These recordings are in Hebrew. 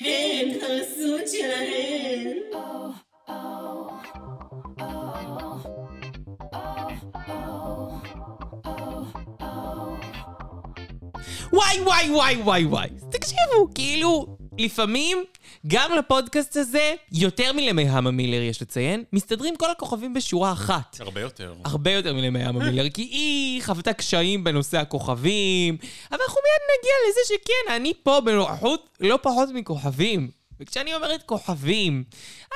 הן הרסות שלהן. וואי וואי וואי וואי וואי. אז תקשיבו, כאילו, לפעמים, גם לפודקאסט הזה, יותר מלמיאמה מילר יש לציין, מסתדרים כל הכוכבים בשורה אחת. הרבה יותר. הרבה יותר מלמיאמה מילר, כי היא חוותה קשיים בנושא הכוכבים, אבל אנחנו מיד נגיע לזה שכן, אני פה בנוכחות לא פחות מכוכבים. וכשאני אומרת כוכבים,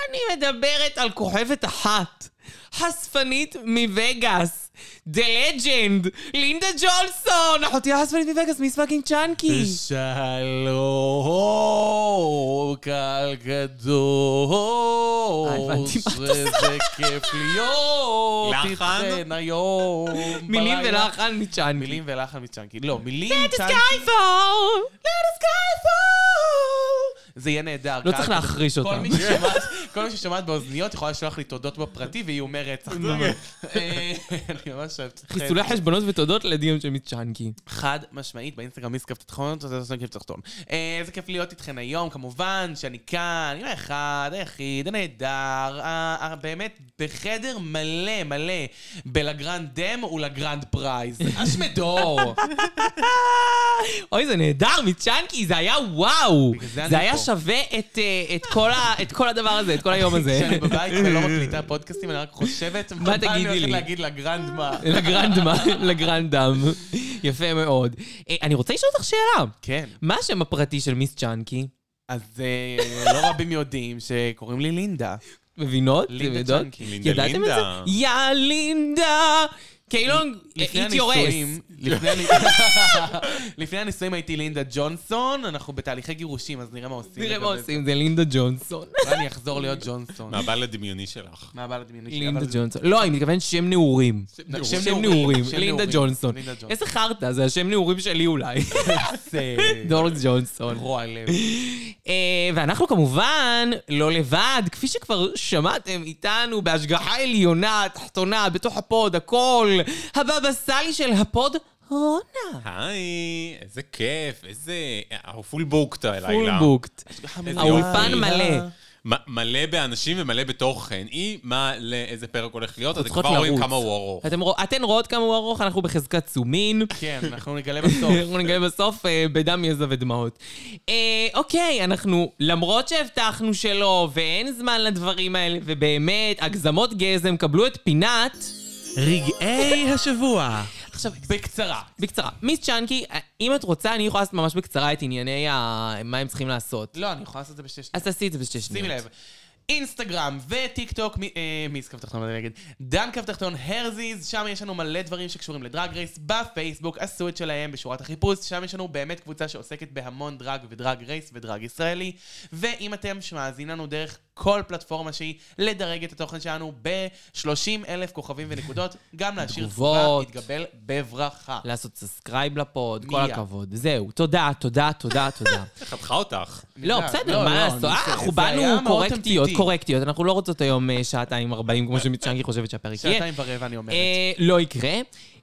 אני מדברת על כוכבת אחת, חשפנית מווגאס, דה לג'נד, לינדה ג'ולסון, אחותי החשפנית מווגאס, מיס פאקינג צ'אנקי. שלום, קהל אה, הבנתי, קדוש, מה את איזה כיף להיות לחן? איתכן היום. מילים בלילה. ולחן מצ'אנקי. מילים ולחן מצ'אנקי. לא, מילים Let the צ'אנקי. sky fall! Let the sky fall! זה יהיה נהדר. לא קהל צריך קדוש. להחריש כל אותם. מי ששומעת- כל מי ששומעת באוזניות יכולה לשלוח לי תודות בפרטי והיא אומרת, "אה, אני ממש אוהבת אתכם. חיסולי חשבונות ותודות לדיון של מיס צ'אנקי. חד משמעית, באינסטגרם מיסקאפ תחתון, זה עושה כיף תחתון. אה, איזה כיף להיות איתכן היום, כמובן שאני כאן, אני האחד, היחיד, הנהדר, ה- ה- באמת בחדר מלא מלא בלגרנד דם ולגרנד פרייז. אשמדור! אה, אוי, זה נהדר, מיס צ'אנקי, זה היה וואו. בגלל זה זה אני היה פה. שווה את, אה, את כל ה- את כל הדבר הזה, את כל היום הזה. כשאני בבית ולא מקליטה פודקאסטים, אני רק חושבת מה תגידי אני הולכת לי? אה. להגיד לגרנד מה. לגרנדמה, לגרנדם. יפה מאוד. אה, אני רוצה לשאול אותך שאלה. כן, מה השם הפרטי של מיס צ'אנקי? אז אה, לא רבים יודעים שקוראים לי אה, לינדה. מבינות? לינדה אתם יודעות? צ'אנקי. לינדה, ידעתם את זה? לינדה. יא לינדה! כאילו, לפני איט יורס. הנישואים, לפני הנישואים- לפני הנישואים הייתי לינדה ג'ונסון, אנחנו בתהליכי גירושים, אז נראה מה עושים. נראה מה לגבי עושים, זה לינדה ג'ונסון. זה. אולי אני אחזור להיות ג'ונסון. מהבעל הדמיוני שלך. מה הבעל הדמיוני שלי? לינדה אבל- ג'ונסון. לא, אני מתכוון שם נעורים. נעורים. שם נעורים. שם לינדה נעורים. ג'ונסון. לינדה ג'ונסון. איזה חרטא, זה השם נעורים שלי אולי. זה- דורס ג'ונסון. רוע לב. אה, ואנחנו כמובן לא לבד, כפי שכבר שמעתם איתנו בהשגחה עליונה, תחתונה, בתוך הפוד, הכל. הבבא סאלי של הפוד, רונה. היי, איזה כיף, איזה... אה, פול בוקט פול הלילה. בוקט. איזה האולפן יופי. מלא. מ- מלא באנשים ומלא בתוכן. אי מלא איזה פרק הולך להיות, אתם צריכות כבר רואים לרוץ. כמה הוא ארוך. אתם רוא- אתן רואות כמה הוא ארוך, אנחנו בחזקת צומין. כן, אנחנו נגלה בסוף. אנחנו נגלה בסוף אה, בדם, יזע ודמעות. אה, אוקיי, אנחנו, למרות שהבטחנו שלא, ואין זמן לדברים האלה, ובאמת, הגזמות גזם, קבלו את פינת. רגעי השבוע. עכשיו, בקצרה. בקצרה, מיס צ'אנקי, אה, אם את רוצה, אני יכולה לעשות ממש בקצרה את ענייני ה... מה הם צריכים לעשות. לא, אני יכולה לעשות את זה בשתי שניות. אז תעשי את זה בשתי שניות. שימי לב. אינסטגרם וטיק טוק, מי אה, מיס קו תחתון, מה אני אגיד? דן קו תחתון, הרזיז, שם יש לנו מלא דברים שקשורים לדרג רייס, בפייסבוק, עשו את שלהם בשורת החיפוש, שם יש לנו באמת קבוצה שעוסקת בהמון דרג ודרג רייס ודרג ישראלי, ואם אתם שמאזינים לנו דרך כל פלטפורמה שהיא, לדרג את התוכן שלנו ב-30 אלף כוכבים ונקודות, גם להשאיר תגובה, תגובות. להתקבל בברכה. לעשות סאסקרייב לפוד, כל מיד. הכבוד. זהו, תודה, תודה, תודה, תודה. חתכה אותך. לא, מיד. בסדר, לא, מה לא, לעשות? אני- אה, אנחנו זה באנו היה מאוד קורקטיות, תמציתי. קורקטיות. אנחנו לא רוצות היום אה, שעתיים ארבעים, כמו שמצ'אנקי חושבת שהפרק יהיה. שעתיים ורבע אני אומרת. אה, לא יקרה.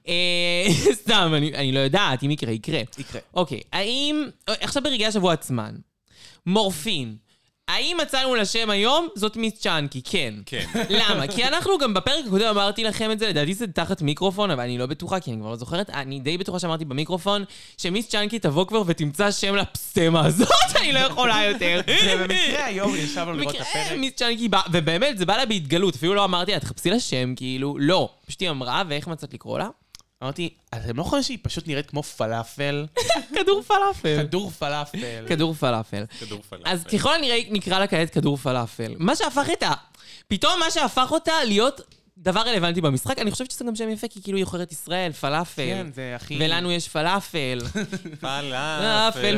אה, סתם, אני אני לא יודעת, אם יקרה, יקרה. יקרה. אוקיי, האם... עכשיו ברגעי השבוע עצמן. מורפין. האם מצאנו לה שם היום? זאת מיס צ'אנקי, כן. כן. למה? כי אנחנו גם בפרק הקודם אמרתי לכם את זה, לדעתי זה תחת מיקרופון, אבל אני לא בטוחה, כי אני כבר לא זוכרת. אני די בטוחה שאמרתי במיקרופון, שמיס צ'אנקי תבוא כבר ותמצא שם לפסטמה הזאת, אני לא יכולה יותר. אה, במקרה היום ישבנו לראות את הפרק. מקרה, מיס צ'אנקי בא, ובאמת, זה בא לה בהתגלות, אפילו לא אמרתי לה, תחפשי לה שם, כאילו, לא. פשוט היא אמרה, ואיך מצאת לקרוא לה? אמרתי, אתם לא חושבים שהיא פשוט נראית כמו פלאפל? כדור פלאפל. כדור פלאפל. כדור פלאפל. כדור פלאפל. אז ככל הנראה נקרא לה כעת כדור פלאפל. מה שהפך את ה... פתאום מה שהפך אותה להיות דבר רלוונטי במשחק, אני חושבת שזה גם שם יפה, כי כאילו היא חוקרת ישראל, פלאפל. כן, זה הכי... ולנו יש פלאפל. פלאפל, כן.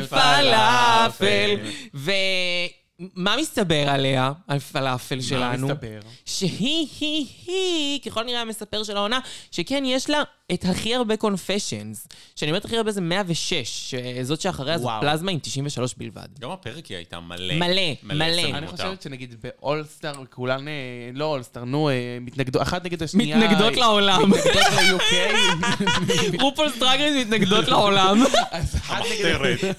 פלאפל, פלאפל. והיא מה מסתבר עליה, על פלאפל שלנו? מה מסתבר? שהיא, היא, היא, ככל הנראה המספר של העונה, שכן יש לה את הכי הרבה קונפשיונס. שאני אומרת הכי הרבה זה 106, שזאת שאחריה זאת וואו. פלזמה עם 93 בלבד. גם הפרק היא הייתה מלא. מלא, מלא. שמים אני אותה. חושבת שנגיד באולסטאר, כולן, אה, לא אולסטאר, נו, אה, מתנגדות, אחת נגד השנייה. אוקיי. מתנגדות לא. לעולם. מתנגדות ל-UK. רופולס דרגרס מתנגדות לעולם. אז אחת נגד... המחתרת.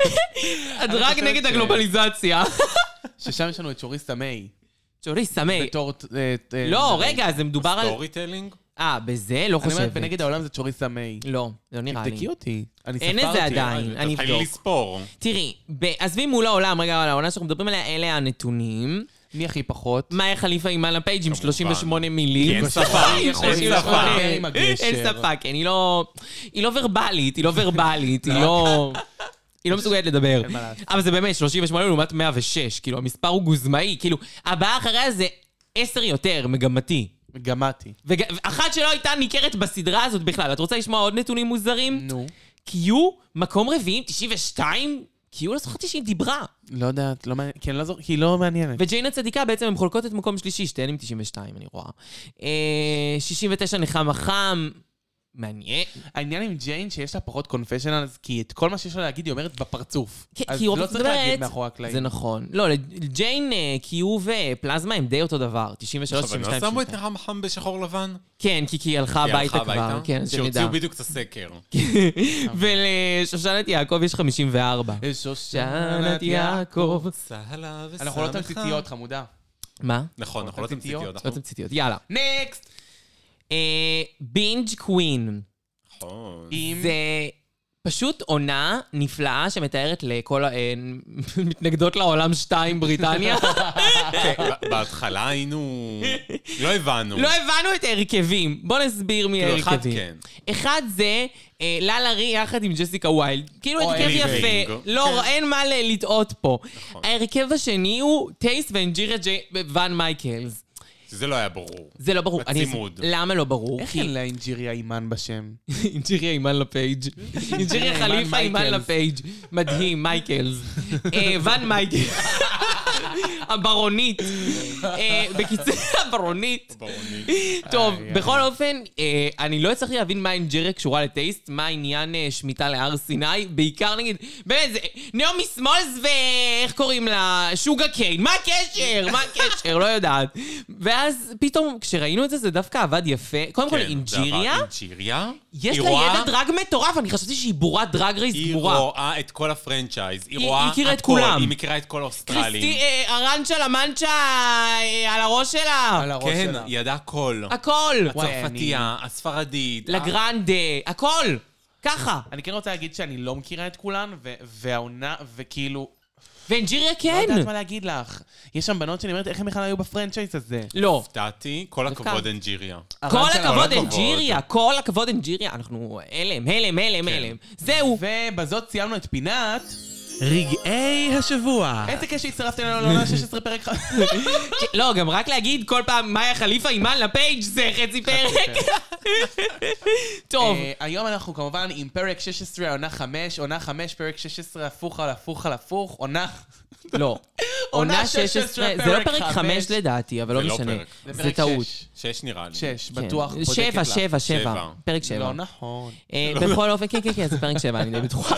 הדרג חושבת נגד ש- הגלובליזציה. ששם יש לנו את שוריסטה מיי. שולי, סמי. בתור... אה, אה, לא, רגע, זה מדובר על... סטורי טלינג? אה, בזה? לא אני אומרת, חושבת. ונגד העולם זה צ'וריסה מיי. לא, לא, זה לא נראה לי. תבדקי אותי. אני אין את זה ספרתי. עדיין. אני תתחילי אבדוק. לא לספור. תראי, ב- עזבי מול העולם, רגע, על העונה שאנחנו מדברים עליה, אלה הנתונים. מי הכי פחות? מאיה חליפה עם אללה פייג' עם כמובן. 38 מילים. כי אין שפה, אין אין שפה. שפה. אין עם הגשר. אין שפה, כן, היא לא... היא לא ורבלית, היא לא ורבלית, היא לא... היא לא מסוגלת לדבר. אין מה לעשות. אבל זה באמת 38 לעומת 106, כאילו, המספר הוא גוזמאי, כאילו, הבאה אחריה זה 10 יותר, מגמתי. מגמתי. וג- ואחת שלא הייתה ניכרת בסדרה הזאת בכלל. את רוצה לשמוע עוד נתונים מוזרים? נו. קיו, מקום רביעי עם 92? קיו לא זוכרתי שהיא דיברה. לא יודעת, לא מעניין, כי אני לא זוכר, כי היא לא מעניינת. וג'יין הצדיקה בעצם הן חולקות את מקום שלישי, שתיהן עם 92, אני רואה. אה, 69 נחמה חם, מעניין. העניין עם ג'יין שיש לה פחות קונפשיונלס, כי את כל מה שיש לה להגיד היא אומרת בפרצוף. כן, כי- אז כי רוב לא צריך להגיד מדברת- מאחורי זה הקלעים. נכון. לא, לג'יין, אה, קיו ופלזמה הם די אותו דבר, 93, אבל לא 92, שמו את 92. נחם חם בשחור לבן? כן, כי כי היא הלכה היא הלכה הביתה כבר. הביתה? כן, אז שנדע. שהוציאו בדיוק את הסקר. ולשושנת יעקב יש 54. שושנת יעקב. צהלה ושמחה. אנחנו לא תמציתיות, חמודה. מה? נכון, אנחנו לא תמציתיות. לא תמציתיות. אנחנו- תמציתיות, יאללה. נקסט! אה, בינג' קווין. נכון. עם... זה פשוט עונה נפלאה שמתארת לכל ה... אה, מתנגדות לעולם 2 בריטניה. ב- נכון. בהתחלה היינו... לא הבנו. לא הבנו את ההרכבים. בוא נסביר מי כאילו, אחד ההרכבים. כן. אחד זה אה, ללה רי יחד עם ג'סיקה ויילד. כאילו או הרכב אלי יפה. בינג. לא, אין מה ל- לטעות פה. כן. נכון. ההרכב השני הוא טייס ואנג'ירה ג'י- ואן מייקלס. זה לא היה ברור. זה לא ברור. אני- בצימוד. למה לא ברור? איך כי- אין לה אינג'יריה אימן בשם? אינג'יריה אימן לפייג'. אינג'יריה אימן חליפה אימן מייקלס. לפייג'. מדהים, מייקלס. אה, ון מייקלס. הברונית. אה, בקיצור, הברונית. כן, טוב, איי, בכל אופן, אה, אני לא הצלחתי להבין מה אינג'יריה קשורה לטייסט, מה העניין אה, שמיטה להר סיני, בעיקר נגיד, באמת, זה נעמי סמולס ואיך קוראים לה? שוגה קיין, מה הקשר? מה הקשר? לא יודעת. ואז פתאום, כשראינו את זה, זה דווקא עבד יפה. קודם כל, כן, זה עבד. אינג'יריה, אינג'יריה? יש היא לה רואה- ידע דרג מטורף, אני חשבתי שהיא בורת דרג רייס היא גמורה. רואה את כל הפרנצ'ייז. היא היא- רואה היא הכירה את הכל. כולם. היא מכירה את כל האוסטרלים. קריסטי, אה, הרנצ'ה למנצ'ה אה, על הראש שלה. על הראש כן, שלה. היא ידעה הכל. הכל. וואי, הצרפתייה, הספרדית. לגרנדה, הכל. ככה. אני כן רוצה להגיד שאני לא מכירה את כולן, ו- והעונה, וכאילו... ואנג'יריה לא כן. יודעת מה להגיד לך. יש שם בנות שאני אומרת, איך הם בכלל היו בפרנצ'ייז הזה? לא. הופתעתי, כל הכבוד דווקא. אנג'יריה. כל הרן שלה הכבוד כל הכבוד. אנג'יריה, כל הכבוד אנג'יריה. אנחנו הלם, הלם, כן. הלם, הלם. זהו. ובזאת סיימנו את פינת... רגעי השבוע. איזה כיף שהצטרפתם אלינו לעונה 16 פרק ח- לא, גם רק להגיד כל פעם מאיה חליפה אימן לפייג' זה חצי פרק. טוב. אה, היום אנחנו כמובן עם פרק 16, עונה 5, עונה 5, פרק 16, הפוך על הפוך על הפוך, עונה... לא. עונה 16, זה לא פרק 5 חמש. לדעתי, אבל זה לא לא משנה. פרק. זה זה פרק טעות. שש. שש נראה לי. שש, כן. בטוח, בודקת שבע, לך. שבע, שבע. שבע. פרק שבע. לא נכון. אה, בכל אופן, כן, כן, כן, זה פרק שבע, אני די בטוחה.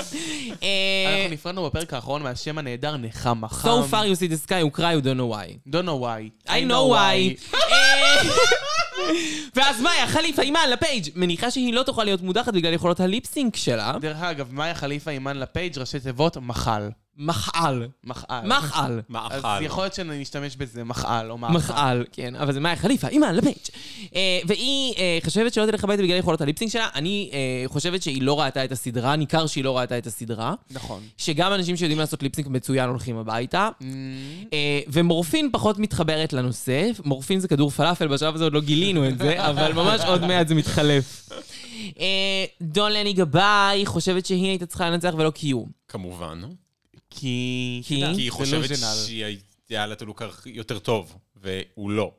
אה, אנחנו נפרדנו בפרק האחרון מהשם הנהדר נחמה חם. So far you see the sky, you cry, you don't know why. Don't know why. I know why. אה, ואז מאיה חליפה אימן לפייג' מניחה שהיא לא תוכל להיות מודחת בגלל יכולות הליפסינק שלה. דרך אגב, מאיה חליפה אימן לפייג' ראשי תיבות מחל. מחעל. מחל. מחעל. אז מאכל. יכול להיות שנשתמש בזה, מחל או מאכל. מחעל, כן, אבל זה מאיה חליפה, אימא לפייג'. אה, והיא אה, חושבת שלא תלך הביתה בגלל יכולות הליפסינג שלה. אני אה, חושבת שהיא לא ראתה את הסדרה, ניכר שהיא לא ראתה את הסדרה. נכון. שגם אנשים שיודעים לעשות ליפסינג מצוין הולכים הביתה. אה, ומורפין פחות מתחברת לנושא. מורפין זה כדור פלאפל, בשלב הזה עוד לא גילינו את זה, אבל ממש עוד מעט זה מתחלף. אה, דון לני גבאי חושבת שהיא הייתה צריכה לנצח ולא קיום. כמובן. אה? כי... כי- כי היא חושבת Delusional. שהיא הייתה לה תלוקר יותר טוב, והוא לא.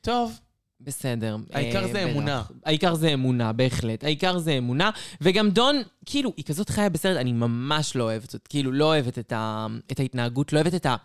טוב. בסדר. העיקר אה, זה אמונה. בטח. העיקר זה אמונה, בהחלט. העיקר זה אמונה. וגם דון כאילו, היא כזאת חיה בסרט, אני ממש לא אוהבת זאת. כאילו, לא אוהבת את, ה, את ההתנהגות, לא אוהבת את ה...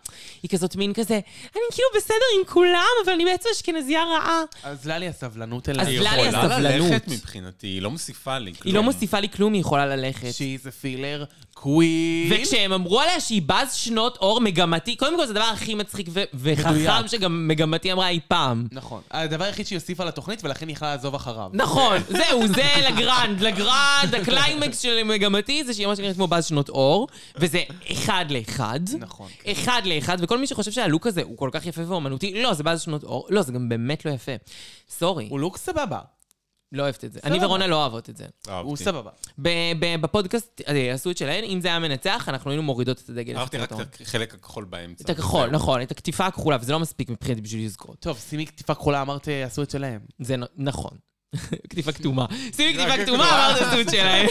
היא כזאת מין כזה, אני כאילו בסדר עם כולם, אבל אני בעצם אשכנזייה רעה. אז ללי הסבלנות אליי. אז היא לה לי יכולה הסבלנות. ללכת מבחינתי, היא לא מוסיפה לי כלום. היא לא מוסיפה לי כלום, היא יכולה ללכת. שהיא פילר קווין. וכשהם אמרו עליה שהיא בז שנות אור מגמתי, קודם כל זה הדבר הכי מצחיק ו- וחכם מדויק. שגם מגמתי אמרה אי פעם. נכון. הדבר היחיד שהיא הוסיפה לתוכנית, ולכן היא יכלה לעזוב אחריו. נכון, זהו, זה לגרנד, לגרנד, הקליימקס של מגמתי זה שהיא ממש נראית כמו בז שנות אור, וזה אחד לאחד. נכון, כן. אחד לאחד, וכל מי שחושב שהלוק הזה הוא כל כך יפה ואומנותי, לא, זה בז שנות אור, לא, זה גם באמת לא יפה. סורי, הוא לוק סבבה. לא אוהבת את זה. אני ורונה לא אוהבות את זה. אהבתי. הוא סבבה. ב- ב- בפודקאסט אה, עשו את שלהן, אם זה היה מנצח, אנחנו היינו מורידות את הדגל. אהבתי רק לפני את החלק הכחול באמצע. את הכחול, זהו. נכון, את הכתיפה הכחולה, וזה לא מספיק מבחינתי בשביל לזכות. טוב, שימי כתיפה כחולה, אמרת, אה, עשו את שלהם. זה נ- נכון. כתיפה כתומה. שימי כתיפה כתומה. כתומה, אמרת הסוד שלהם.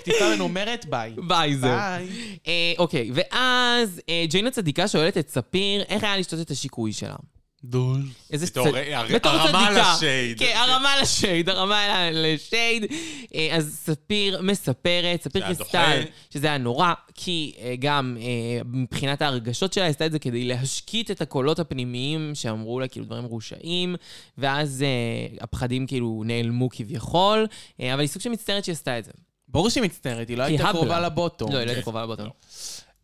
כתיפה מנומרת, ביי. ביי, זהו. ביי. אה, אוקיי, ואז אה, ג'יין הצדיקה שואלת את ספיר, איך היה לשתות את השיקוי שלה? דול. איזה בתור, צד- אה, הר- בתור הרמה צדיקה. לשייד. כן, הרמה לשייד, הרמה ל- לשייד. אה, אז ספיר מספרת, ספיר זה היה קריסטל, דוחה. שזה היה נורא, כי אה, גם אה, מבחינת ההרגשות שלה, עשתה את זה כדי להשקיט את הקולות הפנימיים שאמרו לה כאילו דברים רושעים, ואז אה, הפחדים כאילו נעלמו כביכול, אה, אבל היא סוג שמצטערת שהיא עשתה את זה. ברור שהיא מצטערת, היא לא כי הייתה הבלה. קרובה לבוטום. לא, היא לא כן. הייתה קרובה לבוטום.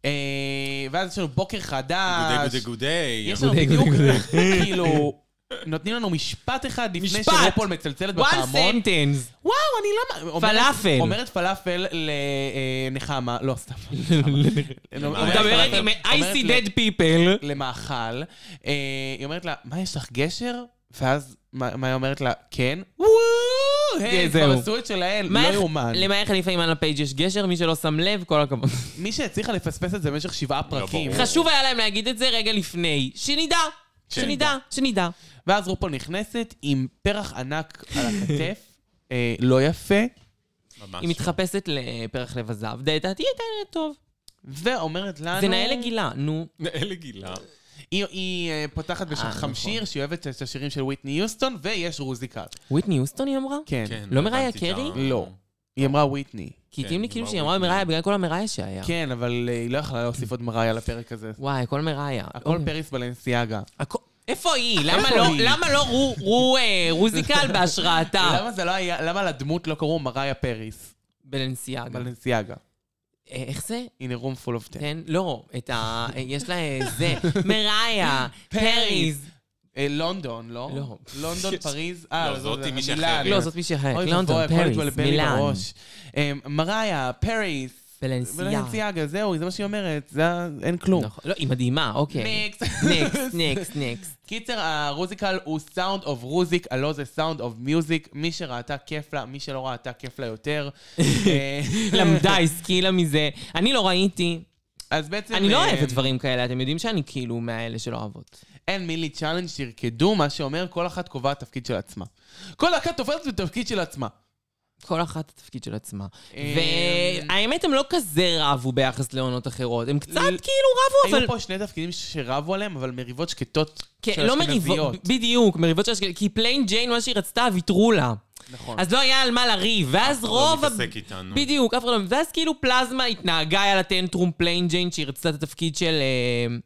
אה, ואז יש לנו בוקר גודי חדש. גודי גודי. יש לנו גודי, בדיוק, גודי, כאילו, נותנים לנו משפט אחד לפני משפט. שרופול מצלצלת one בפעמון. sentence. וואו, אני לא... מא- אומרת- פלאפל. אומרת פלאפל לנחמה, לא סתם. הוא מדברת עם I see לא- dead people. למאכל. אה, היא אומרת לה, מה יש לך גשר? ואז מה מה היא אומרת לה? כן? וואו! כן, היי, כבר זהו. עשו את שלהן, לא מה איך- יאומן. למה יחד לפעמים על הפייג' יש גשר, מי שלא שם לב, כל הכבוד. מי שהצליחה לפספס את זה במשך שבעה פרקים. ברור. חשוב היה להם להגיד את זה רגע לפני. שנדע, שנדע, שנדע. ואז רופול נכנסת עם פרח ענק על הכתף, אה, לא יפה, היא מתחפשת לפרח לב הזהב. דעתי הייתה נראית טוב. ואומרת לנו... זה נאה לגילה, נו. אלה גילה. כן. היא, היא אה, פותחת נכון. בשחם שיר, שהיא אוהבת את השירים של וויטני יוסטון, ויש רוזיקאט. וויטני יוסטון היא אמרה? כן. כן, לא מראיה הבנתי את קרי? ה- לא. היא אמרה וויטני. כי התאים לי כאילו מה שהיא אמרה וויטני? מראיה בגלל כל המראיה שהיה. כן, אבל אה, היא לא יכלה להוסיף עוד מריה לפרק הזה. וואי, הכל מראיה. הכל פריס בלנסיאגה. הכל- איפה היא? למה לא- היא? למה לא רו- רו- אה, רוזיקל בהשראתה? למה זה לא היה, למה לדמות לא קראו מריה פריס בלנסיאגה. בלנסיאגה? אה, איך זה? In a room full of ten. כן, לא, את ה... יש לה אה, זה, מראיה, פריז. פריז. אה, לונדון, לא? לא. לונדון, פריז. אה, לא, זאתי זה- מישהי מילאן. אחרת. לא, זאת מישהי אחרת, כן. אוי לונדון, ואבוי, הכל פריס, התבלבל לי מילאן, בראש. אה, מריה, פריס. בלנסיה. בלנסיאגה, זהו, זה מה שהיא אומרת. זה- אין כלום. נכון, לא, היא מדהימה, אוקיי. נקסט. נקסט, נקסט, נקסט. קיצר, הרוזיקל הוא סאונד אוף רוזיק, הלא זה סאונד אוף מיוזיק. מי שראתה, כיף לה, מי שלא ראתה, כיף לה יותר. אה, למדה, השכילה מזה. אני לא ראיתי. אז בעצם... אני לא אה, אוהבת דברים כאלה, אתם יודעים שאני כאילו מהאלה שלא אוהבות. אין מילי צ'אלנג' שירקדו, מה שאומר כל אחת קובעת תפקיד של עצמה. כל אחת תופסת בתפקיד של עצמה. כל אחת התפקיד של עצמה. אה, והאמת, הם לא כזה רבו ביחס לעונות אחרות. הם קצת ל- כאילו רבו, אבל... היו פה שני תפקידים שרבו עליהם, אבל מריבות שקטות כן, של לא אשכנזיות. מריבות, בדיוק, מריבות של אשכנזיות, כי פליין ג'יין, מה שהיא רצתה, ויתרו לה. נכון. אז לא היה על מה לריב, ואז רוב... ה- לא מתעסק איתנו. בדיוק, אף אחד לא... ואז כאילו פלזמה התנהגה על הטנטרום פליין ג'יין, שהיא רצתה את התפקיד של אה,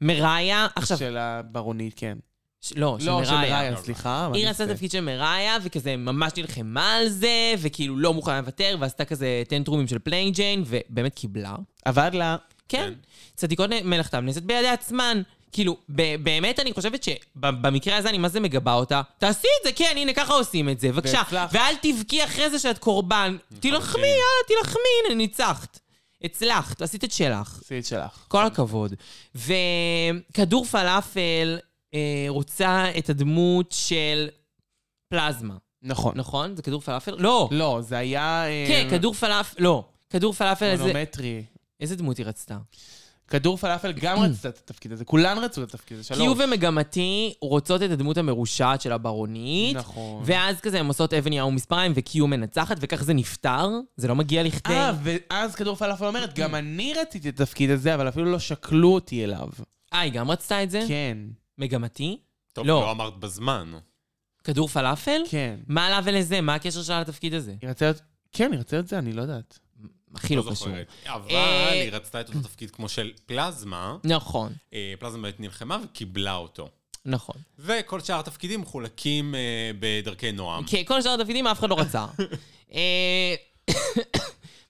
מראיה. עכשיו, של הברונית, כן. ש- לא, של לא, של מראיה. מריה, סליחה. מה היא אני רצתה את עושה? התפקיד של מראיה, וכזה ממש נלחמה על זה, וכאילו לא מוכנה לוותר, ועשתה כזה טנטרומים של פליין ג'יין, ובאמת קיבלה. עבד לה. כן. צדיקות מלאכתן נעשית בידי עצמן. כאילו, ב- באמת אני חושבת שבמקרה הזה אני מה זה מגבה אותה. תעשי את זה, כן, הנה, ככה עושים את זה, בבקשה. והצלחת. ואל תבכי אחרי זה שאת קורבן. תילחמי, יאללה, תילחמי, הנה, ניצחת. הצלחת, עשית את שלך. עשי את שלך. כל הכבוד. וכדור פלאפל אה, רוצה את הדמות של פלזמה, נכון. נכון? זה כדור פלאפל? לא. לא, זה היה... אה, כן, כדור פלאפל, לא. כדור פלאפל, איזה- מונומטרי. איזה דמות היא רצתה? כדור פלאפל גם רצתה את התפקיד הזה, כולן רצו את התפקיד הזה, קיו שלוש. ומגמתי רוצות את הדמות המרושעת של הברונית. נכון. ואז כזה הן עושות אבן יאו מספריים וקיו מנצחת, וכך זה נפתר. זה לא מגיע לכדי... אה, ואז כדור פלאפל אומרת, גם כן. אני רציתי את התפקיד הזה, אבל אפילו לא שקלו אותי אליו. אה, היא גם רצתה את זה? כן, מגמתי? טוב, לא. לא אמרת בזמן. כדור פלאפל? כן. מה לה ולזה? מה הקשר שלה לתפקיד הזה? כן, היא רצתה... כן, היא רצתה את זה, אני לא יודעת. הכי לא לא קשור. זוכרת. אבל אה, היא רצתה את אותו תפקיד כמו של פלזמה. נכון, אה, פלזמה באמת נלחמה וקיבלה אותו. נכון. וכל שאר התפקידים מחולקים אה, בדרכי נועם. כי כל שאר התפקידים אף אחד לא רצה. אה,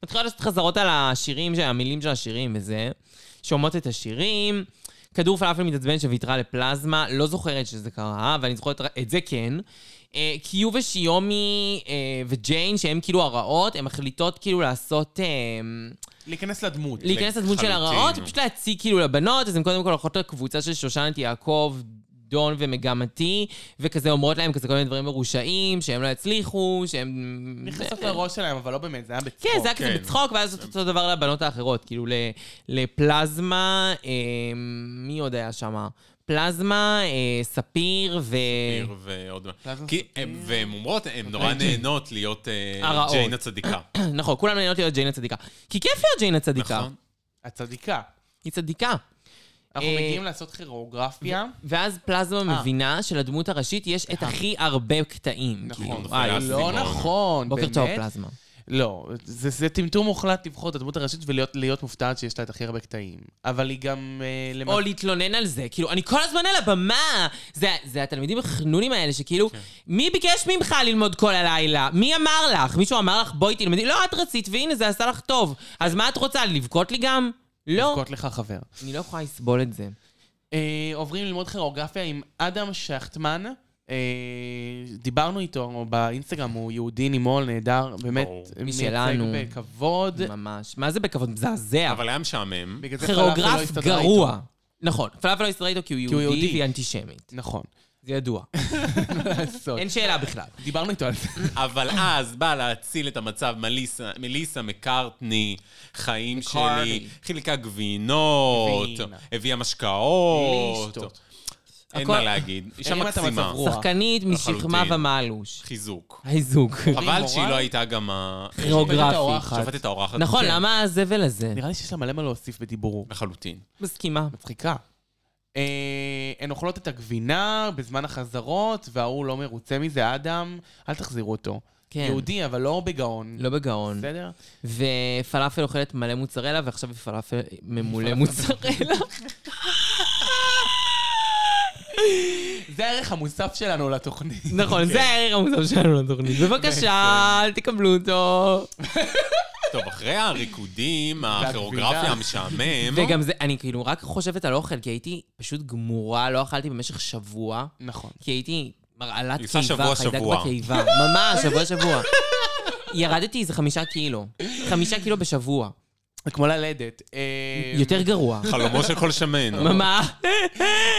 מתחילות לעשות חזרות על השירים, של- המילים של השירים וזה. שומעות את השירים. כדור פלאפל מתעצבן שוויתרה לפלזמה, לא זוכרת שזה קרה, אבל אני זוכרת את זה כן. אה, קיו ושיומי אה, וג'יין, שהן כאילו הרעות, הן מחליטות כאילו לעשות... אה, להיכנס לדמות. להיכנס לדמות של לחלוטין. הרעות, פשוט להציג כאילו לבנות, אז הן קודם כל הולכות לקבוצה של שושנת יעקב, דון ומגמתי, וכזה אומרות להם כזה כל מיני דברים מרושעים, שהם לא יצליחו, שהם... נכנסות לראש שלהם, אבל לא באמת, זה היה בצחוק. כן, זה היה כזה כן. בצחוק, ואז זאת אותו דבר לבנות האחרות, כאילו ל- לפלזמה, אה, מי עוד היה שם? פלזמה, אה, ספיר ו... עיר ועוד... פלזמה כי- הם- והן אומרות, הן נורא נהנות להיות אה, אוקיי. הרעות. ג'יין הצדיקה. נכון, כולם נהנות להיות ג'יין הצדיקה. כי כיף להיות ג'יין הצדיקה. נכון? הצדיקה. היא צדיקה. אנחנו אה, מגיעים לעשות כירוגרפיה. ואז פלזמה אה. מבינה שלדמות הראשית יש את הכי הרבה קטעים. נכון. כאילו. נופל וואי, האסימון. לא נכון, בוקר באמת. טוב, פלזמה. לא, זה, זה טמטום מוחלט לבחור את הדמות הראשית ולהיות להיות מופתעת שיש לה את הכי הרבה קטעים. אבל היא גם... אה, למע- או להתלונן על זה, כאילו, אני כל הזמן על הבמה! זה, זה התלמידים החנונים האלה, שכאילו, מי ביקש ממך ללמוד כל הלילה? מי אמר לך? מישהו אמר לך, בואי תלמדי? לא, את רצית, והנה, זה עשה לך טוב. אז מה את רוצה, לבכות לי גם? לא. לבכות לך חבר. אני לא יכולה לסבול את זה. אה, עוברים ללמוד כירוגרפיה עם אדם שכטמן. אה, דיברנו איתו באינסטגרם, הוא יהודי נימול נהדר, באמת ברור. משלנו. מייצג בכבוד. ממש. מה זה בכבוד? מזעזע. אבל היה משעמם. בגלל זה פלאפל לא כירוגרף הסתדרה איתו. גרוע. נכון, פלאפל לא הסתדרה איתו כי הוא הוא יהודי יהודי. והיא אנטישמית. נכון. זה ידוע. אין שאלה בכלל. דיברנו איתו על זה. אבל אז באה להציל את המצב מליסה, מליסה מקארטני, חיים מקארטני. שלי, חילקה גבינות, גבינה. הביאה משקאות. לישטות. אין הכל- מה להגיד, אישה הרימה את מקסימה, המצב רוח. שחקנית משכמה לחלוטין. ומעלוש. חיזוק. האיזוק. חבל מורל? שהיא לא הייתה גם ה... כירוגרפית. שופטת האורחת. נכון, כן. למה הזבל הזה? נראה לי שיש לה מלא מה להוסיף בדיבור. לחלוטין. מסכימה. מצחיקה. אה, הן אוכלות את הגבינה בזמן החזרות, וההוא לא מרוצה מזה, אדם, אל תחזירו אותו. כן. יהודי, אבל לא בגאון. לא בגאון. בסדר? ופלאפל אוכלת מלא מוצרלה, ועכשיו היא פלאפל ממולא מוצרלה. זה הערך המוסף שלנו לתוכנית. נכון, אוקיי. זה הערך המוזר שלנו לתוכנית. בבקשה, תקבלו אותו. טוב, אחרי הריקודים, הכירוגרפיה המשעמם, וגם זה, אני כאילו רק חושבת על אוכל, כי הייתי פשוט גמורה, לא אכלתי במשך שבוע, נכון. כי הייתי מרעלת היא עושה קיבה, שבוע, חיידק שבוע. בקיבה. ממש, שבוע שבוע. ירדתי איזה חמישה קילו. חמישה קילו בשבוע. זה כמו ללדת. אה, יותר גרוע. חלומו של כל שמן. ממש.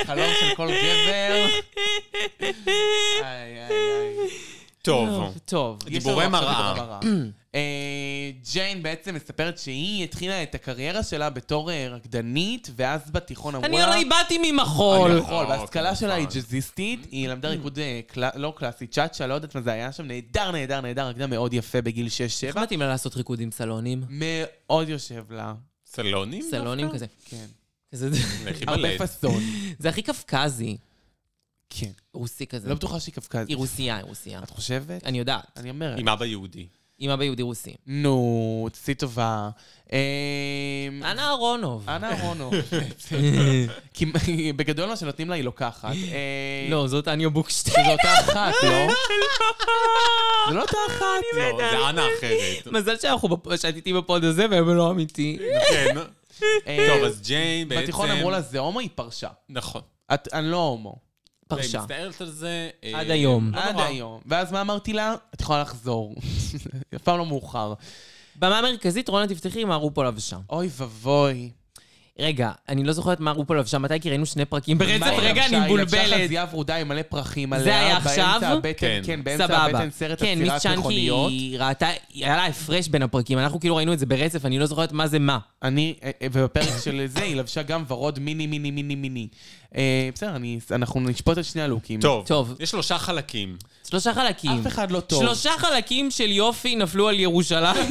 חלום של כל גבר. איי, איי, איי. לא. טוב. טוב. יש דיבורי לנו עכשיו מראה. דיבורי מראה. אה, ג'יין בעצם מספרת שהיא התחילה את הקריירה שלה בתור אה, רקדנית, ואז בתיכון אמרו אני לא לה... הרי באתי ממחול. אני יכול. נכון, אה, וההשכלה שלה היא כמובן. ג'אזיסטית, היא Mm. למדה ריקוד אה, קלא- לא קלאסי, צ'אצ'ה, לא יודעת מה זה היה שם, נהדר, נהדר, נהדר, רקדה מאוד יפה בגיל 6-7. איך מתאים לה לעשות ריקוד עם סלונים? מאוד יושב לה, סלונים? סלונים כזה. כן. כזה- לכי הרבה בלד. פסון. זה הכי קפקזי, כן. רוסי כזה. לא בטוחה שהיא קפקזית. היא רוסייה, היא רוסייה. את חושבת? אני יודעת. אני אומרת. עם אבא יהודי. עם אבא יהודי רוסי. נו, תעשי טובה. אמ, אנה אהרונוב. אנה אהרונוב. כי בגדול מה שנותנים לה היא לוקחת. אה, לא, זאת אניה בוקשטיין. זו אותה אחת, לא? זו לא אותה אחת. לא, זה אנה אחרת. מזל שאנחנו בפ- שאת איתי בפוד הזה והם לא אמיתי. כן. אה, טוב, אז ג'יין בעצם... בתיכון אמרו לה, זה הומו, היא פרשה. נכון. את- אני לא הומו. פרשה. והיא מצטערת על זה. אה, עד היום. לא עד נורא. היום. ואז מה אמרתי לה? את יכולה לחזור. אף פעם לא מאוחר. במה המרכזית, רונה תפתחי מה רופו לבשה. אוי ואבוי. רגע, אני לא זוכרת מה רופו לבשה, מתי כי ראינו שני פרקים ברצף, מה היא רגע, לבשה? אני היא לבשה מבולבלת. חזייה ורודה עם מלא פרחים עליה. היה באמצע עכשיו? הבטן, כן. כן, באמצע סבבה. הבטן סרט כן, מיס עצירת צ'אנקי מכוניות. היא ראתה, היה לה הפרש בין הפרקים, אנחנו כאילו ראינו את זה ברצף, אני לא זוכרת מה זה מה. אני, אה, אה, ובפרק של זה היא לבשה גם ורוד מיני מיני מיני מיני. אה, בסדר, אני- אנחנו נשפוט את שני הלוקים. טוב. טוב. יש שלושה חלקים. שלושה חלקים. אף אחד לא טוב. שלושה חלקים של יופי נפלו על ירושלים.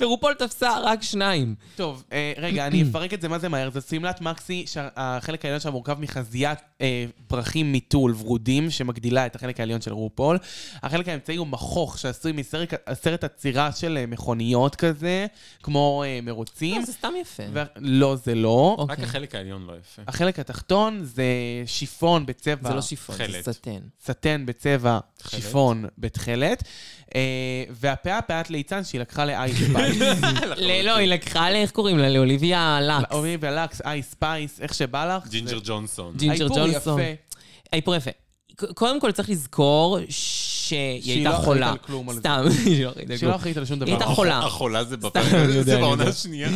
ורופול תפסה רק שניים. טוב, אה, רגע, אני אפרק את זה מה זה מהר. זו שמלת מקסי שהחלק העליון שלה מורכב מחזיית אה, פרחים מיטול ורודים שמגדילה את החלק העליון של רופול. החלק האמצעי הוא מכוך שעשוי מסרט סרט עצירה של אה, מכוניות כזה, כמו אה, מרוצים. לא, זה סתם יפה. וה- לא, זה לא. אוקיי. רק החלק העליון לא יפה. החלק התחתון זה שיפון בצבע... זה לא שיפון, זה תכלת. סטן. סטן בצבע שיפון בתכלת, אה, והפאה פאת ליצן שהיא לקחה לאייס ספייס. לא, אוקיי. היא לקחה ל... איך קוראים לה? לאוליביה לקס. אורי ולקס, אייס ספייס, איך שבא לך. ג'ינג'ר ג'ונסון. ג'ינג'ר האיפור ג'ונסון. יפה. האיפור יפה. ק- קודם כל צריך לזכור שהיא שהיא הייתה לא אחראית חולה. על כלום על זה. סתם, שהיא לא אחראית על שהיא לא כלום. אחראית על שום דבר. היא הייתה חולה. החולה זה בפרק, סתם, אני יודע, זה אני בעונה יודע. השנייה.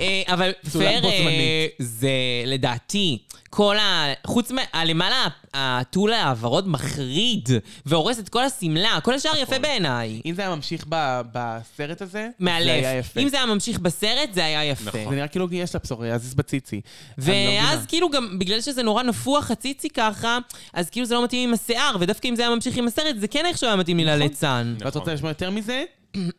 אה, אבל צולם פר בו אה, זמנית. זה לדעתי, כל ה... חוץ מה... הלמעלה, הטול הוורוד מחריד והורס את כל השמלה, כל השאר יפה בעיניי. אם נכון. זה היה ממשיך ב- בסרט הזה, זה היה מהלב. יפה. אם זה היה ממשיך בסרט, זה היה יפה. נכון. זה נראה כאילו יש לה פסוריאזיס בציצי. אני לא ואז מבינה. כאילו גם, בגלל שזה נורא נפוח הציצי ככה, אז כאילו זה לא מתאים עם השיער, ודווקא אם זה היה ממשיך עם הסרט, זה כן איכשהו היה מתאים לי לליצן. ואת נכון. רוצה לשמוע יותר מזה?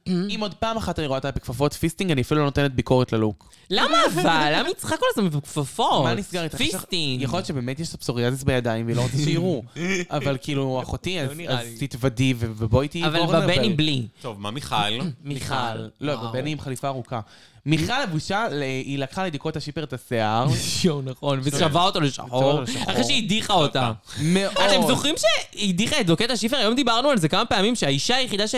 אם עוד פעם אחת אני רואה אותה בכפפות פיסטינג, אני אפילו לא נותנת ביקורת ללוק. למה אבל? למה היא צריכה כל הזמן בכפפות? מה נסגר איתך? פיסטינג. יכול להיות שבאמת יש לה פסוריאזיס בידיים, והיא לא רוצה שיראו. אבל כאילו, אחותי, אז לא נראה אז לי. תתוודי ו- ובואי תהיי אבל קורנר בבני בל. בלי. טוב, מה מיכל? מיכל. לא, בבני עם חליפה ארוכה. מיכל הבושה, ל- היא לקחה לדיקות השיפר את השיער. יואו, נכון. ושווה אותו לשחור, אותו לשחור. לא. אחרי שהיא הדיחה אותה. מאוד. אתם זוכרים שהיא הדיחה את לוקט השיפר? היום דיברנו על זה כמה פעמים, שהאישה היחידה ש...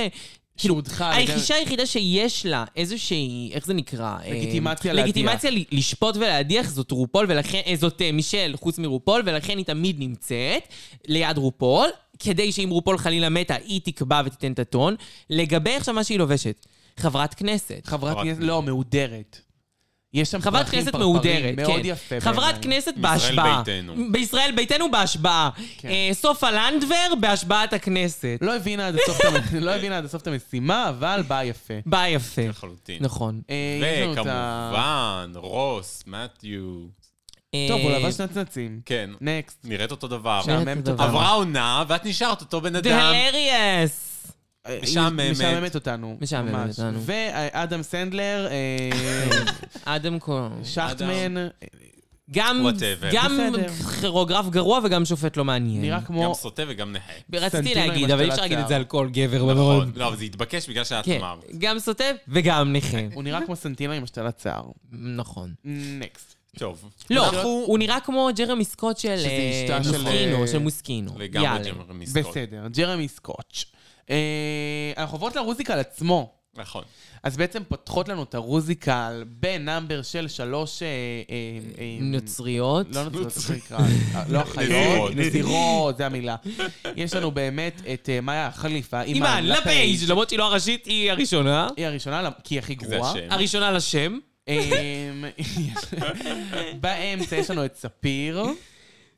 כאילו, שהודחה על ידי- האישה היחידה שיש לה איזושהי, איך זה נקרא? אה, לגיטימציה להדיח. לגיטימציה ל- לשפוט ולהדיח זאת רופול, ולכן, אה, זאת אה, מישל חוץ מרופול, ולכן היא תמיד נמצאת ליד רופול, כדי שאם רופול חלילה מתה, היא תקבע ותיתן את הטון. לגבי עכשיו מה שהיא לובשת, חברת כנסת. חברת חברת כנסת, לא, מהודרת. יש שם חברת פרחים, כנסת פרפרים, מהודרת, כן. מאוד יפה. חברת בעיניי. כנסת בישראל בהשבעה. ביתנו. בישראל ביתנו בהשבעה. כן. אה, סופה לנדבר בהשבעת הכנסת. לא הבינה עד הסוף את המ- לא הבינה עד הסוף את המשימה, אבל באה יפה. בא יפה. לחלוטין. נכון. אה, יש לנו את ה- וכמובן, רוס, מתיו. טוב, הוא אה, לבש נצנצים. כן, נקסט. נראית אותו דבר. שם. משעממת אותו אותנו. עברה עונה, ואת נשארת אותו בן זה אדם. הלריאס. אה, היא משעממת. משעממת אותנו. משעממת ממש. אותנו. ואדם סנדלר, אה, אדם קולון. שחטמן, אה, גם Whatever. גם בסדר. כירוגרף גרוע וגם שופט לא מעניין. נראה גם כמו... סוטה וגם נכה. רציתי סנטינו עם להגיד, אבל אי השתלת אפשר להגיד את זה שיער. על כל גבר. נכון. אבל- לא, אבל זה התבקש בגלל שאת כן, אמרת. גם סוטה וגם כן. נכה. הוא נראה כמו סנטינו עם השתלת שיער. נכון. נקסט. טוב. לא, אנחנו- הוא נראה כמו ג'רמי סקוט של שזה אה, אשתה של, מוסקינו, אה, של מוסקינו. וגם יאללה. לג'מר מסקוט. בסדר, ג'רמי סקוטש. אה, אנחנו עוברות לרוזיקל עצמו. נכון. אז בעצם פותחות לנו את הרוזיקל בנאמבר של שלוש... אה, אה, אה, נוצריות. לא נוצריות, איך זה נקרא? אה, לא נזירות. אחיות, נזירות, זה המילה. יש לנו באמת את אה, מאיה החליפה, אימאן, לפייג', למרות שהיא לא הראשית, היא הראשונה. היא הראשונה, למ- כי היא הכי זה גרועה. השם. הראשונה לשם. אמ, יש- באמצע יש לנו את ספיר,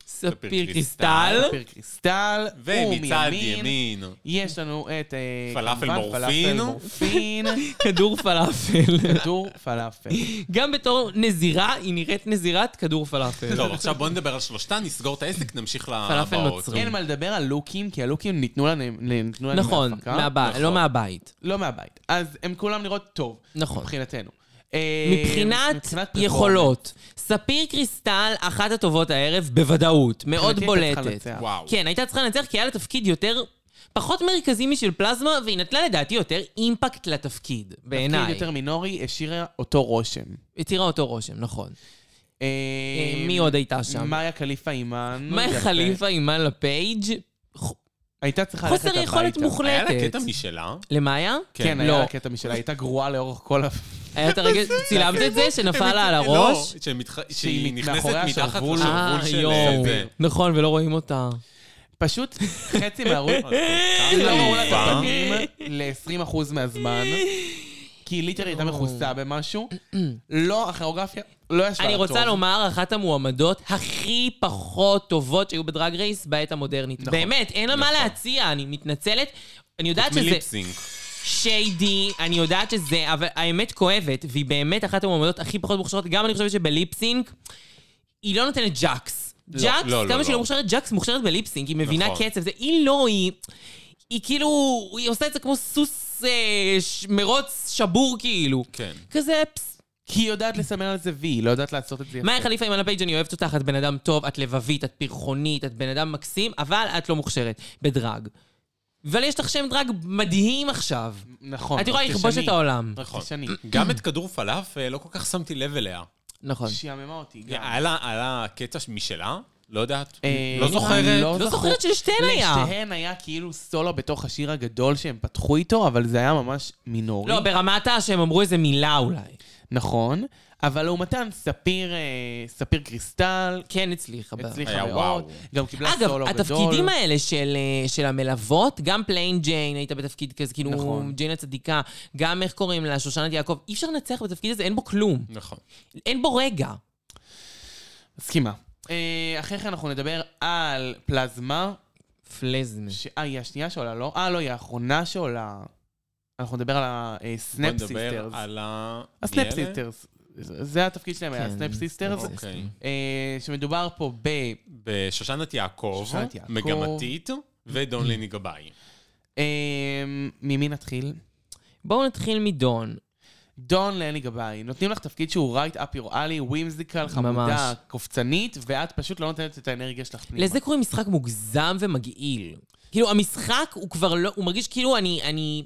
ספיר קריסטל. קריסטל. ספיר קריסטל, ומצד ומימין ימין, יש לנו את... אה, פלאפל כמובן, מורפין. פלאפל מורפין, כדור פלאפל. כדור פלאפל. גם בתור נזירה, היא נראית נזירת כדור לא פלאפל. טוב, עכשיו בוא נדבר על שלושתן, נסגור את העסק, נמשיך פלאפל לבאות. נוצרי. אין כן, מה לדבר על לוקים, כי הלוקים ניתנו לנו ניתנו לנו לא. נכון, מההפקה. מהבית, נכון. לא מהבית. לא מהבית. אז הם כולם נראות טוב. נכון. מבחינתנו. אה, מבחינת מבחינת פרפורמנס. יכולות, ספיר קריסטל, אחת הטובות הערב, בוודאות, מאוד מבחינתי הייתה צריכה בולטת. לנצח. וואו. כן, הייתה צריכה לנצח כי היה לה תפקיד יותר... פחות מרכזי משל פלזמה, והיא נתנה לדעתי יותר אימפקט לתפקיד, תפקיד בעיניי. יותר מינורי, השאירה אותו רושם. התירה אותו רושם, נכון. אה, אה, מי עוד הייתה שם? מאיה קליפה לא אימן. מאי יפה. חליפה אימן לפייג'? ח- אה, הייתה צריכה ללכת חוסר הביתה. יכולת היה מוחלטת. לה קטע משלה? למאיה? כן, לא. היה לה קטע משלה, הייתה גרועה לאורך כל ה... היה את הרגע, צילמת את זה, שנפל לה על לא, הראש? שמתח- שהיא שהיא נכנסת מאחורי מתחת השרוול. אה, לשרוול של יואו. זה. נכון, ולא רואים אותה. פשוט חצי אוקיי, מהרואים. כל לא כך ראו לה את עלובה. הפנים ל-20% מהזמן. כי היא ליטרלי הייתה מכוסה במשהו. לא, הכיאוגרפיה לא ישבה לה אני רוצה טוב. לומר, אחת המועמדות הכי פחות טובות שהיו בדרג רייס בעת המודרנית. נכון. באמת, אין לה מה להציע, אני מתנצלת. אני יודעת שזה מליפסינק. שיידי, אני יודעת שזה, אבל האמת כואבת, והיא באמת אחת המועמדות הכי פחות מוכשרות. גם אני חושבת שבליפסינק, היא לא נותנת ג'אקס. ג'אקס, לא, לא, כמה שהיא לא. לא מוכשרת, ג'אקס מוכשרת בליפסינק, היא מבינה נכון. קצב. זה, היא לא, היא... היא כאילו, היא עושה את זה כמו סוס אה, ש... מרוץ שבור כאילו. כן. כזה פס. כי היא יודעת לסמן על זה וי, היא לא יודעת לעשות את זה. יפה. מאיה חליפה עם הלפייג' אני אוהבת אותך, את בן אדם טוב, את לבבית, את פרחונית, את בן אדם מקסים, אבל את לא מוכשרת בדרג. אבל יש לך שם דרג מדהים עכשיו. נכון. את יכולה רק לכבוש תשני. את העולם. רק נכון. תשני. גם את כדור פלאפל, לא כל כך שמתי לב אליה. נכון. שיעממה אותי גם. היה לה- היה לה קטע משלה? לא יודעת. כן. אה, אה, לא זוכרת. לא זכור. זוכרת שלשתיהן היה. לשתיהן היה כאילו סולו בתוך השיר הגדול שהם פתחו איתו, אבל זה היה ממש מינורי. לא, ברמת ה- שהם אמרו איזה מילה אולי. נכון. אבל לעומתן, ספיר, אה, ספיר קריסטל, כן הצליחה. ב- הצליחה היה מאוד. וואו. גם קיבלה אגב, סולו גדול. התפקידים האלה של, אה, של המלוות, גם פליין ג'יין הייתה בתפקיד כזה, כאילו נכון. ג'יין הצדיקה, גם איך קוראים לה, שושנת יעקב, אי אפשר לנצח בתפקיד הזה, אין בו כלום. נכון. אין בו רגע. מסכימה. אה, אחרי כן אנחנו נדבר על פלזמה, פלזמה. ש... אה, היא השנייה שעולה, לא? אה, לא, היא האחרונה שעולה. אנחנו נדבר על הסנאפ בוא נדבר סיסטרס. על ה... מי הסנאפ אלה? סיסטרס. זה התפקיד שלהם, היה כן, הסנאפ סיסטרס. אוקיי. אה, שמדובר פה ב... בשושנת יעקב, שושנת יעקב. מגמתית, ודון ליני גבאי. אה, ממי נתחיל? בואו נתחיל מדון. דון לני גבאי, נותנים לך תפקיד שהוא right up your alley, ווימזיקל, חמודה, ממש. קופצנית, ואת פשוט לא נותנת את האנרגיה שלך פנימה. לזה קוראים משחק מוגזם ומגעיל. כאילו, המשחק הוא כבר לא, הוא מרגיש כאילו אני, אני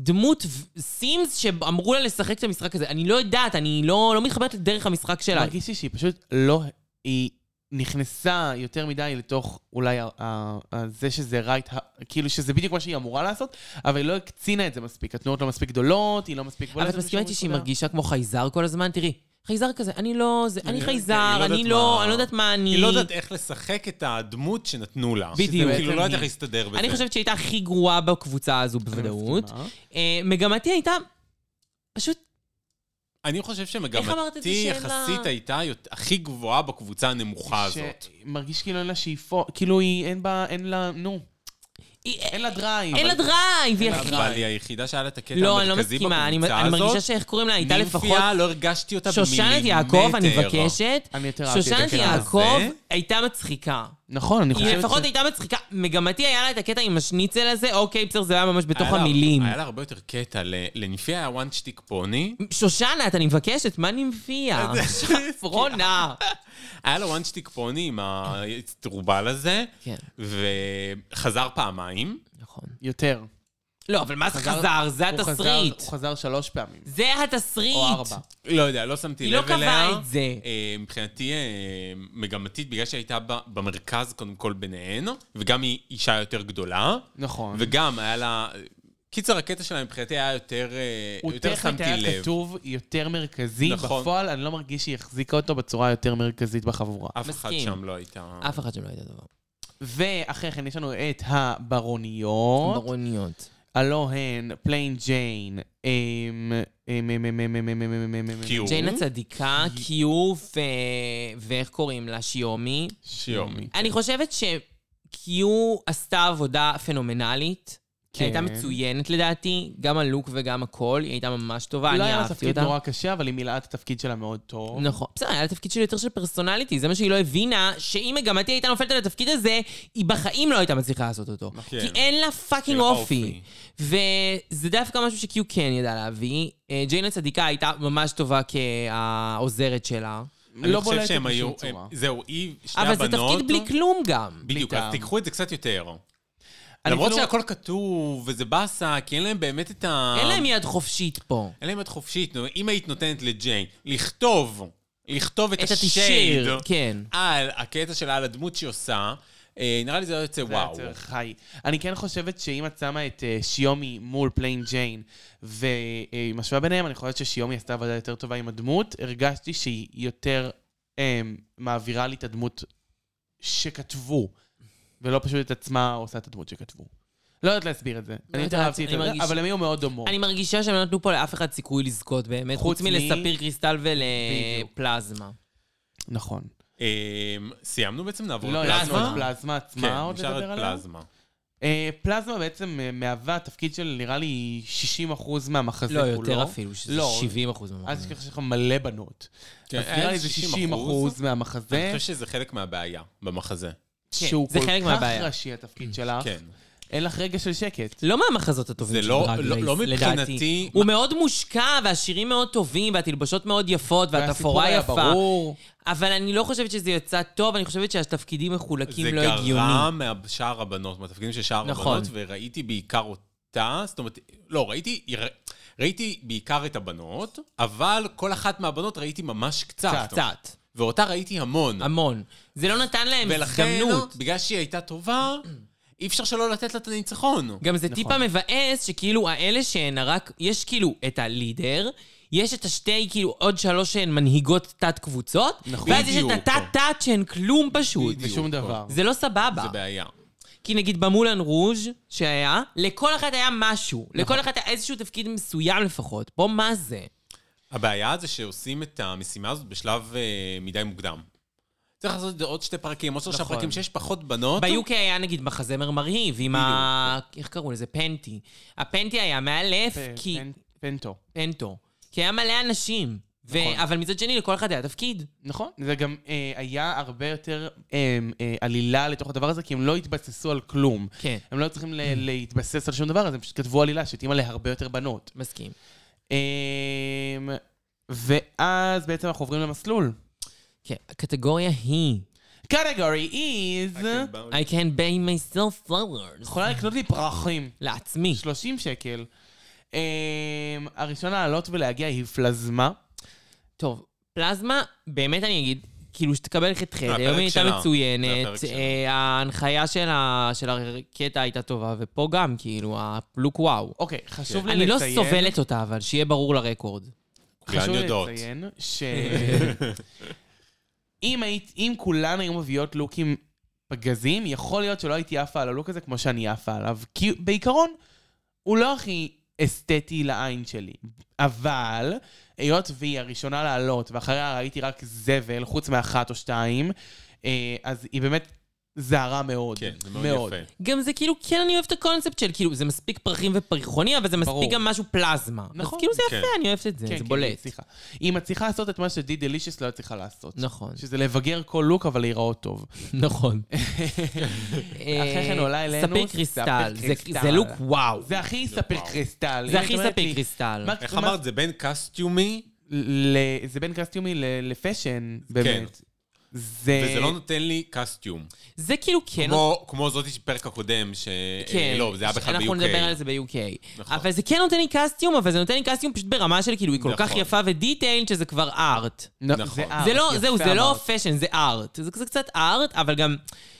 דמות ו- סימס שאמרו לה לשחק את המשחק הזה. אני לא יודעת, אני לא, לא מתחברת לדרך המשחק שלה. מרגיש לי שהיא פשוט לא... היא נכנסה יותר מדי לתוך אולי ה- ה- ה- זה שזה רייט, כאילו שזה בדיוק מה שהיא אמורה לעשות, אבל היא לא הקצינה את זה מספיק. התנועות לא מספיק גדולות, היא לא מספיק אבל את בולטת. מסכימה בשום איתי שהיא נקודה. מרגישה כמו חייזר כל הזמן? תראי, חייזר כזה, אני לא... זה, אני כן, חייזר, היא לא אני לא... יודעת מה- אני לא יודעת מה אני... היא לא יודעת איך לשחק את הדמות שנתנו לה. בדיוק. שזה כאילו בעצם לא יודעת היא. איך להסתדר בזה. אני חושבת שהיא הייתה הכי גרועה בקבוצה הזו אני לא בוודאות. מסכימה. אה, מגמתי הייתה... פשוט... אני חושב אמרת את זה שמגמתי שאלה? יחסית הייתה יות- הכי גבוהה בקבוצה הנמוכה הזאת. שמרגיש כאילו אין לה שאיפות, כאילו היא, אין בה, אין לה, נו, היא- אין לה דרייב. אין לה אבל- דרייב, היא הכי... אבל היא היחידה שהיה לה את הקטע המרכזי לא, אני לא בקבוצה הזאת. מסכימה. אני אני מרגישה שאיך קוראים לה, הייתה לפחות... נימפיה, לא הרגשתי אותה במילימטר. שושנת יעקב, אני מבקשת. אני יותר אהבתי את שושנת הקטע הזה. יעקב הייתה מצחיקה. נכון, אני היא חושבת לפחות הייתה מצחיקה. מגמתי היה לה את הקטע עם השניצל הזה, אוקיי, בסדר, זה היה ממש בתוך היה לה- המילים. היה לה הרבה יותר קטע. ל- לניפיה היה one שטיק פוני. שושנת, אני מבקשת, מה נמפייה? שפרונה. היה לו one שטיק פוני עם הטרובל הזה, כן, וחזר פעמיים. נכון. יותר. לא, אבל מה זה חזר? זה הוא חזר- התסריט. הוא חזר שלוש פעמים. זה התסריט. או ארבע. לא יודע, לא שמתי היא לא לב אליה. קבעה את זה. אה, מבחינתי אה, מגמתית, בגלל שהייתה ב- במרכז קודם כל ביניהן, וגם היא אישה יותר גדולה, נכון. וגם היה לה... קיצר, הקטע שלה מבחינתי היה יותר, אה, הוא יותר טכנית שמתי היה לב. כתוב יותר מרכזי, נכון. בפועל אני לא מרגיש שהיא החזיקה אותו בצורה יותר מרכזית בחבורה. אף אחד מסכים. שם לא הייתה... אף אחד שם לא הייתה דבר. ואחרי כן יש לנו את הברוניות, ברוניות. הלא הן פליין ג'יין, אמ, אמ, אמ, אמ, אמ, אמ, אמ, אמ, אמ, אמ, אמ, קיו. ג'יין הצדיקה, קיו ו- ואיך קוראים לה? שיומי. אמ, שיומי. אני חושבת שקיו עשתה עבודה פנומנלית. כן. היא הייתה מצוינת לדעתי, גם הלוק וגם הכל, היא הייתה ממש טובה, אני לא היה לה אהבתי תפקיד אותה. נורא קשה, אבל היא מילאה את התפקיד שלה מאוד טוב. נכון. בסדר, היה לה תפקיד שלי יותר של פרסונליטי, זה מה שהיא לא הבינה, שאם מגמתי הייתה נופלת על התפקיד הזה, היא בחיים לא הייתה מצליחה לעשות אותו. כן. כי אין לה פאקינג אין לה אופי. וזה דווקא משהו שקיו כן ידע להביא. אה, ג'יין הצדיקה הייתה ממש טובה כעוזרת שלה. אני לא חושב בולטת שהם בשום היו... צורה. הם- זהו, היא, שתי אבל הבנות... זה תפקיד בלי כאילו- כלום גם. בדיוק, בלי אז טעם. תיקחו את זה קצת יותר. אני למרות אפילו- שהכל כתוב, וזה באסה, כי אין להם באמת את ה... אין להם יד חופשית פה. אין להם את חופשית. נו, אם היית נותנת לג'יין לכתוב, לכתוב את, את השייד נכון. התשאיר, כן. על הקטע שלה, על הדמות שהיא עושה, אה, נראה לי זה היה יוצא זה היה וואו. יותר חי. אני כן חושבת שאם את שמה את אה, שיומי מול פליין ג'יין והיא משווה ביניהם, אני חושבת ששיומי עשתה עבודה יותר טובה עם הדמות. הרגשתי שהיא יותר אה, מעבירה לי את הדמות שכתבו, ולא פשוט את עצמה עושה את הדמות שכתבו. לא יודעת להסביר את זה. אני יותר יודעת, אהבתי את אני זה, מרגיש- אבל הם היו מאוד דומות. אני מרגישה שהם לא נתנו פה לאף אחד סיכוי לזכות באמת, חוץ חוץ מ- מלספיר קריסטל בדיוק. ולפלזמה. נכון. אה, סיימנו בעצם, נעבור לא, יש לנו את לפלזמה? פלזמה כן, עצמה עוד נשאר לדבר את עליה? פלזמה. אה, פלזמה בעצם אה, מהווה תפקיד של נראה לי 60% מהמחזה לא, כולו. יותר אפילו, שזה לא, 70 אחוז ממש. אז יש לך מלא בנות. כן, אז היה נראה לי איזה זה 60 60%. אחוז אה? אני מהמחזה, חושב שזה חלק מהבעיה במחזה. כן, שהוא זה כל חלק כך מהבעיה. ראשי התפקיד שלך. כן. אין לך רגע של שקט. לא מהמחזות הטובים זה של לא- דרג לא- רייס, לא לדעתי. מבחינתי- הוא מאוד מושקע, והשירים מאוד טובים, והתלבשות מאוד יפות, והתפאורה היה יפה. ברור. אבל אני לא חושבת שזה יצא טוב, אני חושבת שהתפקידים מחולקים לא זה הגיוני. גרם משאר הבנות, מהתפקידים של שאר נכון. הבנות, וראיתי בעיקר אותה, זאת אומרת, לא, ראיתי, ראיתי בעיקר את הבנות, אבל כל אחת מהבנות ראיתי ממש קצת. קצת, זאת אומרת, קצת, ואותה ראיתי המון. המון. זה לא נתן להם ולכן, הזדמנות. בגלל שהיא הייתה טובה, אי אפשר שלא לתת לה את הניצחון. גם זה נכון. טיפה מבאס שכאילו האלה שהן רק, יש כאילו את הלידר, יש את השתי, כאילו עוד שלוש שהן מנהיגות תת-קבוצות, נכון. ואז יש את בדיוק. התת-תת שהן כלום פשוט. בדיוק. ושום דבר. זה לא סבבה. זה בעיה. כי נגיד במולן רוז' שהיה, לכל אחת היה משהו. נכון. לכל אחת היה איזשהו תפקיד מסוים לפחות. פה מה זה? הבעיה זה שעושים את המשימה הזאת בשלב אה, מדי מוקדם. צריך לעשות את זה עוד שתי פרקים, עוד שלושה נכון. פרקים שיש פחות בנות. ב-UK היה נגיד מחזמר מרהיב עם ה... איך קראו לזה? פנטי. הפנטי היה מאלף פ- כי... פנ- פנטו. פנטו. כי היה מלא אנשים. ו- נכון. אבל מצד שני, לכל אחד היה תפקיד. נכון, זה גם אה, היה הרבה יותר אה, אה, עלילה לתוך הדבר הזה, כי הם לא התבססו על כלום. כן. הם לא צריכים ל- להתבסס על שום דבר, אז הם פשוט כתבו עלילה שהתאימה להרבה יותר בנות. מסכים. אה, ואז בעצם אנחנו עוברים למסלול. כן, הקטגוריה היא... קטגורי is... I can buy myself flowers. יכולה לקנות לי פרחים. לעצמי. 30 שקל. אה, הראשון לעלות ולהגיע היא פלזמה. טוב, פלזמה, באמת אני אגיד, כאילו שתקבל חטחי, הפרק היום היא הייתה שלה. מצוינת, זה הפרק שלה. אה, ההנחיה של ה- של הרקטה הייתה טובה, ופה גם, כאילו, הלוק וואו. אוקיי, חשוב לי אני לא לציין... סובלת אותה, אבל שיהיה ברור לרקורד. חשוב כולן לי יודעות. לציין ש... אם היית, אם כולן היו מביאות לוקים פגזים, יכול להיות שלא הייתי עפה על הלוק הזה כמו שאני עפה עליו. כי בעיקרון, הוא לא הכי אסתטי לעין שלי. אבל, היות והיא הראשונה לעלות, ואחריה ראיתי רק זבל, חוץ מאחת או שתיים, אה, אז היא באמת זהרה מאוד. כן, זה מאוד יפה. גם זה כאילו, כן, אני אוהב את הקונספט של, כאילו, זה מספיק פרחים ופריחונים, אבל זה מספיק ברור. גם משהו פלזמה. נכון. נכון. אז כאילו, זה כן. יפה, אני אוהבת את זה, כן, זה כן, היא בולט. הצליחה. היא מצליחה לעשות את מה שדי דלישיוס לא הצליחה לעשות. נכון, שזה לבגר כל לוק, אבל להיראות טוב. נכון. אחרי כן עולה אלינו ספיר ספיר קריסטל, זה- קריסטל. זה לוק וואו. זה הכי ספיר וואו. קריסטל. זה אם הכי את אומרת ספיר לי, קריסטל. מה- איך מה- אמרת? זה בין קסטיומי, ל- זה בין קסטיומי ל- לפשן, באמת. זה... כן. וזה לא נותן לי קסטיום. זה כאילו אה, כן כמו- כמו זאתי של הפרק הקודם, ש... כן. אה, לא, זה היה בכלל ב-UK. אנחנו נדבר על זה ב-UK. נכון. אבל זה כן נותן לי קאסטיום, אבל זה נותן לי קאסטיום פשוט ברמה של כאילו, היא כל כך נכון. יפה ודיטיילד שזה כבר ארט. נ- נכון. זה זה ארט, לא, יפה זהו, זה לא אמרת. פאשן, זה ארט. זה זה קצת ארט, אבל גם...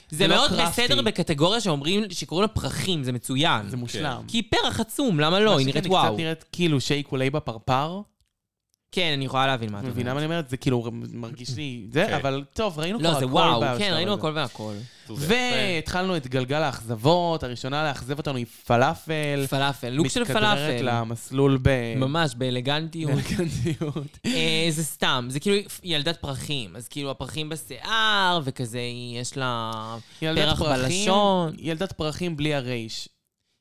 זה זה לא מאוד קראפטי. בסדר בקטגוריה שאומרים, שקוראים לה פרחים, זה מצוין. זה מושלם. כי היא פרח עצום, למה כן. כאילו, לא? היא מה נראית שכן, וואו. קצת נראית כאילו שייק אולי בפרפר. כן, אני יכולה להבין מה את אתה מבינה מה אומר. אני אומרת? זה כאילו מרגיש לי... זה, כן. אבל טוב, ראינו כבר לא, הכל. זה וואו, בשלב כן, ראינו הזה. הכל והכל. זה יפה. והתחלנו את גלגל האכזבות, הראשונה לאכזב אותנו היא פלאפל. פלאפל, לוק של מתכדררת פלאפל. למסלול ב... ממש, כן. באלגנטיות. באלגנטיות. אה, זה סתם, זה כאילו ילדת פרחים. אז כאילו הפרחים בשיער, וכזה, יש לה ילדת פרח פרחים- בלשון. ילדת פרחים בלי הרייש.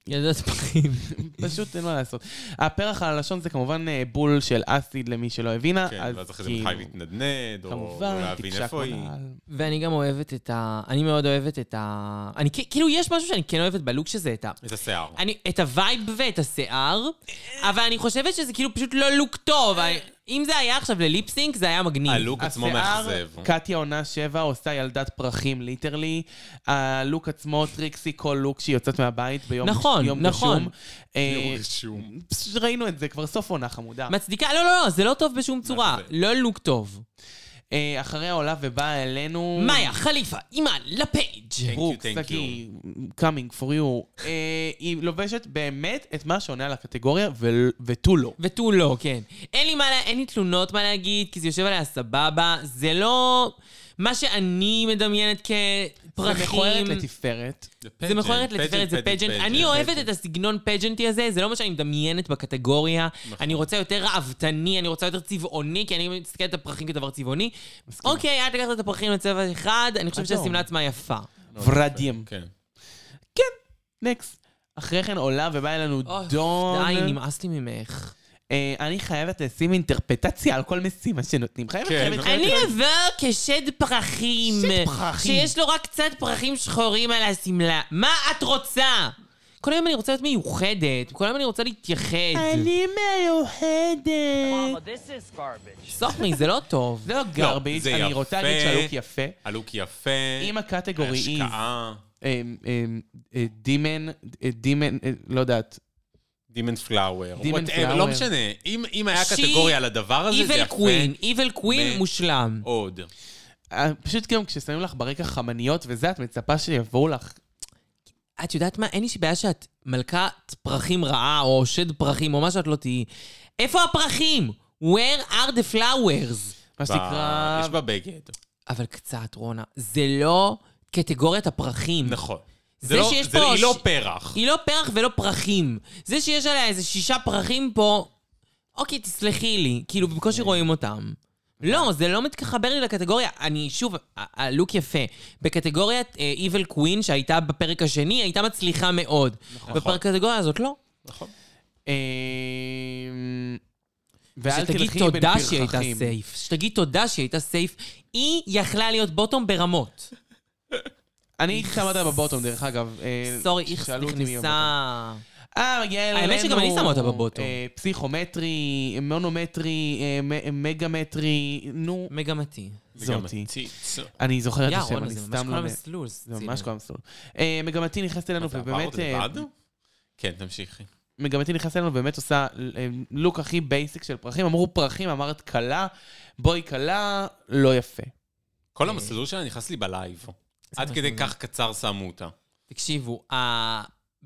ילדת פרחים. פשוט אין מה לעשות. הפרח על הלשון זה כמובן אה, בול של אסיד למי שלא הבינה. כן, אז ואז אחרי זה כאילו, מתחיל להתנדנד, או לא כמובן, להבין תקשק איפה היא. מנהל. ואני גם אוהבת את ה... אני מאוד אוהבת את ה... אני כ- כאילו, יש משהו שאני כן אוהבת בלוק שזה את ה... את השיער. אני, את הווייב ואת השיער, אבל אני חושבת שזה כאילו פשוט לא לוק טוב. אני- אם זה היה עכשיו לליפסינק, זה היה מגניב. הלוק עצמו מאכזב. קטיה עונה 7 עושה ילדת פרחים ליטרלי. הלוק עצמו טריקסי כל לוק שהיא יוצאת מהבית ביום נכון, יום נכון. גשום. אה, שום. פשוט ראינו את זה, כבר סוף עונה חמודה. מצדיקה, לא, לא, לא, זה לא טוב בשום צורה. זה? לא לוק טוב. אה, אחריה עולה ובאה אלינו... מאיה, חליפה, אימאן, לפייג'. כן. ברוק, thank you. סגי, coming for you. אה, היא לובשת באמת את מה שעונה על הקטגוריה ול- ותו לא. ותו לא, כן. אין לי מה, לה- אין לי תלונות מה להגיד, כי זה יושב עליה סבבה. זה לא מה שאני מדמיינת כפרחים. זה מכוערת לתפארת. זה מכוערת לתפארת, זה פג'נט. אני אוהבת את הסגנון פג'נטי הזה, זה לא מה שאני מדמיינת בקטגוריה. אני רוצה יותר ראוותני, אני רוצה יותר צבעוני, כי אני מסתכלת על הפרחים כדבר צבעוני. אוקיי, את לקחת את הפרחים לצבע אחד, אני חושבת אדום. שהשמלה עצמה יפה. ורדים. כן. כן, נקסט. אחרי כן עולה ובא אלינו אוי, דון. די, נמאס לי ממך. אה, אני חייבת לשים אינטרפטציה על כל משימה שנותנים. חייבת, כן. חייבת, חייבת. אני אעבור כשד פרחים. שד פרחים. שיש לו רק קצת פרחים שחורים על השמלה. מה את רוצה? כל היום אני רוצה להיות מיוחדת, כל היום אני רוצה להתייחד. Mama, this is garbage. סלח לי, זה לא טוב. זה לא גרביץ', זה אני יפה. רוצה להגיד שהלוק יפה. הלוק יפה, אם הקטגורי השקעה, אה, דימן, דימן, אה, לא יודעת. דימן פלאואר, Demon Flower. לא משנה. אם אם היה She- קטגוריה על הדבר הזה, זה איבל יפה. קווין, איבל קווין ו- מושלם. עוד. אה, פשוט גם כששמים לך ברקע חמניות וזה, את מצפה שיבואו לך. את יודעת מה? אין לי בעיה שאת מלכת פרחים רעה, או שד פרחים, או מה שאת לא תהיי. איפה הפרחים? Where are the flowers? מה שנקרא... יש בה בגד. אבל קצת, רונה, זה לא קטגוריית הפרחים. נכון. זה זה לא- שיש זה- פה היא לא ש- פרח. היא לא פרח ולא פרחים. זה שיש עליה איזה שישה פרחים פה, אוקיי, תסלחי לי. כאילו, בקושי רואים אותם. לא, זה לא מתחבר לי לקטגוריה. אני, שוב, ה- הלוק יפה. בקטגוריית אה, Evil Queen, שהייתה בפרק השני, הייתה מצליחה מאוד. נכון. בקטגוריה הזאת לא. אמ, ואל שתגיד תלכי בין תודה שהיא הייתה פרחחים. סייף. שתגיד תודה שהיא הייתה סייף. היא יכלה להיות בוטום ברמות. אני שמה אותה בבוטום, דרך אגב. אה, סורי, איך שאלו אותי מי נכנסה... בבוטום. אה, מגיע אלינו. האמת שגם אני שמה אותה בבוטום. אה, פסיכומטרי, מונומטרי, אה, מ- מגמטרי, נו, מגמתי. זאתי. גם ציץ. כן, אני זוכר את יא, השם, רונה, אני זה ממש סתם כל לא... מ- המסלול. זה ממש כל המסלול. אה, מגמתי נכנסת אלינו זה עבר ובאמת... אה, לבד? כן, תמשיכי. מגמתי נכנסת אלינו ובאמת עושה אה, לוק הכי בייסיק של פרחים. אמרו פרחים, אמרת כלה, בואי כלה, לא יפה. אה. כל המסלול שלה נכנס לי בלייב. עד כדי מדהים. כך קצר שמו אותה. תקשיבו, ה-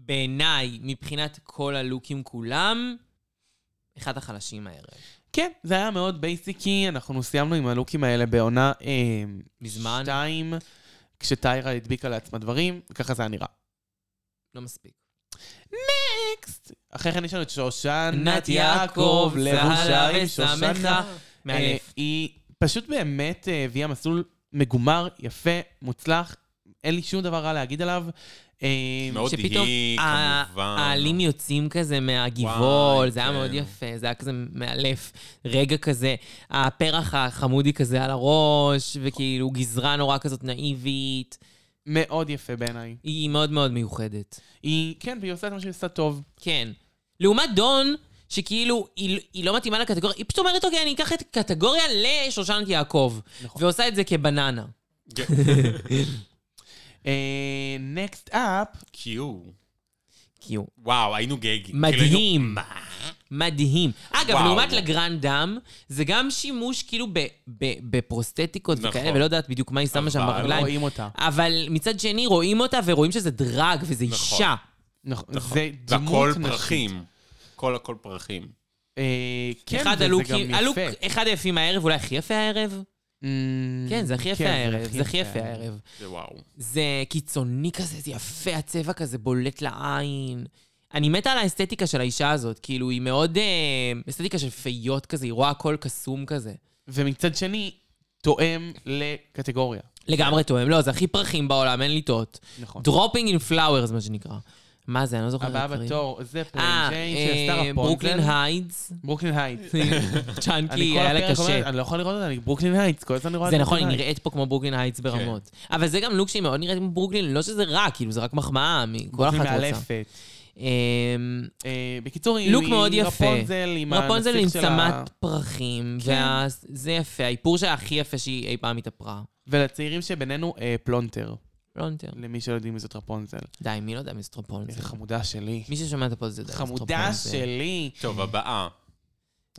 בעיניי, מבחינת כל הלוקים כולם, אחד החלשים הערב. כן, זה היה מאוד בייסיקי, אנחנו סיימנו עם הלוקים האלה בעונה אה, מזמן. שתיים, כשטיירה הדביקה לעצמה דברים, ככה זה היה נראה. לא מספיק. נקסט! אחרי כן יש לנו את שושנת ענת יעקב, יעקב, לבושה צהלה עם שושנה. ושמחה. אה, מאלף. היא פשוט באמת אה, הביאה מסלול מגומר, יפה, מוצלח, אין לי שום דבר רע להגיד עליו. אה, מאוד שפתאום היא, ה- כמובן. העלים יוצאים כזה מהגבעול, וואי, זה היה כן. מאוד יפה, זה היה כזה מאלף. רגע כזה, הפרח החמודי כזה על הראש, וכאילו גזרה נורא כזאת נאיבית. מאוד יפה בעיניי. היא מאוד מאוד מיוחדת. היא, כן, והיא עושה את מה שהיא עושה טוב. כן. לעומת דון, שכאילו, היא, היא לא מתאימה לקטגוריה, היא פשוט אומרת, אוקיי, אני אקח את הקטגוריה לשושנת יעקב. נכון. ועושה את זה כבננה. אה, נקסט אפ, קיו. כאילו, וואו, היינו גגים. כאילו היינו- מדהים. מדהים. אגב, וואו. לעומת לגרנד דם, זה גם שימוש כאילו ב- ב- בפרוסטטיקות נכון. וכאלה, ולא יודעת בדיוק מה היא שמה שם אבל ברגליים. רואים אותה. אבל מצד שני, רואים אותה ורואים שזה דרג וזה נכון. אישה. נכון. זה דמות והכל נשית. פרחים. כל הכל פרחים. אה, כן, אחד וזה הלוקים, גם הלוק יפה. אחד היפים הערב, אולי הכי יפה הערב? אמ, כן, זה הכי יפה הערב, זה הכי יפה הערב. הערב. זה וואו. זה קיצוני כזה, זה יפה, הצבע כזה בולט לעין. אני מתה על האסתטיקה של האישה הזאת, כאילו, היא מאוד אה, אסתטיקה של פיות כזה, היא רואה הכל קסום כזה. ומצד שני, תואם לקטגוריה. לגמרי תואם, לא, זה הכי פרחים בעולם, אין לטעות. נכון. דרופינג אין פלאוורס, מה שנקרא. מה זה, אני לא זוכר הבאה איך קוראים. בתור זה אה, פלנג'יין של אה, סטארה ברוקלין פונזל. היידס. ברוקלין הייטס. צ'אנקי, אני כל היה לה הפרק קשה. אומר, אני לא יכול לראות אותה, אני ברוקלין הייטס, כל כן. הזמן אני רואה את זה נכון, היא ברוקלין נראית פה כמו ברוקלין הייטס ברמות. אבל זה גם לוק שהיא מאוד נראית כמו ברוקלין, לא שזה רע, כאילו, זה רק מחמאה, מ- כל אחת הייטס. היא רוצה. מאלפת. אמ, אה, בקיצור, היא לוק היא מאוד יפה. רפונזל עם רפונזל עם הנסיך של ה... כן. צמת פרחים, וזה יפה, האיפור שלה הכי יפה שהיא אי פעם התאפרה. ולצעירים שבינינו, אה, פלונטר. לא נותן. למי שלא יודעים מי זאת רפונזל. די, מי לא יודע מי זה טרופונזל? איזה חמודה שלי. מי ששומע את הפוד זה יודע מי זה חמודה טרופונזל. שלי. טוב, הבאה.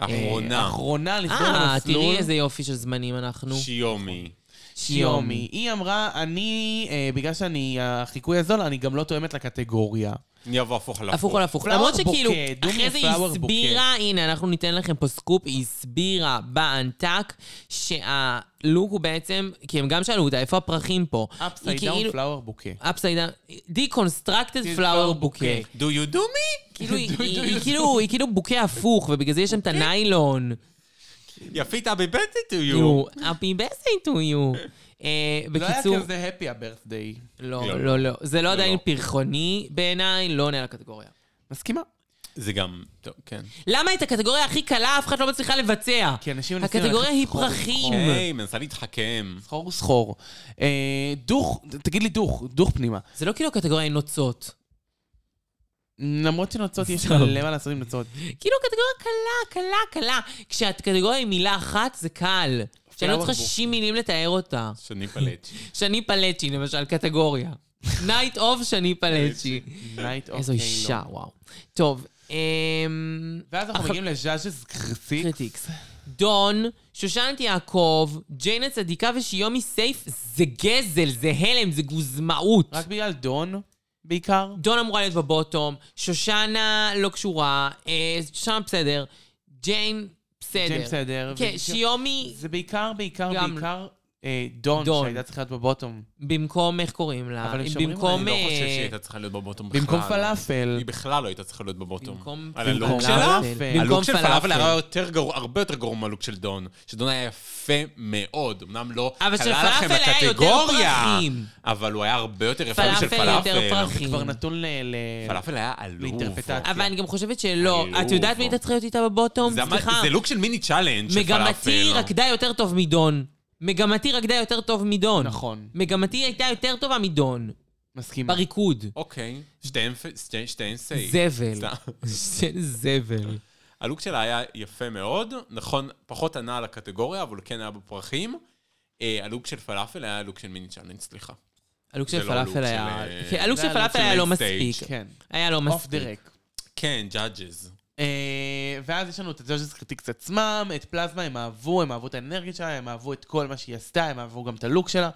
אה, אחרונה. אחרונה לסגור אה, במסלול. תראי איזה יופי של זמנים אנחנו. שיומי. שיומי. היא אמרה, אני, אה, בגלל שאני החיקוי הזול, אני גם לא תואמת לקטגוריה. אני אבוא הפוך על הפוך על הפוך. פלאואר למרות שכאילו, בוקד, דומי אחרי זה היא פלאואר הסבירה, הנה, אנחנו ניתן לכם פה סקופ, היא הסבירה באנטק שהלוק הוא בעצם, כי הם גם שאלו אותה, איפה הפרחים פה? upside כאילו- down פלאואר בוקה. אפסייד דאון, deconstructed flower bouquet. Do you do me? כאילו, היא- היא היא כאילו- היא כאילו בוקה הפוך, ובגלל זה יש שם את אוקיי. הניילון. יפית אבי בטי to you. כאילו, happy birthday to you. אה, לא היה בקיצור, כזה happy הבירת'דיי. לא, לא. לא, לא. זה לא עדיין לא. פרחוני בעיניי, לא עונה לקטגוריה. מסכימה. זה גם... טוב, כן. למה את הקטגוריה הכי קלה אף אחד לא מצליחה לבצע? כי אנשים מנסים הקטגוריה ללכת היא סחור, פרחים. אוקיי. היי, מנסה להתחכם. סחור הוא סחור. אה, דוך, תגיד לי דוך, דוך פנימה. זה לא כאילו הקטגוריה היא נוצות. למרות שנוצות, יש טוב. מלא מה לעשות עם נוצות. כאילו קטגוריה קלה, קלה, קלה. כשהקטגוריה היא מילה אחת, זה קל. שאני לא צריכה פלאוור 60 מילים לתאר אותה. שני פלט. שני פלצ'י, למשל, קטגוריה. נייט אוף שני פלצ'י. Night לא. of איזו Kalo. אישה, וואו. טוב, אמ... ואז אנחנו אח- מגיעים לז'אז'ס קרסיק. קריטיקס. דון, שושנת יעקב, ג'יין הצדיקה ושיומי סייף, זה גזל, זה הלם, זה גוזמאות. רק בגלל דון, בעיקר. דון אמורה להיות בבוטום, שושנה לא קשורה, אה, שושנה בסדר, ג'יין בסדר. ג'יימס סדר. כן, שיומי זה בעיקר, בעיקר, גם- בעיקר אה, דון, דון. שהייתה צריכה להיות בבוטום. במקום, איך קוראים לה? אבל הם היא שומרים עליה, במקום... אני לא חושב אה, שהיא הייתה צריכה להיות בבוטום בכלל. במקום פלאפל. היא בכלל לא הייתה צריכה להיות בבוטום. במקום על הלוק פלאפל. שלה? במקום הלוק של פלאפל פלאפל. היה יותר גרוע, הרבה יותר גרוע מהלוק של דון, שדון היה יפה מאוד, אמנם לא אבל של קלה לכם פלאפל היה יותר הקטגוריה, פרחים. אבל הוא היה הרבה יותר יפה משל פלאפל יותר פלאפל. פרחים. כבר נתון ל... ל- פלאפל היה עלוב. לאינטרפטציה. אבל אני גם חושבת שלא. אילוף. את יודעת מי הייתה צריכה להיות איתה בבוטום? זה אמר- סליחה. זה לא לוק של מיני צ'אלנג' של פלאפל. לא? מגמתי רקדה יותר טוב מדון. מגמתי רקדה יותר טוב מדון. נכון. מגמתי הייתה יותר טובה מדון. מסכים. בריקוד. אוקיי, שתיהן פ- שתי- שתיהן סייף. זבל. סתם. זה זבל. הלוק שלה היה יפה מאוד, נכון, פחות ענה על הקטגוריה, אבל כן היה בפרחים. אה, הלוק של פלאפל היה הלוק של מיני צ'אלנג', סליחה. הלוק זה של לא פלאפל הלוק היה... של, אה, כן, הלוק זה של הלוק פלאפל של היה לא main stage. מספיק. כן. היה לא אוף דה מספיק. רק. כן, ג'אדג'ז. אה, ואז יש לנו את הג'וז'ס קריטיקס עצמם, את פלזמה, הם אהבו, הם אהבו את האנרגיה שלה, הם אהבו את כל מה שהיא עשתה, הם אהבו גם את הלוק שלה.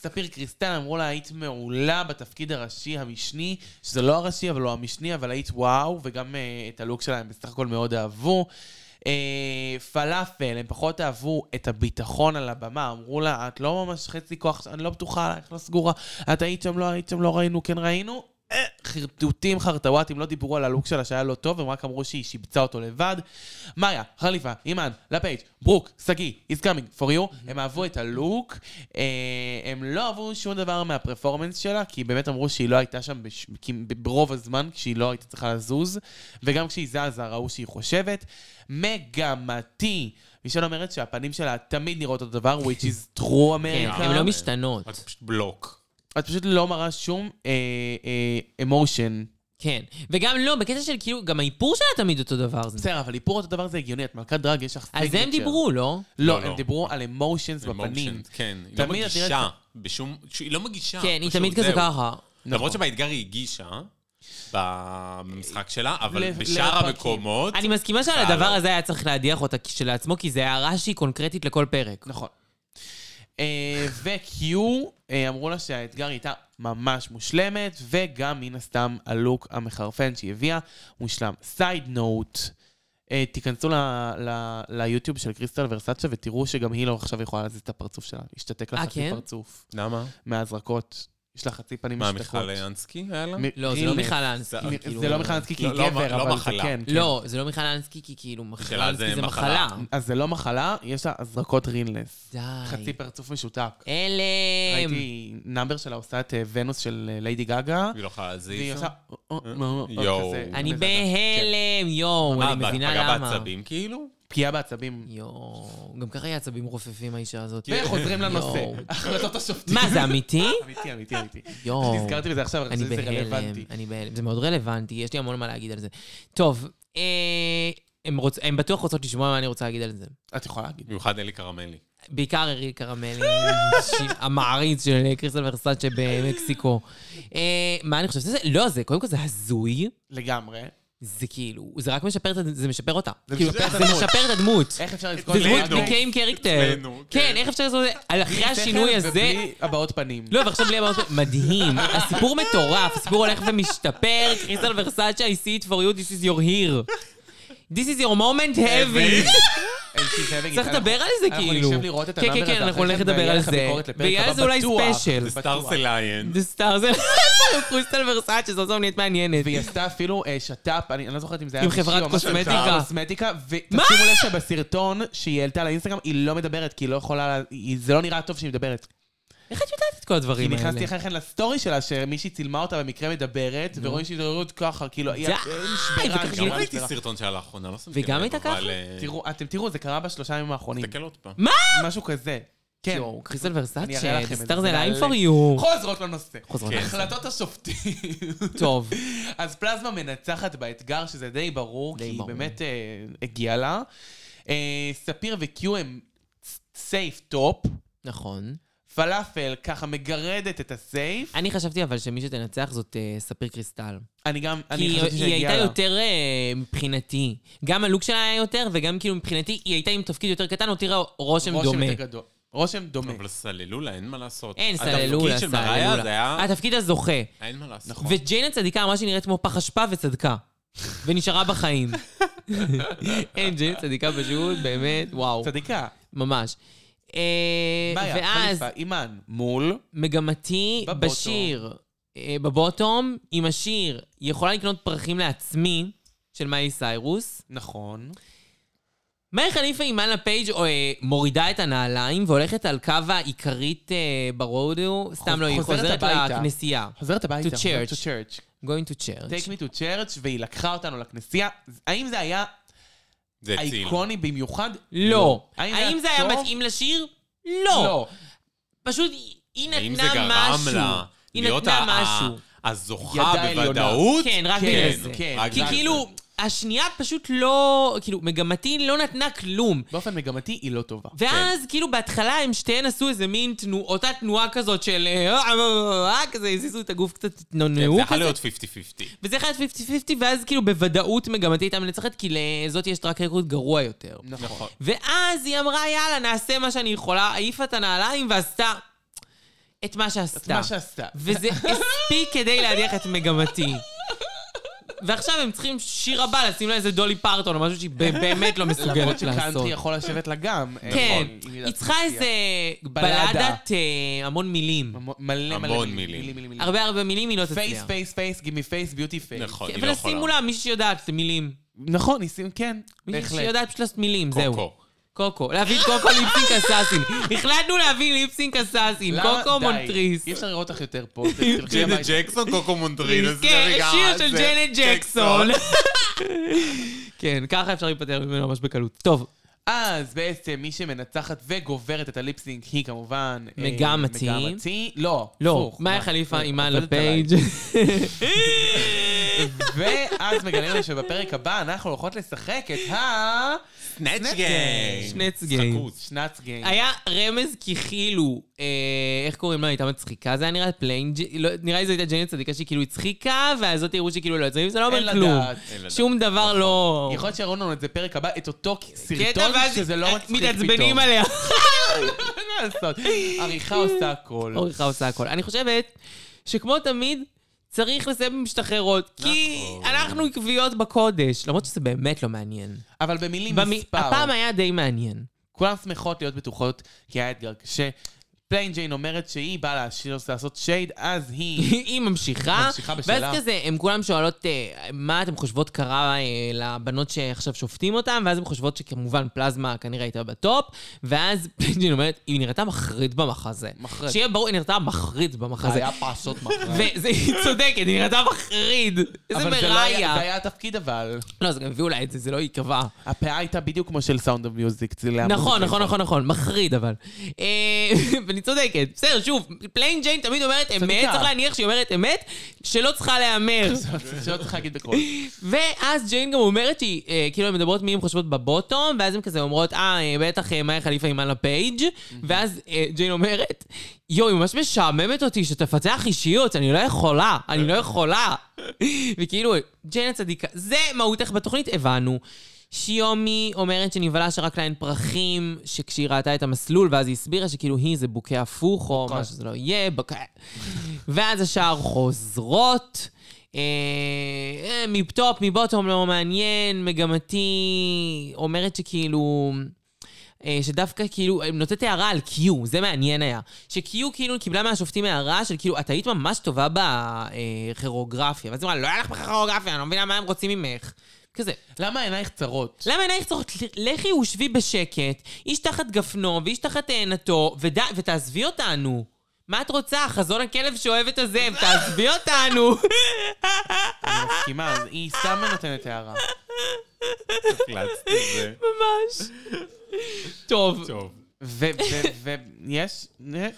ספיר קריסטל אמרו לה, היית מעולה בתפקיד הראשי, המשני, שזה לא הראשי, אבל לא המשני, אבל היית וואו, וגם אה, את הלוק שלה הם בסך הכל מאוד אהבו. אה, פלאפל, הם פחות אהבו את הביטחון על הבמה, אמרו לה, את לא ממש חצי כוח, אני לא בטוחה עלייך, לא סגורה, את היית שם, לא היית שם, לא ראינו, כן ראינו. אה, חרטוטים, חרטוואטים, לא דיברו על הלוק שלה שהיה לא טוב, הם רק אמרו שהיא שיבצה אותו לבד. מאיה, חליפה, אימאן, לפייג', ברוק, שגיא, is coming for you, הם אהבו את הלוק, אה, הם לא אהבו שום דבר מהפרפורמנס שלה, כי באמת אמרו שהיא לא הייתה שם בש... כי- ברוב הזמן, כשהיא לא הייתה צריכה לזוז, וגם כשהיא זזה ראו שהיא חושבת. מגמתי, מישל אומרת שהפנים שלה תמיד נראות אותו דבר, which is true כן, America. הן לא משתנות. את פשוט בלוק. את פשוט לא מראה שום אה, אמושן. כן. וגם לא, בקטע של כאילו, גם האיפור שלה תמיד אותו דבר. זה- בסדר, אבל איפור אותו דבר זה הגיוני, את מלכת דרג, יש לך על זה הם signature. דיברו, לא? לא, לא, הם לא. דיברו על אמושנס בפנים. Emotions, כן, היא לא תמיד את נראית- מגישה בשום... היא לא מגישה. כן, היא פשוט, תמיד כזה זהו. ככה. נכון. למרות שבאתגר היא הגישה, במשחק שלה, אבל ל- בשאר לפרקים. המקומות... אה, אני מסכימה שעל סלאם. הדבר הזה היה צריך להדיח אותה כשלעצמו, כי זה הערה שהיא קונקרטית לכל פרק. נכון. אה, ו-Q אה, אמרו לה שהאתגר הייתה ממש מושלמת, וגם מן הסתם הלוק המחרפן שהיא הביאה מושלם. סייד נוט, תיכנסו ל- ל- ליוטיוב של קריסטל ורסצ'ה ותראו שגם היא לא עכשיו יכולה להזיז את הפרצוף שלה. השתתק לה אה, חצי כן? פרצוף למה? מהזרקות. יש לה חצי פנים מה, משתקות. מיכל ינסקי היה לה? מ- לא, זה לא רילס. מיכל אנסקי. זה- כאילו- זה לא מיכל אנסקי כי היא לא, לא, גבר, לא אבל זה מחלה. כן. כן. לא, זה לא מיכל אנסקי, כי כאילו, מיכל שלה זה אנסקי זה מחלה. מחלה. אז זה לא מחלה, יש לה הזרקות רינלס. די. חצי פרצוף משותק. אמ. הלם. ראיתי נאמבר שלה עושה את אה, ונוס של אה, ליידי גאגה, היא לא יכולה והיא להזיז. עושה... לא, יואו. כזה, אה? אני כזה. בהלם, יואו, מה, אני מבינה פגע למה. בעצבים כאילו? כן. פגיעה בעצבים. יואו, גם ככה היא עצבים רופפים, האישה הזאת. וחוזרים לנושא. יואו. החלטות השופטים. מה, זה אמיתי? אמיתי, אמיתי, אמיתי. יואו. נזכרתי בזה עכשיו, אני אני חושב שזה בהלם, רלוונטי. אני בהלם. זה מאוד רלוונטי, יש לי המון מה להגיד על זה. טוב, אה, הם רוצ- הם בטוח רוצות לשמוע מה אני רוצה להגיד על זה. את יכולה להגיד. במיוחד אלי קרמלי. בעיקר אריק קרמלי, שהיא המעריץ של קריסטל ורסאצ'ה במקסיקו. אה, מה אני חושבת? שזה- לא, זה קודם כל זה הזוי. לגמרי. זה כאילו, זה רק משפר את הדמות, זה משפר אותה. זה כאילו, משפר את זה הדמות. אה, משפר את הדמות. איך אפשר לזכור זה את זה אוקיי. דמות רק אצלנו. became character. אצלנו, כן. כן, איך אפשר לעשות את זה? על אחרי בלי שכל השינוי הזה... ובלי הבעות פנים. לא, ועכשיו בלי הבאות... מדהים. הסיפור מטורף, הסיפור הולך ומשתפר. קריסטל ורסאצ'ה, I see it for you, this is your here. This is your moment אוקיי. heavy. אין שום הבדל. צריך לדבר על זה, אנחנו כאילו. נשב לראות את כן, הנאמבר כן, כן, הזה אנחנו אחרי נלך זה, לדבר ויהיה על לך זה. ביקורת לפרק ויהיה הבא, לזה אולי בטוח. ספיישל. זה סטארס אליין. The stars קריסטל ורסאצ'ה, זו זו נהיית מעניינת. והיא עשתה אפילו אה, שת"פ, אני אני לא זוכרת אם זה היה... עם מישהי חברת או משהו, קוסמטיקה. חברת קוסמטיקה, ותשימו לב שבסרטון שהיא העלתה לאינסטגרם, היא לא מדברת, כי היא לא יכולה... לה- היא- זה לא נראה טוב שהיא מדברת. איך את יודעת את כל כי הדברים האלה? נכנסתי אחרי כן לסטורי שלה, שמישהי צילמה אותה במקרה מדברת, ורואים שהיא דוררת ככה, כאילו... היא- די! היא וככה נשברה, היא כאילו- גם נשברה. ראיתי סרטון שהיה לאחרונה, לא שמתי לב. וגם הייתה אבל, ככה? אה, תראו, אתם תראו, זה קרה בשלושה ימים האחרונים. תסתכל עוד פעם. מה? משהו כזה. כן. יואו, קריסטל אני אראה ורסאצ'ה, לכם את זה, סטאר זה זה ליין מעלה. פור יו. חוזרות לנושא. חוזרות לנושא. החלטות השופטים. טוב. אז פלזמה מנצחת באתגר, שזה די ברור, די כי היא ברור. באמת אה, הגיעה לה. אה, ספיר וקיו הם סייף טופ. נכון. פלאפל ככה מגרדת את הסייף. אני חשבתי אבל שמי שתנצח זאת אה, ספיר קריסטל. אני גם, כי אני היא חשבתי היא שהגיעה הייתה לה. יותר אה, מבחינתי. גם הלוק שלה היה יותר, וגם כאילו מבחינתי היא הייתה עם תפקיד יותר קטן, הותירה רושם דומה. יותר גדול. רושם דומה. אבל סללולה, אין מה לעשות. אין, סללו לה, התפקיד של מריה סללו זה לה. היה... התפקיד הזוכה. אין מה לעשות. נכון. וג'יינה צדיקה אמרה שהיא נראית כמו פח אשפה וצדקה. ונשארה בחיים. אין, ג'יינה צדיקה פשוט, באמת, וואו. צדיקה. ממש. לא. אה, מאיה, ואז חליפה, אימן, מול. מגמתי בבוטום. בשיר, אה, בבוטום, עם השיר יכולה לקנות פרחים לעצמי, של מאי סיירוס. נכון. מאי חליפה עם אנה פייג' או, אה, מורידה את הנעליים והולכת על קו העיקרית אה, ברודו, סתם לא, היא חוזרת חוזרת הביתה. לכנסייה. חוזרת הביתה. To church. חוזרת To church. going to church. Take me to church, והיא לקחה אותנו לכנסייה. האם זה היה זה הציל. אייקוני במיוחד? לא. האם האם זה היה טוב? מתאים לשיר? לא. לא. פשוט היא האם זה נתנה גרם משהו. לה היא להיות נתנה ה- ה- משהו. הזוכה ידה עליונה. בוודאות? כן, רק כן, בגלל זה. כן, רק כי בגלל כאילו, השנייה פשוט לא, כאילו, מגמתי לא נתנה כלום. באופן מגמתי היא לא טובה. ואז כן. כאילו בהתחלה הם שתיהן עשו איזה מין תנועה, אותה תנועה כזאת של אה, אה, אה, אה, כזה הזיזו את הגוף קצת, כן, זה התנוננו יכול כזה, להיות 50-50. וזה יכול להיות 50-50, ואז כאילו בוודאות מגמתי הייתה מנצחת, כי לזאת יש רק רקורד גרוע יותר. נכון. ואז היא אמרה, יאללה, נעשה מה שאני יכולה, העיפה את הנעליים ועשתה את מה את שעשתה. מה שעשתה. וזה הספיק כדי להדיח את מגמתי. ועכשיו הם צריכים שיר הבא, לשים לה איזה דולי פרטון או משהו שהיא ב- באמת לא למרות מסוגלת לעשות. שקאנטרי יכול לשבת לה גם. כן, נכון. היא צריכה איזה בלדה. בלדת אה, המון מילים. מלא מלא המון מלא מילים. מילים. הרבה הרבה מילים היא לא פייס, תצליח. כן, פייס, פייס, גימי פייס, ביוטי פייס. נכון, היא לא אבל יכולה. שימו לה מישהי שיודעת את המילים. נכון, ניסים, כן. מישהי בהחלט. שיודעת פשוט לעשות מילים, זהו. קוקו. קוקו. להביא את קוקו ליפסינק אסאסין. החלטנו להביא ליפסינק אסאסין. למה? קוקו די. מונטריס. אי אפשר לראות אותך יותר פה. תלכי ג'נט הביתה. ג'קסון, קוקו מונטריל. אז כן, רגע, שיר של זה- ג'נט ג'קסון. כן, ככה אפשר להיפטר ממנו ממש בקלות. טוב, אז בעצם מי שמנצחת וגוברת את הליפסינג היא כמובן... אה, מגמתי. מגמתי. לא. לא, הפוך. אה, מאיה חליפה עם עובדת מעלה עליי. פייג'. ואז מגלים לנו שבפרק הבא אנחנו הולכות לשחק את ה... נאצ' גיינג. שנץ גיינג. שנץ גיים. היה רמז כי כאילו, אה, איך קוראים לה? הייתה מצחיקה, זה היה נראה פליין, ג'- לא, נראה לי זו הייתה ג'נט צדיקה שהיא כאילו הצחיקה, והזאת הראו שכאילו לא יוצאים, זה לא אין אומר כלום. לדעת. אין לדעת. שום דבר לא... יכול להיות שיראו לנו את זה פרק הבא, את אותו קטע, סרטון ואז שזה לא מצחיק פתאום. מתעצבנים עליה. אין מה לעשות. עריכה עושה הכל. אוריכה עושה הכל. אני חושבת שכמו תמיד, צריך לסיים במשתחררות, כי נכון. אנחנו עקביות בקודש, למרות שזה באמת לא מעניין. אבל במילים במי- מספר. הפעם היה די מעניין. כולן שמחות להיות בטוחות, כי היה אתגר קשה. פליין ג'יין אומרת שהיא באה להשאיר, לעשות שייד, אז היא... היא ממשיכה, ממשיכה בשלה. ואז כזה, הם כולם שואלות, אה, מה אתם חושבות קרה אה, לבנות שעכשיו שופטים אותן, ואז הן חושבות שכמובן פלזמה כנראה הייתה בטופ, ואז פלינג'ין אומרת, היא נראתה מחריד במחזה. מחריד. שיהיה ברור, היא נראתה מחריד במחזה. היה פרסות מחרן. והיא צודקת, היא נראתה מחריד. איזה אבל זה לא היה, מראיה. זה היה התפקיד אבל. לא, זה גם הביאו לה את זה, זה לא היא קבעה. הפאה הייתה בדיוק כמו של סאונד אוף מיוזיק. נכון, נכון, נכון, נכון, מחריד אבל. אה, ואני צודקת. בסדר, שוב, פליין ג'יין תמיד אומרת אמת, צדיקה. צריך להניח שהיא אומרת אמת, שלא צריכה להיאמר. שלא צריך להגיד בקול. ואז ג'יין גם אומרת שהיא, אה, כאילו, הן מדברות מי הן חושבות בבוטום, ואז הן כזה אומרות, אה, אה, בטח אה, מאיה חליפה עם אנה פייג', ואז אה, ג'יין אומרת, יואו, היא ממש משעממת אותי שתפתח אישיות, אני לא יכולה, אני לא יכולה. וכאילו, ג'יין הצדיקה, זה מהותך בתוכנית, הבנו. שיומי אומרת שנבהלה שרק להן פרחים, שכשהיא ראתה את המסלול, ואז היא הסבירה שכאילו היא זה בוקה הפוך, או מה שזה לא יהיה, בוקה. ואז השאר חוזרות. אה, אה, מפטופ, מבוטום, לא מעניין, מגמתי, אומרת שכאילו... אה, שדווקא כאילו, אה, נותנת הערה על קיו, זה מעניין היה. שקיו כאילו קיבלה מהשופטים הערה של כאילו, את היית ממש טובה בכירוגרפיה. ואז היא אמרה, לא היה לך בכירוגרפיה, אני לא מבינה מה הם רוצים ממך. כזה. למה עינייך צרות? למה עינייך צורכות? לכי ושבי בשקט, איש תחת גפנו ואיש תחת תאנתו, וד... ותעזבי אותנו. מה את רוצה? חזון הכלב שאוהב את הזאב, תעזבי אותנו. אני מסכימה, אז היא סתם נותנת הערה. הקלצתי את זה. ממש. טוב, טוב. ו... ו... ו... יש? נה.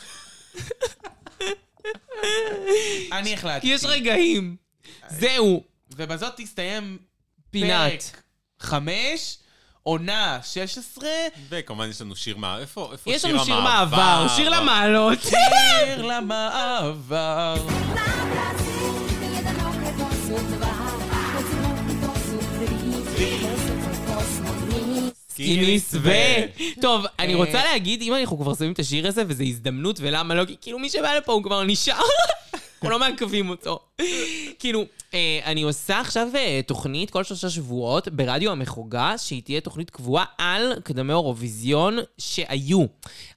אני החלטתי. כי יש רגעים. זהו, ובזאת תסתיים פינת. פרק חמש, עונה 16, וכמובן יש לנו שיר מה... איפה? איפה יש לנו שיר מעבר, שיר למעלות. אה! שיר למעבר. קיניס ו... טוב, אני רוצה להגיד, אם אנחנו כבר שמים את השיר הזה, וזו הזדמנות, ולמה לא? כי כאילו מי שבא לפה הוא כבר נשאר. אנחנו לא מעכבים אותו. כאילו, אה, אני עושה עכשיו אה, תוכנית כל שלושה שבועות ברדיו המחוגה, שהיא תהיה תוכנית קבועה על קדמי אירוויזיון שהיו.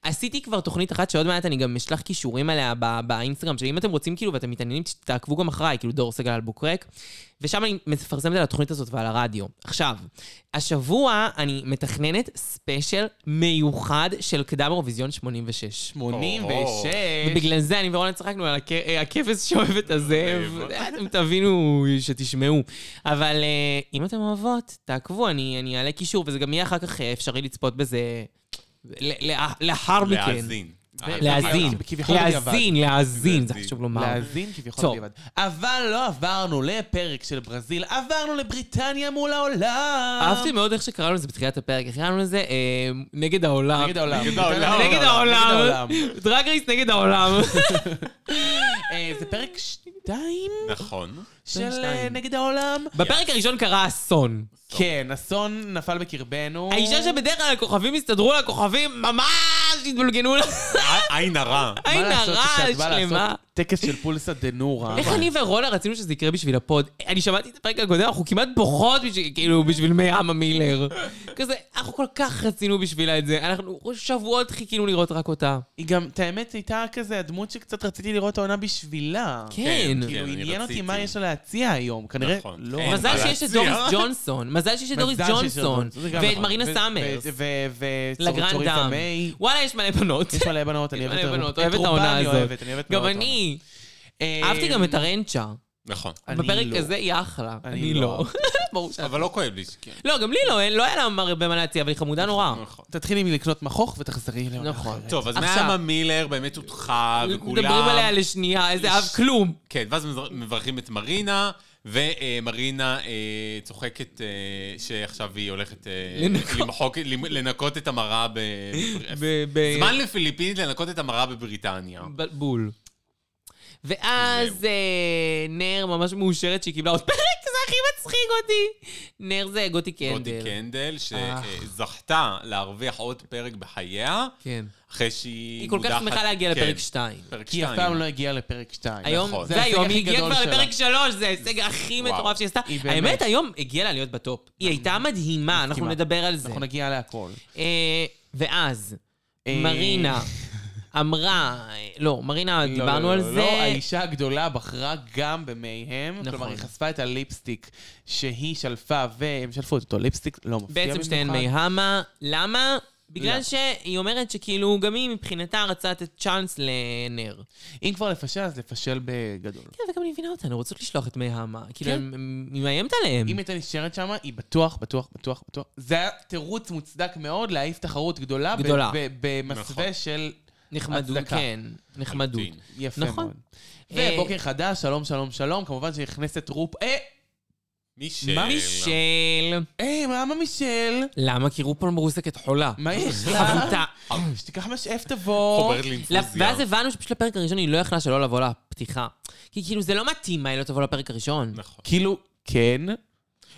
עשיתי כבר תוכנית אחת שעוד מעט אני גם אשלח קישורים עליה בא, באינסטגרם שלי. אם אתם רוצים, כאילו, ואתם מתעניינים, תעקבו גם אחריי, כאילו דור סגל אלבוקרק. ושם אני מפרסמת על התוכנית הזאת ועל הרדיו. עכשיו, השבוע אני מתכננת ספיישל מיוחד של קדם אירוויזיון 86. 86. בגלל זה אני ורונה צחקנו על הכ- אה, הכבש שאוהב את הזאב. אה, אתם תבינו שתשמעו. אבל אה, אם אתם אוהבות, תעקבו, אני אני אעלה קישור, וזה גם יהיה אחר כך אה, אפשרי לצפות בזה ל- ל- לאחר מכן. אה, להאזין. אה, להאזין. כביכול בדיעבד. להאזין, להאזין, זה להאזין. חשוב לומר. להאזין כביכול טוב. בדיעבד. אבל לא עברנו לפרק של ברזיל, עברנו לבריטניה מול העולם. אהבתי מאוד איך שקראנו לזה בתחילת הפרק, איך קראנו לזה? אה, נגד העולם. נגד העולם. נגד העולם. נגד העולם. דרג רייס נגד העולם. אה, זה פרק שתיים נכון. של אה, שתיים. נגד העולם. בפרק הראשון קרה אסון. כן, אסון נפל בקרבנו. האישה שבדרך כלל הכוכבים הסתדרו לה, הכוכבים ממש התבלגנו לה. עין הרע. עין הרע שלמה. טקס של פולסא דנורה. איך אני ורולה רצינו שזה יקרה בשביל הפוד? אני שמעתי את הפרק הקודם, אנחנו כמעט בוכות בשביל, כאילו, בשביל מיאמה מילר. כזה, אנחנו כל כך רצינו בשבילה את זה, אנחנו שבועות חיכינו לראות רק אותה. היא גם, את האמת, הייתה כזה הדמות שקצת רציתי לראות העונה בשבילה. כן. כן, כאילו, אני עניין אותי רציתי. מה יש לה להציע היום. כנראה, נכון. לא. אין. מזל מה שיש את להציע. דוריס ג'ונסון, מזל שיש את דוריס מזל שיש ג'ונסון, זה גם ואת נכון. מרינה ו- סאמרס, ו- ו- לגרנד וצוריסה דאם. מיי. וואלה, יש מלא בנות. יש מלא בנות, אני יש אוהבת מלא בנות, את אוהבת את רובן, העונה אני הזאת. אוהבת, אני אוהבת גם מאוד את אני. העונה. אהבתי גם את הרנצ'ה. נכון. אני בפרק לא. הזה היא אחלה. אני אני לא. לא. ברור ש... אבל לא כואב לי. כן. לא, גם לי לא, אין- לא היה לה הרבה מה להציע, אבל היא חמודה נורא. נכון. תתחילי מלקנות מכוך ותחזרי לעונה נכון. אחרת. טוב, אז עכשיו. מאמה מילר באמת הודחה, נכון, וכולם... מדברים עליה לשנייה, איזה אב כלום. כן, ואז מזר- מברכים את מרינה, ומרינה צוחקת אה, שעכשיו היא הולכת אה, לנקות. אה, למחוק- למ- לנקות את המראה ב... ב- ב- זמן לפיליפינית לנקות את המראה בבריטניה. ב- בול. ואז זהו. אה, נר ממש מאושרת שהיא קיבלה עוד פרק, זה הכי מצחיק אותי. נר זה גוטי רותי קנדל. קנדל, אה. שזכתה להרוויח עוד פרק בחייה, כן. אחרי שהיא... היא כל כך מודחת- שמחה להגיע כן, לפרק 2. פרק כי היא אף שתיים. פעם לא הגיעה לפרק 2. היום, נכון. זה זה ההישג היום, הכי היא הגיעה גדול כבר שלה. לפרק שלוש, זה ההישג הכי וואו. מטורף שהיא עשתה. היא באמת- האמת, היום הגיעה לה להיות בטופ. היא הייתה מדהימה, אנחנו מסכימה. נדבר על זה. אנחנו נגיע להכל. אה, ואז, אה, מרינה אמרה, לא, מרינה, דיברנו לא, על לא, לא, זה. האישה הגדולה בחרה גם במייהם. נכון. כלומר, היא חשפה את הליפסטיק שהיא שלפה, והם שלפו את אותו ליפסטיק, לא מפתיע במיוחד. בעצם שתיהן מיהמה. למה? בגלל לא. שהיא אומרת שכאילו, גם היא מבחינתה רצה לתת צ'אנס לנר. אם כבר לפשל, אז לפשל בגדול. כן, וגם אני מבינה אותה, הן רוצות לשלוח את מיהמה. כאילו, כן. הם- הם- היא מאיימת עליהם. אם הייתה נשארת שם, היא בטוח, בטוח, בטוח, בטוח. זה היה תירוץ מוצדק מאוד להעיף תחרות גדולה. ב- גדולה. ב- במסווה נכון. של נחמדות, הצדקה. כן, נחמדות. לחלוטין. יפה נכון. מאוד. אה, ובוקר חדש, שלום, שלום, שלום. כמובן שנכנסת רופ... אה, מישל. מה מישל, אה, מאמא מישל, למה כי רופול מרוסקת חולה? מה יש לה? חבוטה. שתיקח משאף תבוא. חוברת לא, לאינפוזיה. ואז הבנו שפשוט לפרק הראשון היא לא יכלה שלא לבוא לפתיחה. כי כאילו זה לא מתאים מה היא לא תבוא לפרק הראשון. נכון. כאילו, כן.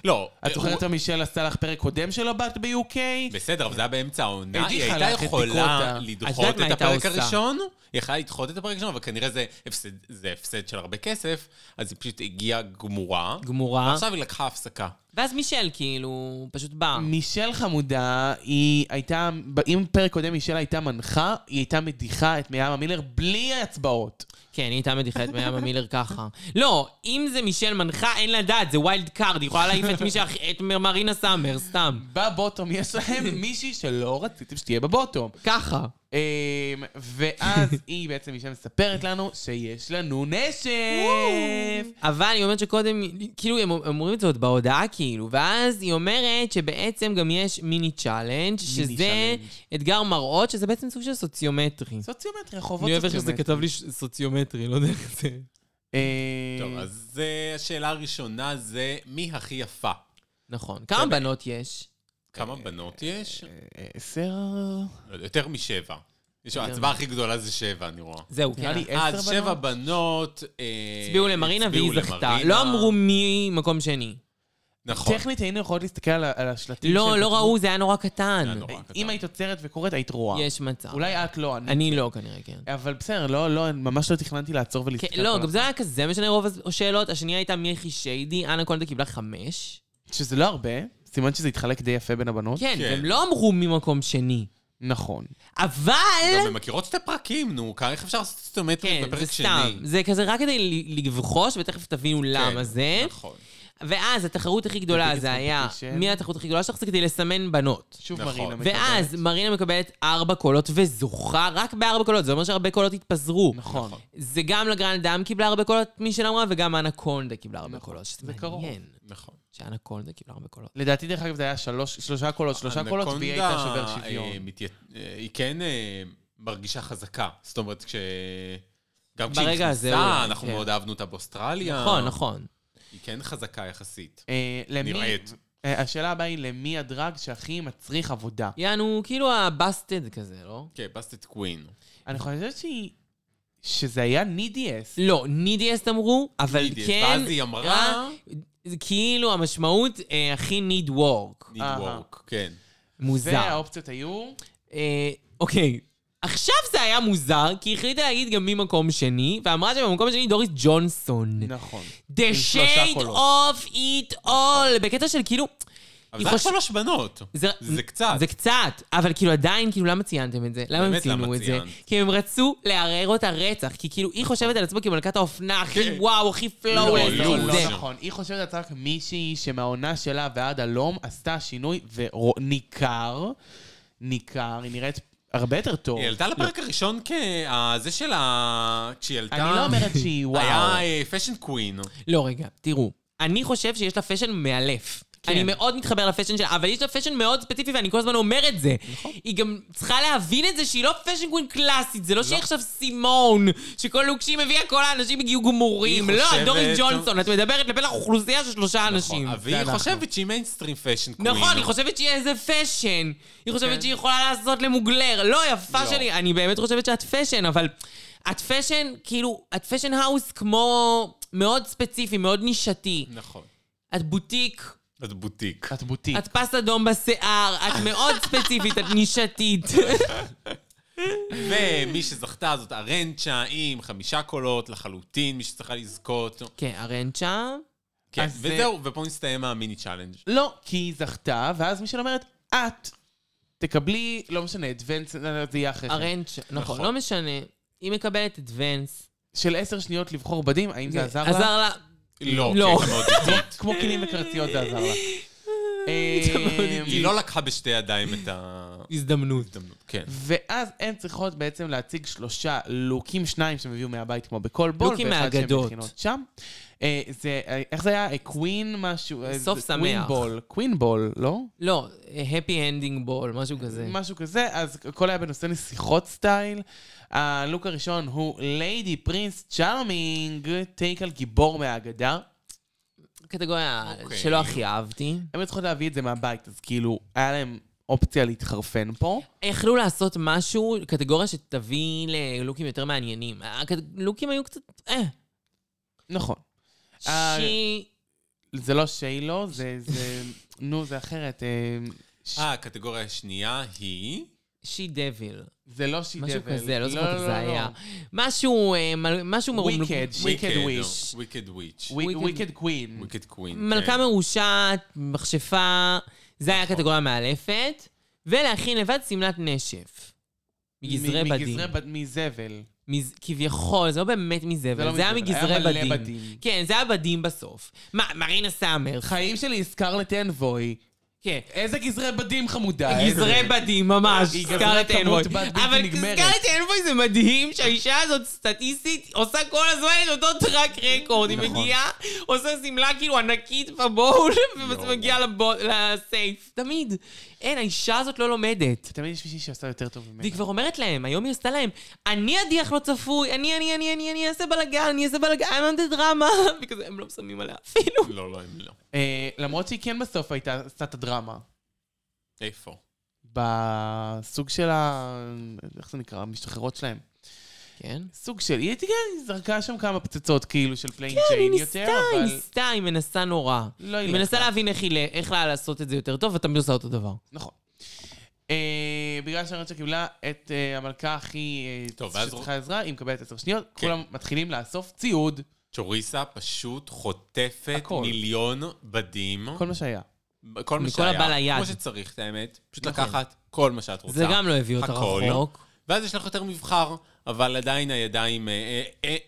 לא. את זוכרת מה מישל עשתה לך פרק קודם שלא באת ב-UK? בסדר, אבל זה היה באמצע העונה. הדיחה היא לך את הייתה דיקוטה. יכולה את יודעת לדחות מה את הייתה הפרק עושה? הראשון, היא יכלה לדחות את הפרק הראשון, אבל כנראה זה הפסד- זה הפסד של הרבה כסף, אז היא פשוט הגיעה גמורה. גמורה. עכשיו היא לקחה הפסקה. ואז מישל כאילו פשוט בא. מישל חמודה, היא הייתה, אם פרק קודם מישל הייתה מנחה, היא הייתה מדיחה את מיאמה מילר בלי הצבעות. כן, היא הייתה מדיחה את מיאמה מילר ככה. לא, אם זה מישל מנחה, אין לדעת, זה ויילד קארד, היא יכולה להעיף את מישל, את מ- מרינה סאמר, סתם. בבוטום יש להם מישהי שלא רציתם שתהיה בבוטום. ככה. אמ, ואז היא בעצם אישה מספרת לנו שיש לנו נשף. אבל היא אומרת שקודם, כאילו, הם אומרים את זה עוד בהודעה, כאילו, ואז היא אומרת שבעצם גם יש מיני צ'אלנג', שזה צ'אלנג'. אתגר מראות, שזה בעצם סוג של סוציומטרי. סוציומטרי, חובות אני אוהב איך שזה סוציומטרי. כתב לי ש- סוציומטרי, לא יודע איך זה. טוב, אז אה, השאלה הראשונה זה, מי הכי יפה? נכון. כמה בנות יש? כמה אה, בנות יש? אה, עשר? לא יודע, יותר משבע. יש- ההצבעה הכי גדולה זה שבע, אני רואה. אה, זהו, כן. נראה לי עשר בנות. אז שבע בנות... אה, הצביעו למרינה והיא הצביעו זכתה. למרינה. לא אמרו מי מקום שני. נכון. טכנית היינו יכולות להסתכל על ה- על השלטים. לא, שהם לא כתבו. ראו, זה היה נורא קטן. אה, היה נורא קטן. אם היית עוצרת וקוראת, היית רואה. יש מצב. אולי את לא, אני... אני לא, כנראה, כן. אבל בסדר, לא, לא, ממש לא תכננתי לעצור כן, ולהסתכל. לא, כל גם ה- זה היה כזה משנה רוב השאלות. השנייה הייתה מי הכי שיידי, אנה קולדה קיבלה חמש. שזה לא הרבה, סימן שזה התחלק די יפה בין הבנות. כן, כן. והם לא אמרו ממקום שני. נכון. אבל... גם הן מכירות שתי פרקים, נו, כ- איך אפשר לעשות סטומטרית כן, זה בפרק שני? סתם. זה כזה רק כדי ל- לבחוש, ותכף תבינו למה זה. נכון. ואז התחרות הכי The גדולה biggest זה היה, competition. מי התחרות הכי גדולה שלך? זה כדי לסמן בנות. שוב נכון. מרינה מקבלת. ואז מרינה מקבלת ארבע קולות וזוכה רק בארבע קולות, זה אומר שהרבה קולות התפזרו. נכון. זה גם לגרנד דאם קיבלה הרבה קולות, מי שאמרה, וגם אנקונדה קיבלה הרבה קולות. זה שזה קרוב. מעניין נכון. שאנקונדה קיבלה הרבה קולות. לדעתי, דרך אגב, זה היה שלוש- שלושה קולות, שלושה קולות, והיא אנקונדה, הייתה שובר אה, שוויון. מתייט- אה, היא כן אה, מרגישה חזקה. זאת אומרת, כש... גם ברגע כשהיא הזה נכנסה, אולי, אנחנו כן. מאוד אהבנו אותה באוסטרליה. נכון, נכון. היא כן חזקה יחסית. אה, למי- נראית. אה, השאלה הבאה היא, למי הדרג שהכי מצריך עבודה? יענו, כאילו הבאסטד כזה, לא? כן, בסטד קווין. אני חושבת שהיא... שזה היה נידי.אס. לא, נידיאסט אמרו, אבל נידיאסט, כן... ואז היא אמרה- אה, זה כאילו המשמעות אה, הכי need work. need אהה. work, כן. מוזר. והאופציות היו... אה, אוקיי. עכשיו זה היה מוזר, כי היא החליטה להגיד גם ממקום שני, ואמרה שבמקום השני דוריס ג'ונסון. נכון. The שלושה shade קולות. of it all, בקטע של כאילו... אבל היא זה רק חושבת- שלוש בנות. זה קצת. זה קצת, אבל כאילו עדיין, כאילו למה ציינתם את זה? למה הם באמת, ציינו למה את זה? ציינת? כי הם רצו לערער אותה רצח, כי כאילו היא חושבת על עצמה כמלכת האופנה הכי וואו, הכי פלואוולס. כן. לא, לא זה. נכון. היא חושבת על עצמה מישהי שמהעונה שלה ועד הלום עשתה שינוי וניכר, ניכר, היא נראית הרבה יותר טוב. היא עלתה לפרק הראשון כ... ה- זה של ה... כשהיא עלתה... אני לא אומרת שהיא וואו. היה אה, פשן קווין. לא, רגע, תראו, אני חושב שיש לה פאשן מאלף. כן. כן. אני מאוד מתחבר לפאשן שלה, אבל יש לה פאשן מאוד ספציפי ואני כל הזמן אומר את זה. נכון. היא גם צריכה להבין את זה שהיא לא פאשן קווין קלאסית, זה לא, שהיא עכשיו סימון, שכל לוק שהיא מביאה כל האנשים הגיעו גמורים. היא לא, חושבת- נכון, דוריס ג'ונסון, את מדברת לפלח אוכלוסייה של שלושה אנשים. אבל היא חושבת שהיא מיינסטרים פשן קווין. כן, נכון, היא חושבת שהיא איזה פאשן. היא חושבת שהיא יכולה לעשות למוגלר. לא, יפה שלי, אני באמת חושבת שאת פאשן, אבל את פאשן, כאילו, את פאשן האוס כמו מאוד ספציפי, מאוד נישתי. נכון. את בוטיק, אז בוטיק. את בוטיק. את פס אדום בשיער, את מאוד ספציפית, את נישתית. ומי שזכתה זאת ארנצ'ה עם חמישה קולות לחלוטין, מי שצריכה לזכות. כן, ארנצ'ה. כן, אז זה- אה, וזהו, ופה מסתיים המיני צ'אלנג'. לא, כי היא זכתה, ואז מישל אומרת, את תקבלי, לא משנה, אדוונס, זה יהיה אחרי כן. ארנצ'ה, נכון, נכון. לא משנה. היא מקבלת את ונס. של עשר שניות לבחור בדים, האם זה עזר לה? כן. עזר לה. לא, לא. כי היא מאוד איטית. כמו כלים וקרציות זה עזר לה. אמ, היא לא לקחה בשתי ידיים את ההזדמנות. הזדמנות. כן. ואז הן צריכות בעצם להציג שלושה לוקים, שניים שהם הביאו מהבית כמו בכל בול, לוקים ואחד שהם מהאגדות. מכינות שם. אה, זה, אה, איך זה היה? אה, קווין משהו? אה, סוף זה- שמח. קווין בול. קווין בול, לא? לא, הפי הנדינג בול, משהו כזה. משהו כזה, אז הכל היה בנושא נסיכות סטייל. הלוק הראשון הוא ליידי פרינס צ'ארמינג, טייק על גיבור מהאגדה. קטגוריה אוקיי. שלא הכי אהבתי. הן היו צריכות להביא את זה מהבית, אז כאילו, היה להם אופציה להתחרפן פה. יכלו לא לעשות משהו, קטגוריה שתביא ללוקים יותר מעניינים. הלוקים היו קצת... אה. נכון. אה, שי... זה לא שיילו, זה, זה, נו, זה אחרת. אה, ש- הקטגוריה השנייה היא... שי דביל. זה לא שי משהו דבל. כזה, לא זוכרת איך זה היה. משהו... אה, מל- משהו מרומ- וויקד, וויקד וויש. וויקד וויץ'. Wicked- וויקד קווין. וויקד קווין. מלכה כן. מרושעת, מכשפה, זה נכון. היה קטגוריה מאלפת. ולהכין לבד שמלת נשף. מגזרי מ- בדים. מגזרי בד- מזבל. מז- כביכול, זה לא באמת זה לא מזבל, זה היה מזבל, היה מגזרי מלא בדים. בדים. כן, זה היה בדים בסוף. מה, מרינה סאמר, חיים שלי, סקרלט אנבוי. כן. איזה גזרי בדים חמודה. איזה- גזרי בדים, ממש, היא גזרה סקארלט כמות אנבוי. בת בלתי אבל נגמרת. סקארלט אנבוי זה מדהים שהאישה הזאת סטטיסטית עושה כל הזמן את אותו טראק רקורד. היא נכון. מגיעה, עושה שמלה כאילו ענקית בבול, לא, ומגיעה לבו- לסייף. תמיד. אין, האישה הזאת לא לומדת. תמיד יש מישהי שעושה יותר טוב ממנו. והיא כבר אומרת להם, היום היא עשתה להם, אני אדיח לא צפוי, אני, אני, אני, אני, אני אעשה בלאגן, אני אעשה בלאגן, אני אעשה דרמה. וכזה, הם לא שמים עליה אפילו. לא, לא, הם לא. אה, למרות שהיא כן בסוף הייתה, עשתה את הדרמה. איפה? בסוג של ה... איך זה נקרא? המשתחררות שלהם. כן. סוג של... היא הייתי כן, היא זרקה שם כמה פצצות כאילו של פליין לא, כן, היא ג'יין ניסתה, יותר, היא אבל... ניסתה, היא מנסה נורא. לא היא ילך מנסה לה. להבין איך היא, איך לה לעשות את זה יותר טוב, ותמיד עושה אותו דבר. נכון. אה, בגלל שהרצ'ה קיבלה את אה, המלכה הכי אה, טוב, ואז שצריכה עזרה, היא מקבלת עשר שניות, כן. כולם מתחילים לאסוף ציוד, צ'וריסה פשוט חוטפת הכל. מיליון בדים. כל מה שהיה. ב- כל מה מכל שהיה. הבא ליד. כמו שצריך, את האמת. פשוט נכון. לקחת כל מה שאת רוצה. זה גם לא הביא אותה הכל. רחוק. ואז יש לך יותר מבחר, אבל עדיין הידיים, אה, אה,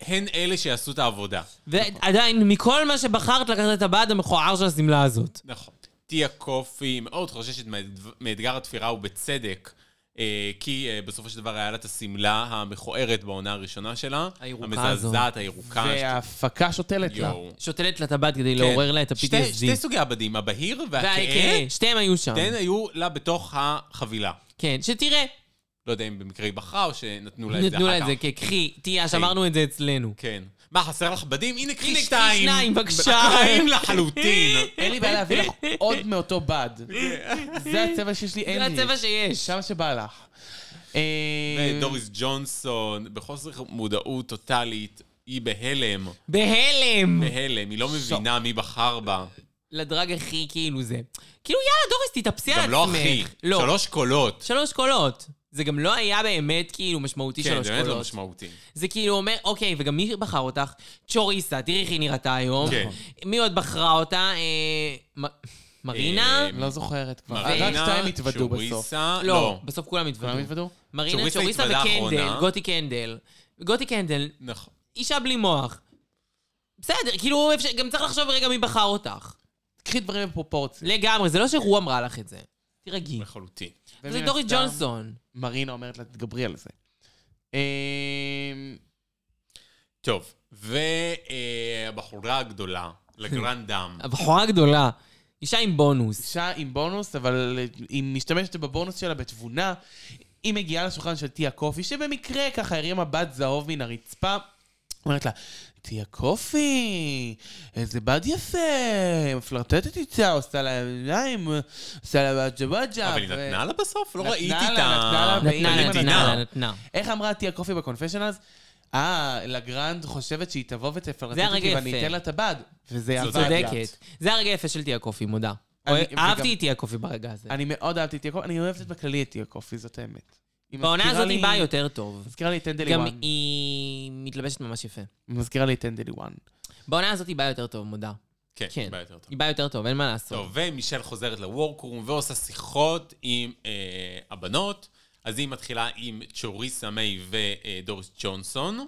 אה, הן אלה שיעשו את העבודה. ועדיין, מכל מה שבחרת לקחת את הבד המכוער של השמלה הזאת. נכון. טיה קופי מאוד חוששת מהאתג- מאתגר התפירה, ובצדק, אה, כי אה, בסופו של דבר היה לה את השמלה המכוערת בעונה הראשונה שלה. הירוקה המזעזעת, הירוקה. וההפקה שותלת לה. אה, יואו. שותלת לה את הבד כדי כן. לעורר לה את שתי- שתי ה-PTSD. סוגי הבדים, הבהיר והכהה, והכהה, שתיהם כן, היו שם. שתיהן היו לה בתוך החבילה. כן, שתראה, לא יודע אם במקרה היא בחרה או שנתנו לה את זה אחר כך. נתנו לה את זה, כן, קחי, תהיה, שמרנו את זה אצלנו. כן. מה, חסר לך בדים? הנה, הנה, קחי קחי שתיים. שניים, בבקשה. שניים לחלוטין. אין לי בעיה להביא לך עוד מאותו בד. זה הצבע שיש לי, אין זה לי. הצבע שיש. שם שבא לך. אה, דוריס ג'ונסון, בחוסר מודעות טוטאלית, היא בהלם. בהלם! בהלם, היא לא מבינה מי בחר בה. אה, לדרג הכי כאילו זה. כאילו, יאללה, דוריס, תתאפסי על גם עצמך. לא אחי. לא. שלוש קולות. שלוש קולות. זה גם לא היה באמת כאילו משמעותי כן, שלוש זה באמת לא קולות. משמעותי. אה, זה כאילו אומר, אוקיי, וגם מי בחר אותך? צ'וריסה, תראי איך היא נראתה היום. כן. מי עוד בחרה אותה? אה, מ- מרינה? אה, לא זוכרת כבר. רק מרינה, שתיים התוודו בסוף. שוריסה, לא, לא. בסוף כולם כולם התוודו. התוודו? מרינה, צ'וריסה צ'וריסה התוודה וקנדל, אחרונה. גותי קנדל. גותי קנדל, נכון. אישה בלי מוח. בסדר, כאילו, אפשר- גם צריך לחשוב רגע מי בחר אותך. קחי דברים בפרופורציה. לגמרי, זה לא שהוא אמרה לך את זה. תירגעי. לחלוטין. זה נכון. ומן דורי הסתם, ג'ונסון. מרינה אומרת לה, תתגברי על זה. אה, טוב, והבחורה הגדולה, לגרנד דאם. הבחורה הגדולה. אישה עם בונוס. אישה עם בונוס, אבל אה, היא משתמשת בבונוס שלה בתבונה. היא מגיעה לשולחן של תיה קופי, שבמקרה ככה הרימה בת זהוב מן הרצפה. אומרת לה, תיה קופי, איזה בד יפה, מפלרטטת איתה, עושה לה עיניים, עושה לה בג'ה בג'ה. אבל היא ו- נתנה לה בסוף? לא אה, נתנה ראיתי לה, את נתנה ה... לה, נתנה, והיא לה, נתנה, מבינה. לה, נתנה. איך אמרה תיה קופי בקונפשיונלס? אה, לגרנד חושבת שהיא תבוא ותפלרטט זה הרגע אותי ואני יפה. אתן לה את הבד. וזה זאת עבד לה. צודקת. זה הרגע היפה של תיה קופי, מודה. אני- אוהב- וגם- אהבתי את תיה קופי ברגע הזה. אני מאוד אהבתי את יעקב, אני אוהבת בכללי את יעקב, זאת האמת. היא בעונה מזכירה הזאת לי- היא באה יותר טוב. מזכירה לי את אנדלי גם וואן. היא מתלבשת ממש יפה. מזכירה לי את אנדלי וואן. בעונה הזאת היא באה יותר טוב, מודה. כן, כן. בא יותר טוב. היא באה יותר טוב, אין מה לעשות. טוב, ומישל חוזרת לוורקרום ועושה שיחות עם אה, הבנות. אז היא מתחילה עם צ'וריסה מיי ודוריס ג'ונסון.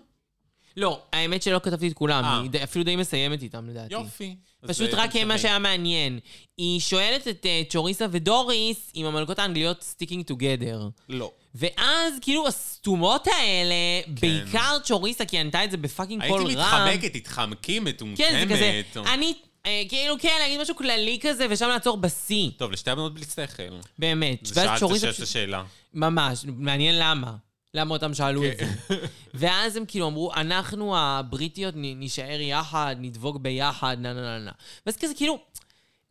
לא, האמת שלא כתבתי את כולם, אה. היא די- אפילו די מסיימת איתם לדעתי. יופי. אז פשוט זה רק מה תמשיכי. שהיה מעניין. היא שואלת את אה, צ'וריסה ודוריס אם המלכות האנגליות סטיקינג טוגדר. לא. ואז כאילו הסתומות האלה, בעיקר צ'וריסה, כי היא ענתה את זה בפאקינג קול רם. כן. הייתי מתחמקת, תתחמקי, מטומטמת. כן, זה כזה, אני, אה, כאילו, כן, להגיד משהו כללי כזה, ושם לעצור בשיא, טוב, לשתי הבנות בלי שכל. באמת. זה ואז שאלת צ'וריסה שאלת פשוט- השאלה. ממש, מעניין למה. למה אותם שאלו את זה. כן. ואז הם כאילו אמרו, אנחנו הבריטיות נ- נישאר יחד, נדבוק ביחד, נה נה נה נה. ואז כזה כאילו,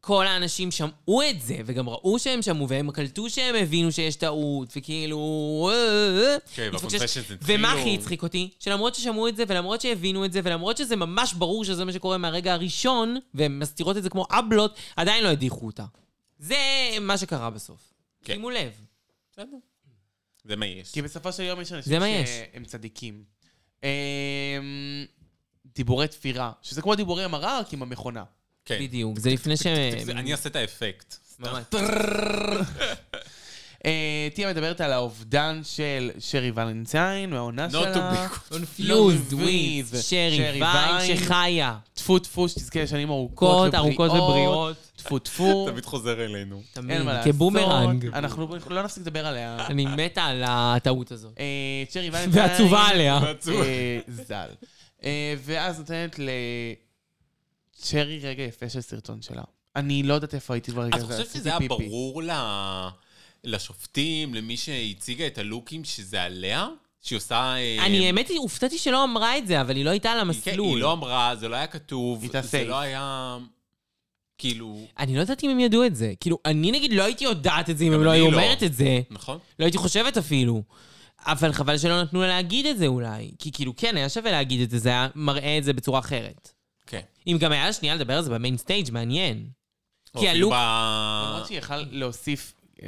כל האנשים שמעו את זה, וגם ראו שהם שמעו, והם קלטו שהם הבינו שיש טעות, וכאילו... "אה, כן, התפקשש. ב-confessions התחילו- ומה הכי הצחיק אותי? שלמרות ששמעו את זה, ולמרות שהבינו את זה, ולמרות שזה ממש ברור שזה מה שקורה מהרגע הראשון, והן מסתירות את זה כמו אבלות, עדיין לא הדיחו אותה. זה מה שקרה בסוף. כן. שימו לב. בסדר. זה מה יש. כי בסופו של יום יש זה אנשים מה יש. שהם צדיקים. אמ, דיבורי תפירה, שזה כמו דיבורי המראה, רק עם המכונה. כן. בדיוק, זה לפני שהם... זה- אני אעשה את האפקט. ממש. אה, תיה מדברת על האובדן של שרי ולנטיין, מהעונה Not to שלה. be Confused Confused with with שרי שרי ויין ויין. שחיה. טפו טפו, שתזכה לשנים ארוכות ארוכות, ובריאות. ארוכות ובריאות. טפו טפו, תמיד חוזר אלינו. אין מה לעשות. כבומרנג. אנחנו לא נפסיק לדבר עליה. אני מתה על הטעות הזאת. אה, צ'רי ולנטיין. ועצובה עליה. ועצוב. אה, ז"ל. אה, ואז נותנת לצ'רי רגע יפה של סרטון שלה. אני לא יודעת איפה הייתי ברגע את הזה. חושבת עשיתי אה, שזה היה פיפי. ברור ל- לשופטים, למי שהציגה את הלוקים, שזה עליה? שהיא עושה... אה, אני האמת היא, הופתעתי שלא אמרה את זה, אבל היא לא הייתה על היא- כן, היא המסלול. לא אמרה, זה לא היה כתוב, היא הייתה זה safe. לא היה... כאילו... אני לא ידעתי אם הם ידעו את זה. כאילו, אני נגיד לא הייתי יודעת את זה אם גם הם לא אני היו לא. אומרת את זה. נכון? לא הייתי חושבת אפילו. אבל חבל שלא נתנו לה להגיד את זה אולי. כי כאילו, כן, היה שווה להגיד את זה, זה היה מראה את זה בצורה אחרת. כן. אם גם היה שנייה לדבר על זה במיין סטייג', מעניין. או כי הלוק... אפילו למרות ב- שהיא יכלה להוסיף אה,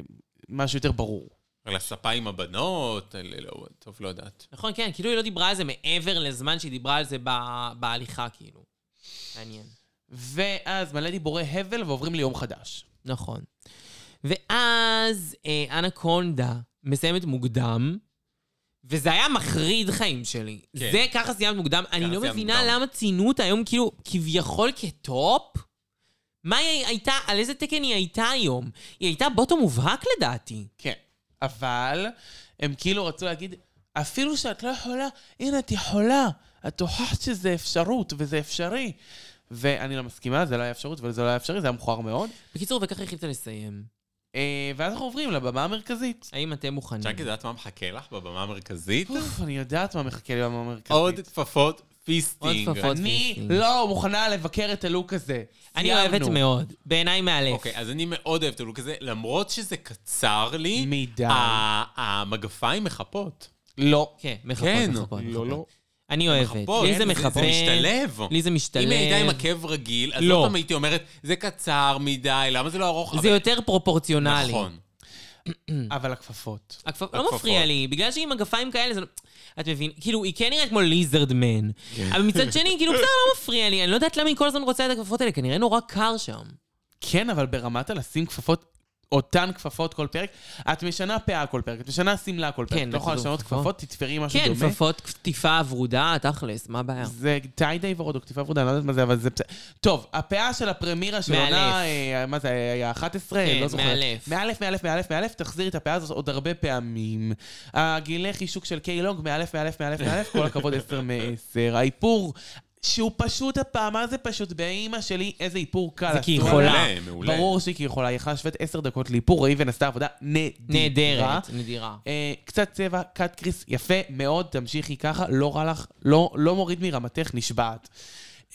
משהו יותר ברור. על הספה עם הבנות, על- לא- טוב, לא יודעת. נכון, כן, כאילו היא לא דיברה על זה מעבר לזמן שהיא דיברה על זה ב- בהליכה, כאילו. מעניין. ואז מלא דיבורי הבל ועוברים ליום חדש. נכון. ואז אה, אנקונדה מסיימת מוקדם, וזה היה מחריד חיים שלי. כן. כן. זה ככה סיימת מוקדם. אני לא סיימת מבינה מוקדם. למה ציינו אותה היום כאילו כביכול כטופ. מה היא הייתה, על איזה תקן היא הייתה היום? היא הייתה בוטום מובהק לדעתי. כן. אבל הם כאילו רצו להגיד, אפילו שאת לא יכולה, הנה את יכולה. את הוכחת שזה אפשרות וזה אפשרי. ואני לא מסכימה, זה לא היה אפשרות וזה לא היה אפשרי, זה היה מכוער מאוד. בקיצור, וככה החליטה לסיים. אה, ואז אנחנו עוברים לבמה המרכזית. האם אתם מוכנים? צ'אנק, את יודעת מה מחכה לך בבמה המרכזית? אוף, אני יודעת מה מחכה לי בבמה המרכזית. עוד כפפות פיסטינג. עוד כפפות. אני פספסתי. לא מוכנה לבקר את הלוק הזה. אני סיימנו. אוהבת מאוד. בעיניי מאלף. אוקיי, אז אני מאוד אוהב את הלוק הזה, למרות שזה קצר לי, מדי. ה- המגפיים מחפות. לא. כן, מחפות, כן. מחפות. לא, לא. אני אוהבת. מחפות, לי זה זה- מחפה. זה משתלב. לי זה משתלב. אם היא הייתה עם עקב רגיל, אז לא. לא פעם הייתי אומרת, זה קצר מדי, למה זה לא ארוך? זה אבל- יותר פרופורציונלי. נכון. אבל הכפפות. הכפפ... לא הכפפות. מפריע לי, בגלל שהיא עם מגפיים כאלה, זה לא... את מבין? כאילו, היא כן נראית כמו ליזרדמן. כן. אבל מצד שני, כאילו, בסדר, לא מפריע לי. אני לא יודעת למה היא כל הזמן רוצה את הכפפות האלה, כנראה נורא קר שם. כן, אבל ברמת הלשים כפפות, אותן כפפות כל פרק, את משנה פאה כל פרק, את משנה שמלה כל פרק. כן, את לא יכולה בטוח. לשנות כפפות, תתפרי משהו כן, דומה. כפפות, טיפה ורודה, תכלס, מה הבעיה? זה טיידי ורוד או כתיבה ורודה, אני לא יודעת מה זה, אבל זה בסדר. טוב, הפאה של הפרמירה של מאלף. עונה, אה, מה זה, היה 11? כן, לא זוכרת. מאלף. מאלף, מאלף, מאלף, מאלף, תחזירי את הפאה הזאת עוד הרבה פעמים. הגילי חישוק של קיי לונג, מאלף, מאלף, מאלף, מאלף, כל הכבוד 10 מ-10. האיפור, שהוא פשוט הפעם, מה זה פשוט? באימא שלי, איזה איפור קל. זה כי היא עשו חולה. עליה. מעולה, מעולה. ברור שהיא כי היא יכולה, היא יכולה לשבת 10 דקות לאיפור, ראי ונעשתה עבודה נדירה. נהדרת, נדירה. אה, קצת צבע, קאט קריס, יפה מאוד, תמשיכי ככה, לא רע לך, לא, לא מוריד מרמתך, נשבעת.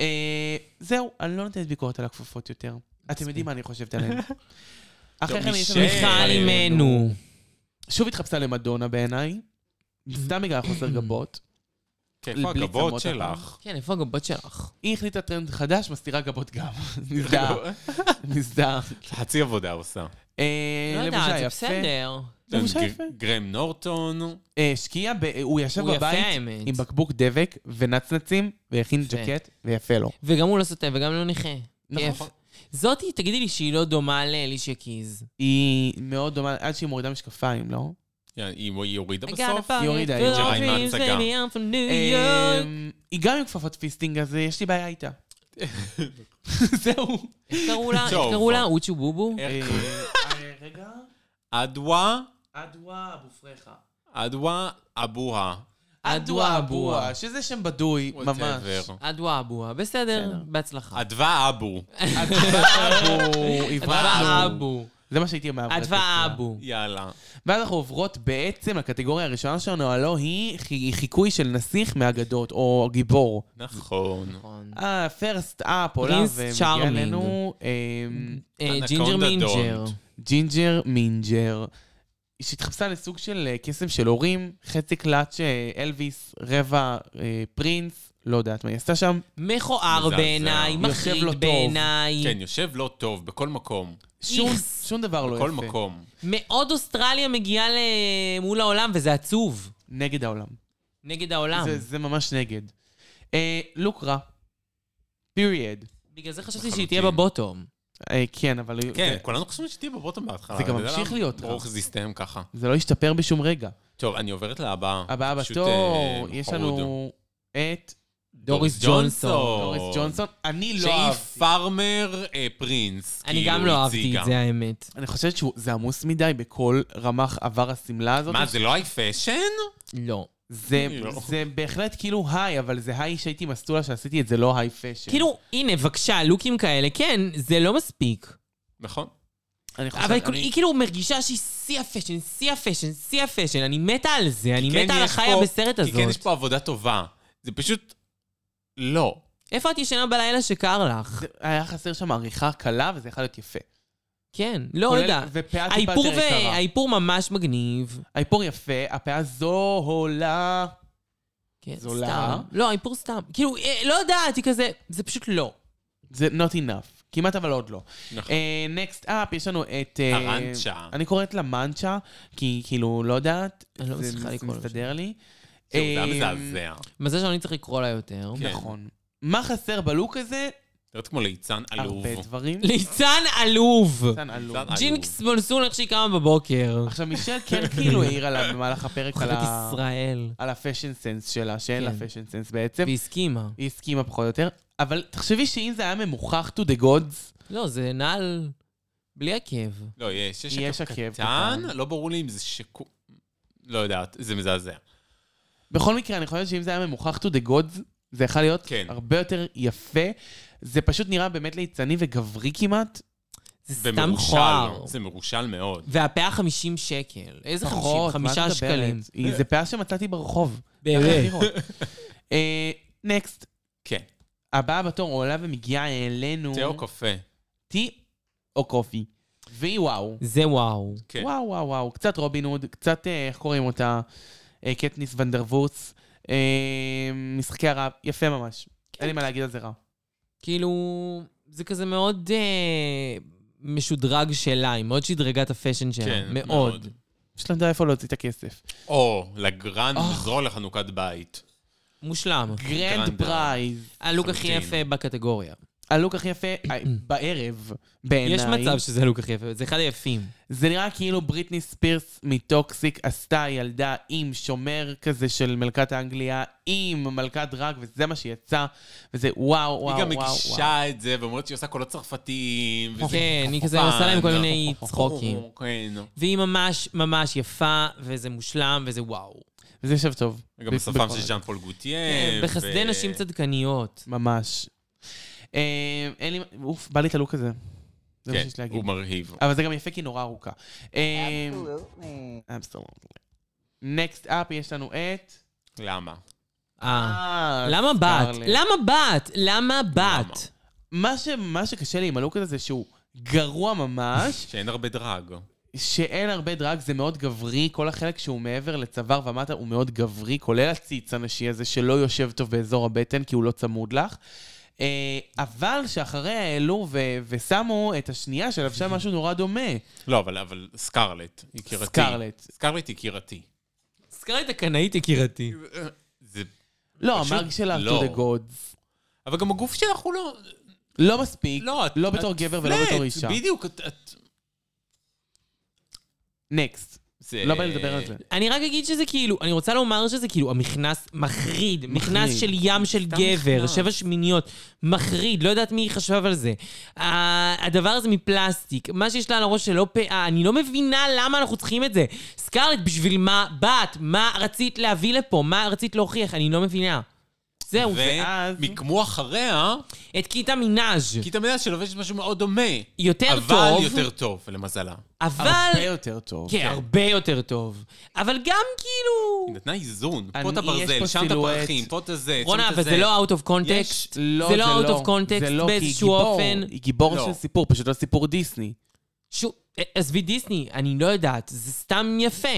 אה, זהו, אני לא נותנת ביקורת על הכפפות יותר. אתם יודעים מה אני חושבת עליהן. אחרי טוב, כן יש לנו... מישל. מיכל אימנו. שוב התחפשה למדונה בעיניי. סתם בגלל חוסר גבות. כן, איפה בלי הגבות צמות שלך? כן, איפה הגבות שלך? היא החליטה טרנד חדש, מסתירה גבות גם. מזדהה, מזדהה. חצי עבודה עושה. אה, לא לבושה יודעת, זה יפה. בסדר. לבושה גר- יפה. גרם נורטון. אה, השקיע, ב- הוא ישב הוא יפה, בבית האמת. עם בקבוק דבק ונצנצים, והכין יפה. ג'קט, ויפה לו. וגם הוא לא סוטה וגם לא נכה. כיף. נכון. זאתי, תגידי לי שהיא לא דומה לאלישיה קיז. היא מאוד דומה, עד שהיא מורידה משקפיים, לא? היא היא הורידה I got a בסוף? bucket יורידה, full יורידה. of ג'ריימה dreams, הצגה. baby, I'm from New York. אמ, היא גם עם כפפות פיסטינג, אז אה, יש לי בעיה איתה. זהו. איך קראו לה? איך טוב. קראו לה? אוצ'ו בובו? אה, איך- אה, רגע, אדווה, אדווה אבו פרחה. אדווה אבוה. אדווה אבוה, שזה שם בדוי, ממש. whatever. אדווה אבוה. בסדר, בסדר. בהצלחה. אדווה אבו. אדווה אבו, אדווה עברנו. אבו. זה מה שהייתי אומר. אדווה אבו. יאללה. ואז אנחנו עוברות בעצם לקטגוריה הראשונה שלנו, הלא היא חי- חיקוי של נסיך מאגדות, או גיבור. נכון. נכון. אה, פרסט אפ עולה פרינס ומגיעה צ'ארמינג. אלינו. אמ, אה, אנקונדה ג'ינג'ר מינג'ר. דונט. ג'ינג'ר מינג'ר, שהתחפשה לסוג של אה, קסם של הורים, חצי קלאץ' אה, אלוויס, רבע אה, פרינס, לא יודעת מה היא עשתה שם. מכוער מזעזע. בעיניי, יושב לו מחריד טוב. בעיניי. כן, יושב לא טוב בכל מקום. שום, איכס. שום דבר לא יפה. בכל מקום. מאוד אוסטרליה מגיעה ל- מול העולם, וזה עצוב. נגד העולם. נגד העולם. זה, זה ממש נגד. אה, לוק רע. פיריד. בגלל זה חשבתי לחלוטין. שהיא תהיה בבוטום. אה, כן, אבל כן, זה, כולנו חושבים שתהיי בבוטום בהתחלה. זה גם אתה יודע ממשיך למה? להיות רע. ברור שזה יסתיים ככה. זה לא השתפר בשום רגע. טוב, אני עוברת להבאה. הבאה פשוט, אה, בתור, יש חרוד. לנו את דוריס ג'ונסון. דוריס ג'ונסון, אני לא שהיא אהבתי. פארמר אה, פרינס. אני כאילו, גם לא אהבתי הציגה. את זה, האמת. אני חושבת שזה עמוס מדי בכל רמ"ח עבר השמלה הזאת. מה, זה לא היי פשן? לא. זה, לא. זה בהחלט כאילו היי, אבל זה היי שהייתי מסטולה שעשיתי את זה לא היי פשן. כאילו, הנה, בבקשה, לוקים כאלה, כן, זה לא מספיק. נכון. אני חושב, אבל אני- היא כאילו מרגישה שהיא שיא הפשן, שיא הפשן, שיא הפשן, אני מתה על זה, אני כן, מתה על יש החיה פה- בסרט כי כן יש הזאת. פה עבודה טובה. זה פשוט... לא. איפה את ישנה בלילה שקר לך? זה- היה חסר שם עריכה קלה וזה יכול להיות יפה. כן, לא כולל- יודע. ופאה טיפה האיפור יותר ו- יקרה. האיפור ממש מגניב. האיפור יפה, הפאה זו עולה. כן, זולה. סתם. לא, האיפור סתם. כאילו, אה, לא יודעת, היא כזה, זה פשוט לא. זה not enough. כמעט אבל עוד לא. נכון. נקסט אפ, יש לנו את... אה, הרנצ'ה. אני קוראת לה מנצ'ה, כי כאילו, לא יודעת. אני לא זה מצליחה לקרוא לה. מסתדר לי. זה עובדה אה, מזעזע. מזל שאני לא צריך לקרוא לה יותר. כן. נכון. מה חסר בלוק הזה? להיות כמו ליצן עלוב. הרבה דברים. ליצן עלוב! ליצן עלוב. ליצן ג'ינקס מונסון איך שהיא קמה בבוקר. עכשיו, מישל קר כאילו העירה לה במהלך הפרק על חלקת ה- ישראל. על הפשן סנס שלה, שאין לה כן. פשן סנס בעצם. והיא הסכימה. היא הסכימה פחות או יותר. אבל תחשבי שאם זה היה ממוכח to the gods, לא, זה נעל בלי עקב. לא, יש, יש יש עקב עקב קטן, קטן. לא ברור לי אם זה שקו... לא יודעת, זה מזעזע. בכל מקרה, אני חושבת שאם זה היה ממוכח to the gods, זה יכול להיות כן. הרבה יותר יפה. זה פשוט נראה באמת ליצני וגברי כמעט. זה סתם ומרושל, מכוער. זה מרושל מאוד. והפאה 50 שקל. איזה 50? פחות, מה את 5 מדברת? שקלים. אה. היא- זה פאה שמצאתי ברחוב. באמת. נקסט. כן. הבאה בתור עולה ומגיעה אלינו. תה או קפה. תה או קופי. והיא וואו. זה וואו. כן. וואו, וואו, וואו. קצת רובין הוד, קצת, אה, איך קוראים אותה? אה, קטניס ונדרוורץ. אה, משחקי הרעב, יפה ממש. כן. אין לי מה להגיד על זה רע. כאילו, זה כזה מאוד אה, משודרג שלה, היא מאוד שדרגה את הפשן שלה. כן, מאוד. מאוד. פשוט לא יודע איפה להוציא את הכסף. או, לגרנד מזרון לחנוכת בית. מושלם. גרנד גרנד פרייז. הלוק הכי לחלוטין. יפה בקטגוריה. הלוק הכי יפה אה, בערב, בעיניי. יש מצב שזה הלוק הכי יפה, זה אחד היפים. זה נראה כאילו בריטני ספירס מטוקסיק עשתה ילדה עם שומר כזה של מלכת האנגליה, עם מלכת דרג, וזה מה שיצא. וזה וואו, וואו, וואו, וואו. היא גם מגישה את זה, ואומרת שהיא עושה קולות צרפתיים. וזה לא, כן, היא חופן. כזה עושה להם כל מיני צחוקים. כן. והיא ממש ממש יפה, וזה מושלם, וזה וואו. וזה יושב טוב. גם בשפם של ז'אן פול כן, אה, גוטייה. בחסדי נשים צדקניות. ממש. אה, אין לי... אוף, בא לי את הלוק הזה. זה מה כן, שיש לי להגיד. הוא מרהיב. אבל זה גם יפה כי נורא ארוכה. אמ, אבסולוטלי. נקסט אפ יש לנו את... למה? אה. אה, למה בת? סקארלט. למה בת? למה למה? בת? מה ש- מה שקשה לי עם הלוק הזה זה שהוא גרוע ממש, שאין הרבה דרג. שאין הרבה דרג, זה מאוד גברי, כל החלק שהוא מעבר לצוואר ומטה הוא מאוד גברי, כולל הציץ הנשי הזה שלא יושב טוב באזור הבטן כי הוא לא צמוד לך. אה, אבל שאחריה העלו ו- ושמו את השנייה שלבשה משהו נורא דומה. לא, אבל- אבל סקרלט, יקירתי. סקרלט. סקרלט יקירתי. סקרלט הקנאית יקירתי. זה... לא, פשוט המרג שלה לא. to the gods. אבל גם הגוף שלך הוא לא... לא מספיק, לא, את... לא את בתור גבר ולא flat, בתור אישה. בדיוק, את... את- נקסט. זה... לא בא לי לדבר על אה, זה. אני רק אגיד שזה כאילו, אני רוצה לומר שזה כאילו המכנס מחריד, מכנס מחריד. של ים של סתם גבר, מכנס. שבע שמיניות, מחריד, לא יודעת מי חשב על זה. ה- הדבר הזה מפלסטיק, מה שיש לה על הראש שלא פאה, אני לא מבינה למה אנחנו צריכים את זה. סקרלט, בשביל מה באת? מה רצית להביא לפה? מה רצית להוכיח? אני לא מבינה. זהו, ואז- ומיקמו אחריה, את קיטה מינאז' כי אתה יודע שלובשת משהו מאוד דומה. יותר אבל טוב, יותר טוב, למזלה. אבל... הרבה יותר טוב. כן, הרבה יותר טוב. אבל גם היא כאילו... נתנה איזון. אני- פה את יש פה הברזל, שם את סילואט. הפרחים, פה את הזה, רונה, שם אבל את זה זה. לא out of יש- context. זה לא out of context זה לא, כי היא באיזשהו גיבור. אופן. היא גיבור לא. של סיפור, פשוט לא סיפור דיסני. שוב, עזבי דיסני, אני לא יודעת, זה סתם יפה.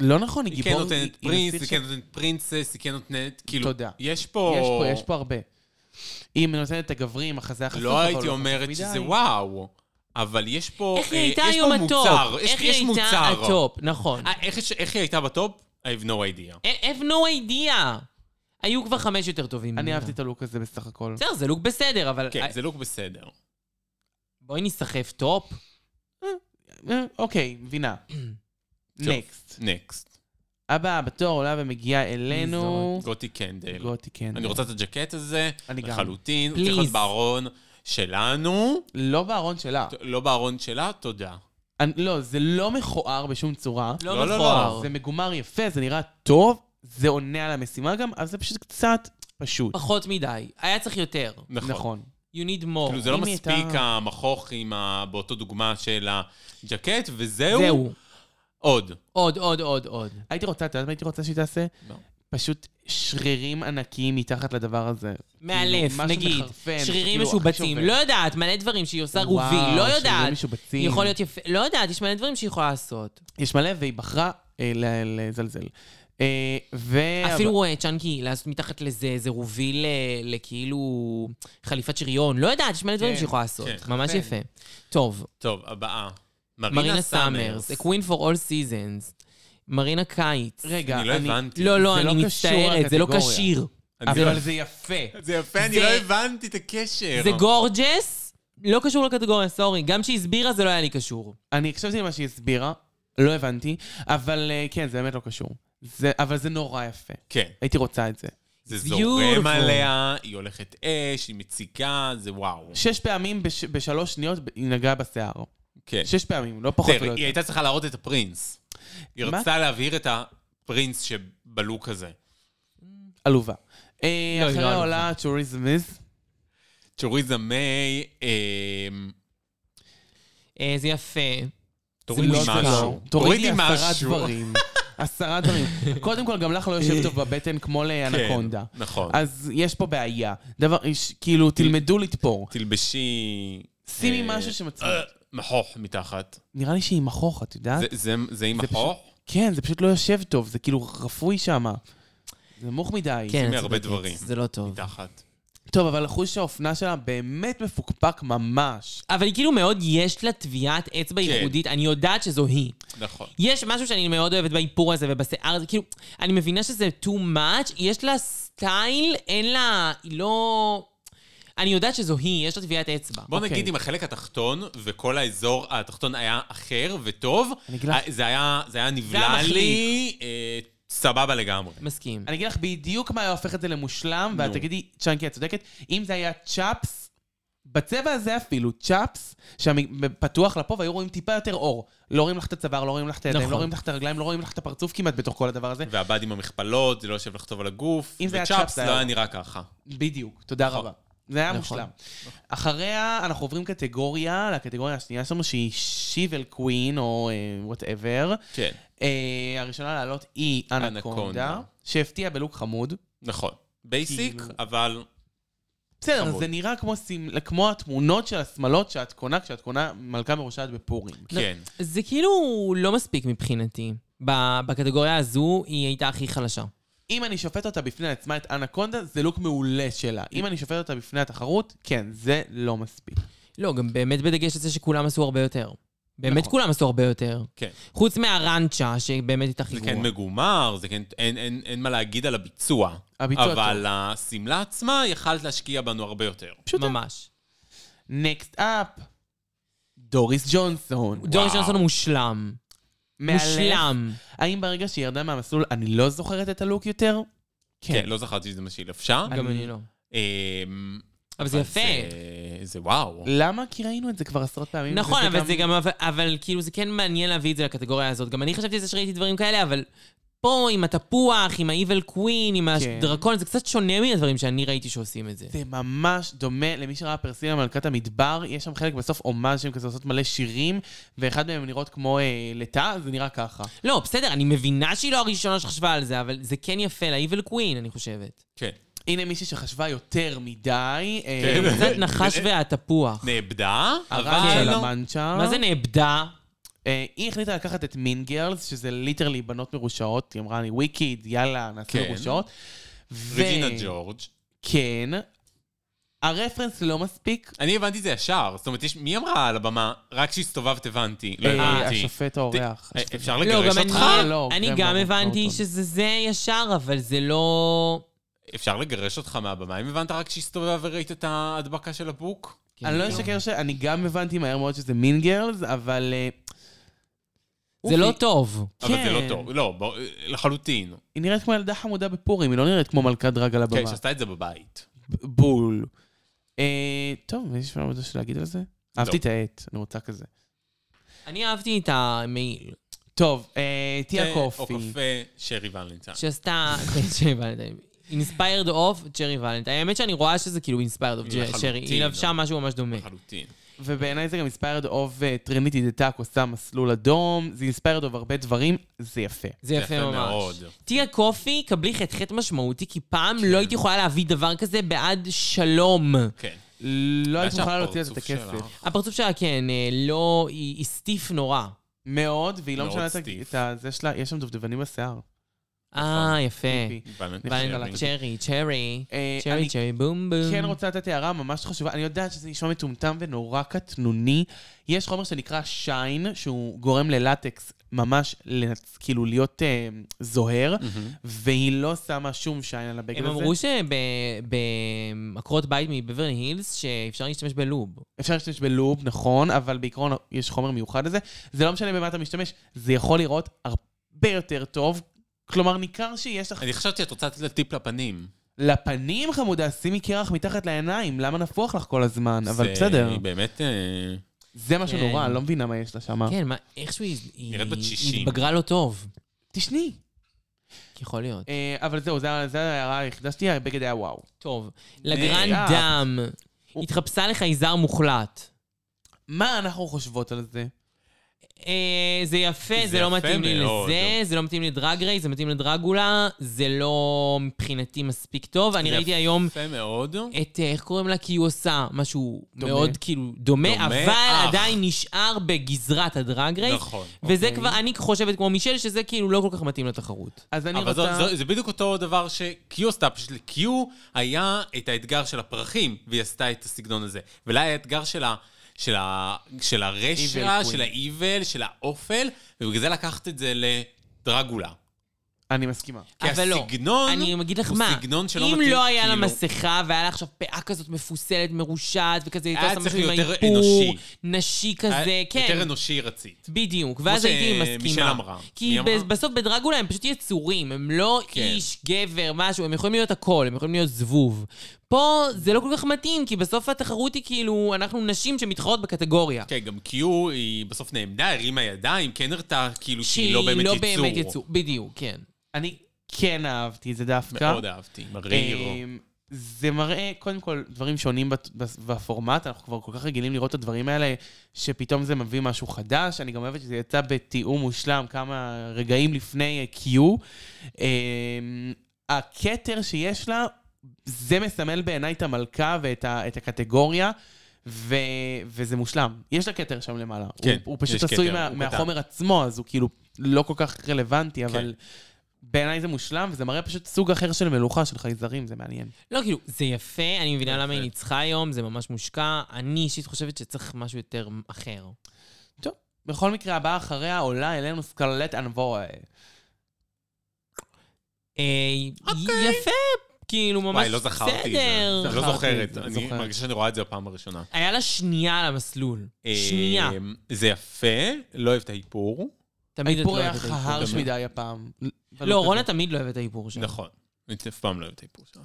לא נכון, היא היא כן גיבור... נותנת היא- היא פרינס, נסיך היא של- כן נותנת פרינסס, היא כן נותנת... כאילו, תודה. יש פה... יש פה, יש פה הרבה. היא נותנת את הגברי עם החזה החשוף. לא אבל הייתי חשוף אומרת מדי. שזה וואו, אבל יש פה... איך היא אה, הייתה יש פה היום הטופ? מוצר, יש- איך היא יש הייתה מוצר. הטופ? אה, נכון. אה, איך יש- איך היא הייתה בטופ? I have no idea. I have no idea. היו כבר חמש יותר טובים. אני ממנה. אהבתי את הלוק הזה בסך הכל. בסדר, זה לוק בסדר, אבל... אה, כן, זה לוק בסדר. בואי נסחף טופ. אה, אוקיי, מבינה. טוב. נקסט. נקסט. הבאה בתור עולה ומגיעה אלינו. גוטי קנדל. גוטי כן. אני רוצה את הג'קט הזה, אני גם. לחלוטין. הוא צריך Please. להיות בארון שלנו, לא בארון שלה. ת- לא בארון שלה, תודה. אני- לא, זה לא מכוער בשום צורה. לא לא, לא, מכוער. זה מגומר יפה, זה נראה טוב, זה עונה על המשימה גם, אז זה פשוט קצת פשוט. פחות מדי. היה צריך יותר. נכון. נכון. You need more. כאילו זה לא אם היא מספיק הייתה- המכוך עם ה... באותו דוגמה של הג'קט, וזהו. זהו. עוד. עוד, עוד, עוד, עוד. הייתי רוצה, אתה יודעת מה הייתי רוצה שהיא תעשה? לא. פשוט שרירים ענקיים מתחת לדבר הזה. מאלף, כאילו, משהו נגיד. מחרפן, שרירים כאילו, הכי משובצים. שובר. לא יודעת, מלא דברים שהיא עושה רובי. וואו, לא שרירים יודעת. משובצים. יכול להיות יפה. לא יודעת, יש מלא דברים שהיא יכולה לעשות. יש מלא, והיא בחרה אה, ל- לזלזל. אה, ו... אפילו רואה צ'אנקי, לעשות מתחת לזה איזה רוביל ל- לכאילו חליפת שריון. לא יודעת, יש מלא דברים כן, שהיא יכולה לעשות. כן, ממש חרפן. יפה. טוב, טוב, הבאה. מרינה מרינה סאמרס, סאמרס. a queen for all seasons. מרינה קיץ. רגע, אני לא הבנתי. לא, לא, זה לא אני קשור מצטערת, זה לא לקטגוריה. כשיר. אני לא- אבל זה יפה. זה יפה, אני זה- לא הבנתי את הקשר. זה גורג'ס, לא קשור לקטגוריה, סורי. גם כשהסבירה זה לא היה לי קשור. אני הקשבתי למה שהיא הסבירה, לא הבנתי, אבל אה, כן, זה באמת לא קשור. זה- אבל זה נורא יפה. כן. הייתי רוצה את זה. זה Beautiful. זורם עליה, היא הולכת אש, היא מציקה, זה וואו. שש פעמים בש... בשלוש שניות היא נגעה בשיער. כן. שש פעמים, לא פחות תראה, ולא היא יותר. הייתה צריכה להראות את הפרינס. היא מה? רצתה להבהיר את הפרינס שבלוק הזה. עלובה. אה, לא, היא לא אחריה עלובה. עולה צ'וריזמיס. צ'וריזה מיי, אמ, אה, זה יפה. תורידי לא משהו. שלו. תורידי עשרה דברים. עשרה דברים. קודם כל, גם לך לא יושב טוב בבטן כמו לאנקונדה. כן, נכון. אז יש פה בעיה. דבר, יש- כאילו, תלמדו לתפור. תלבשי... שימי אה, משהו שמצחיק. אה, מכוך מתחת. נראה לי שהיא מכוך, את יודעת? זה- זה- זה עם פשוט- מכוך? כן, זה פשוט לא יושב טוב, זה כאילו רפוי שם. זה נמוך מדי. כן, מהרבה צודקת, דברים. זה לא טוב. מתחת. טוב, אבל חוש האופנה שלה באמת מפוקפק ממש. אבל היא כאילו מאוד יש לה טביעת אצבע כן. ייחודית, אני יודעת שזו היא. נכון. יש משהו שאני מאוד אוהבת באיפור הזה ובשיער הזה, כאילו, אני מבינה שזה too much, יש לה סטייל, אין לה, היא לא... אני יודעת שזו היא, יש לה טביעת אצבע. בוא אוקיי. נגיד אם החלק התחתון וכל האזור התחתון היה אחר וטוב, אני אגיד לך- אה, זה היה זה היה היה נבלע מחליק. לי אה, סבבה לגמרי. מסכים. אני אגיד לך בדיוק מה היה הופך את זה למושלם, ואת נו. תגידי, צ'אנקי, את צודקת, אם זה היה צ'אפס, בצבע הזה אפילו, צ'אפס, שפתוח לפה והיו רואים טיפה יותר אור. לא רואים לך את הצוואר, לא רואים לך את הידיים, נכון. לא רואים לך את הרגליים, לא רואים לך את הפרצוף כמעט בתוך כל הדבר הזה. והבד עם המכפלות, זה לא יושב לך טוב על הגוף, אם זה היה צ'אפס, וצ'אפס זה לא היה- אוקיי. היה נראה ככה. בדיוק, תודה רבה. זה היה נכון. מושלם. אחריה אנחנו עוברים קטגוריה, לקטגוריה השנייה שלנו שהיא שיבל קווין או וואטאבר. כן, הראשונה לעלות היא אנקונדה, אנקונדה. שהפתיעה בלוק חמוד. נכון. בייסיק, כאילו- אבל בסדר, חמוד. זה נראה כמו סימ- כמו התמונות של השמלות שאת קונה כשאת קונה מלכה מרושעת לא. בפורים. כן. זה כאילו לא מספיק מבחינתי. ב- בקטגוריה הזו היא הייתה הכי חלשה. אם אני שופט אותה בפני עצמה, את אנקונדה, זה לוק מעולה שלה. אם אני שופט אותה בפני התחרות, כן, זה לא מספיק. לא, גם באמת בדגש על זה שכולם עשו הרבה יותר. באמת נכון. כולם עשו הרבה יותר. כן. חוץ מהרנצ'ה, שבאמת הייתה זה הכי כן גרועה. מגומר, זה כן, אין- אין אין מה להגיד על הביצוע. הביצוע טוב. אבל השמלה עצמה, יכלת להשקיע בנו הרבה יותר. פשוט ממש. נקסט אפ, דוריס ג'ונסון. דור ג'ונסון הוא מושלם. מאלף. מושלם. האם ברגע שהיא ירדה מהמסלול, אני לא זוכרת את הלוק יותר? כן, לא זכרתי שזה מה שהיא לבשה. גם אני לא. אמ, אבל זה אבל יפה. זה- זה וואו. למה? כי ראינו את זה כבר עשרות פעמים. נכון, וזה אבל זה גם... אבל- אבל כאילו, זה כן מעניין להביא את זה לקטגוריה הזאת. גם אני חשבתי על זה שראיתי דברים כאלה, אבל פה, עם התפוח, עם ה-Evil Queen, עם הדרקון, זה קצת שונה מהדברים שאני ראיתי שעושים את זה. זה ממש דומה למי שראה פרסילה מלכת המדבר, יש שם חלק בסוף אומן שהם כזה עושות מלא שירים, ואחד מהם נראות כמו אה, לטה, זה נראה ככה. לא, בסדר, אני מבינה שהיא לא הראשונה שחשבה על זה, אבל זה כן יפה ל-Evil Queen, אני חושבת. כן. הנה מישהי שחשבה יותר מדי, אה, כן. קצת נחש והתפוח. נאבדה, הרעש של אבל... המנצ'ה. מה זה נאבדה? אה, היא החליטה לקחת את מין גרלס, שזה ליטרלי בנות מרושעות, היא אמרה אני וויקיד, יאללה, נעשה כן. מרושעות. ו- רג'ינה ג'ורג'. כן. הרפרנס לא מספיק. אני הבנתי את זה ישר. זאת אומרת, יש- מי אמרה על הבמה? רק כשהסתובבת הבנתי. לא אה, הבנתי. השופט האורח. אה, אפשר לא, לגרש גם אותך? אני, לא, אני זה גם ברור, הבנתי ברור. שזה זה ישר, אבל זה לא... אפשר לגרש אותך מהבמה אם הבנת רק כשהסתובבת וראית את ההדבקה של הבוק? לא לא- אני לא אשקר שאני גם הבנתי מהר מאוד שזה מין גרלס, אבל... אה, זה אופי. לא טוב. אבל זה כן. לא טוב. לא, בוא- לחלוטין. היא נראית כמו ילדה חמודה בפורים, היא לא נראית כמו מלכת דרג על כן, הבמה. שעשתה את זה בבית. ב- בול. אה, טוב, יש לנו עוד משהו להגיד על זה? אהבתי את העט, אני רוצה כזה. אני אהבתי את המעיל. טוב, אה, תהיה או קופי. קפה שרי ולנטיין. שעשתה צ'רי ולנטיין. אינספיירד אוף צ'רי ולנטיין. האמת שאני רואה שזה כאילו אינספיירד אוף צ'רי. לחלוטין, היא לבשה לא. משהו ממש דומה. לחלוטין. ובעיניי זה גם inspired of אה, טריניטי דה טאק עושה מסלול אדום, זה inspired of הרבה דברים, זה יפה. זה זה יפה יפה ממש. מאוד. תהיה קופי, קבלי חטחט משמעותי, כי פעם כן. לא הייתי יכולה להביא דבר כזה בעד שלום. כן. לא הייתי היה מוכנה שם להוציא על זה את פרצוף הכסף. שלה. הפרצוף שלה, כן, אה, לא, היא היא סטיף נורא. מאוד, והיא לא מאוד משנה את ה- סטיף. את ה- זה שלה, יש שם דובדבנים בשיער. אה, יפה. טיפי. ולנטיין. ולנטיין, צ'רי, צ'רי. אה, צ'רי, אני צ'רי, בום בום. כן רוצה לתת הערה ממש חשובה, אני יודעת שזה נשמע מטומטם ונורא קטנוני. יש חומר שנקרא שיין, שהוא גורם ללטקס ממש לנצ- כאילו להיות אה, זוהר, והיא לא שמה שום שיין על הבגד הם הזה. אמרו שבעקרות בית מבברלי הילס, שאפשר להשתמש בלוב. אפשר להשתמש בלופ, נכון, אבל בעיקרון יש חומר מיוחד לזה. זה לא משנה במה אתה משתמש, זה יכול לראות הרבה יותר טוב. כלומר, ניכר שיש לך אני חשבתי שאת רוצה לתת לה טיפ לפנים. לפנים, חמודה, שימי קרח מתחת לעיניים, למה נפוח לך כל הזמן? אבל זה- בסדר. היא באמת... אה, זה משהו כן. נורא, אני לא מבינה מה יש לה שם. כן, מה, איכשהו היא- היא נראית בת היא 60. התבגרה לא טוב. תשני. יכול להיות. אה, אבל זהו, זו זה ההערה היחידה שלי, הבגד היה וואו. טוב. לגרנד נהדר. דם, התחפשה לחייזר מוחלט. מה אנחנו חושבות על זה? אה, זה יפה, זה, זה לא יפה מתאים לי מאוד. לזה, זה לא מתאים לדרג ריי, זה מתאים לדרגולה, זה לא מבחינתי מספיק טוב. אני זה ראיתי היום יפה מאוד. את, אה, איך קוראים לה? כי היא עושה משהו דומה. מאוד כאילו דומה, דומה, אבל אך. עדיין נשאר בגזרת הדרג ריי. נכון. וזה אוקיי. כבר, אני חושבת כמו מישל, שזה כאילו לא כל כך מתאים לתחרות. אז אני אבל רוצה... זו- זו- זה בדיוק אותו דבר שקיו עשתה, פשוט לקיו היה את האתגר של הפרחים, והיא עשתה את הסגנון הזה. ולה היה האתגר של ה... של, ה, של הרשע, Evil Queen. של האיבל, של האופל, ובגלל זה לקחת את זה לדרגולה. אני מסכימה. כי אבל לא. הסגנון אני אגיד לך הוא מה, סגנון שלא אם מתאים, לא היה לה כאילו- מסכה והיה לה עכשיו פאה כזאת מפוסלת, מרושעת, וכזה, הייתה היה עושה צריך משהו עם יותר האיפור, אנושי. נשי כזה, היה כן. אה, יותר אנושי רצית. בדיוק, ואז ש- הייתי מסכימה. מישל אמרה. כי מי אמרה? ב- בסוף בדרגולה הם פשוט יצורים, הם לא כן. איש, גבר, משהו, הם יכולים להיות הכל, הם יכולים להיות זבוב. פה זה לא כל כך מתאים, כי בסוף התחרות היא כאילו, אנחנו נשים שמתחרות בקטגוריה. כן, גם קיו, היא בסוף נעמדה, הרימה ידיים, כן הרתה, כאילו שהיא לא באמת לא יצור. באמת יצור. בדיוק, כן. אני כן אהבתי את זה דווקא. מאוד אהבתי, אה, מריר. אמ, זה מראה, קודם כל, דברים שונים בת- בס- בפורמט, אנחנו כבר כל כך רגילים לראות את הדברים האלה, שפתאום זה מביא משהו חדש. אני גם אוהבת שזה יצא בתיאום מושלם כמה רגעים לפני אה, קיו. אמ, הכתר שיש לה, זה מסמל בעיניי את המלכה ואת ה, את הקטגוריה, ו, וזה מושלם. יש לה כתר שם למעלה. כן, הוא, הוא פשוט יש עשוי כתר, מה, הוא מהחומר עצמו, אז הוא כאילו לא כל כך רלוונטי, אבל... כן. בעיניי זה מושלם, וזה מראה פשוט סוג אחר של מלוכה, של חייזרים, זה מעניין. לא, כאילו, זה יפה, אני מבינה יפה. למה היא ניצחה היום, זה ממש מושקע. אני אישית חושבת שצריך משהו יותר אחר. בכל מקרה, הבאה אחריה עולה אלינו סקרלט אנבוי. אה, יפה, כאילו, ממש אוקיי. וואי, לא זכרתי את בסדר. זה. אני זכרתי, לא זוכרת, זכרתי. אני מרגישה שאני רואה את זה בפעם הראשונה. היה לה שנייה על המסלול. שנייה. אמ, זה יפה, לא אוהב את האיפור. תמיד את לא האיפור היה אוהבת את האיפור. חהרש מדי הפעם. אבל לא, הוא רונה כזה. תמיד לא אוהבת את האיפור שלה. נכון. אני אף פעם לא אוהב את האיפור שלה.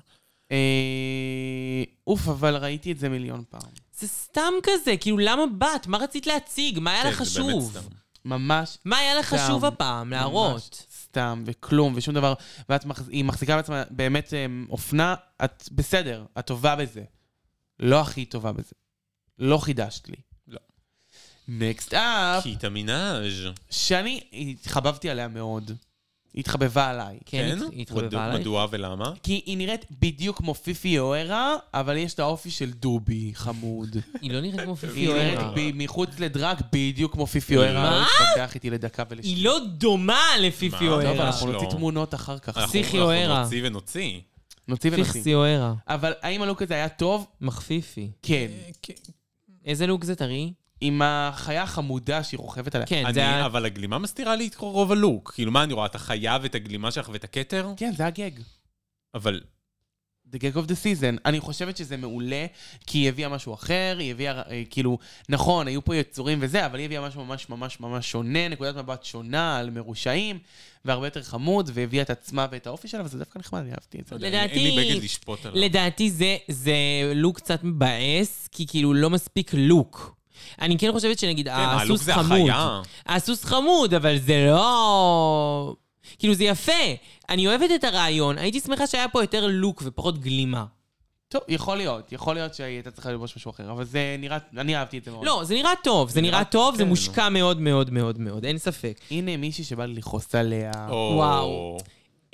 אה, אוף, אבל ראיתי את זה מיליון פעם. זה סתם כזה, כאילו, למה באת? מה רצית להציג? מה היה לך כן, זה באמת חשוב? סתם. ממש מה היה לך סתם. חשוב הפעם? להראות. ממש סתם, וכלום, ושום דבר. ואת מחז... היא מחזיקה בעצמה באמת אה, אופנה, את בסדר, את טובה בזה. לא הכי טובה בזה. לא חידשת לי. לא. נקסט אה. אפ, קיטה מינאז'. שאני התחבבתי עליה מאוד. היא התחבבה עליי. כן, כן? היא התחבבה מדוע- עליי. מדוע ולמה? כי היא נראית בדיוק כמו פיפי יוארה, אבל יש לה אופי של דובי חמוד. היא לא נראית כמו היא פיפי נראית אה. אוהרה. ב- מחוץ לדרג בדיוק כמו פיפי יוארה. מה? לא התווכח איתי לדקה ולשנייה. היא לא דומה מה? לפיפי טוב, אוהרה. אנחנו לא. נוציא תמונות אחר כך. אנחנו- פסיכי או ערה. אנחנו נוציא ונוציא. נוציא ונשים. פיכסי אוהרה. אבל האם הלוק הזה היה טוב? מחפיפי. כן. אה, איזה לוק זה טרי? עם עם החיה החמודה שהיא רוכבת עליה. כן, זה אני, היה... אבל הגלימה מסתירה לי את רוב הלוק. כאילו, מה אני רואה? את החיה ואת הגלימה שלך ואת הכתר? כן, זה הגג. אבל The Gag of the Season. אני חושבת שזה מעולה, כי היא הביאה משהו אחר, היא הביאה, אה, כאילו, נכון, היו פה יצורים וזה, אבל היא הביאה משהו ממש ממש ממש שונה, נקודת מבט שונה על מרושעים, והרבה יותר חמוד, והביאה את עצמה ואת האופי שלה, וזה דווקא נחמד, אני אהבתי את זה. יודע, אין- אין לי לדעתי- בגד לשפוט עליו. לדעתי זה, זה לוק קצת מבאס, כי כאילו לא מספיק לוק. אני כן חושבת שנגיד הלוק הסוס זה חמוד. החיה. הסוס חמוד, אבל זה לא... כאילו זה יפה. אני אוהבת את הרעיון, הייתי שמחה שהיה פה יותר לוק ופחות גלימה. טוב, יכול להיות, יכול להיות שהיא הייתה צריכה ללבוש משהו אחר, אבל זה נראה, אני אהבתי את זה מאוד. לא, זה נראה טוב, זה נראה נראה- טוב, זה כן. מושקע מאוד מאוד מאוד מאוד, אין ספק. הנה מישהי שבא לי לכעוס עליה. או, וואו.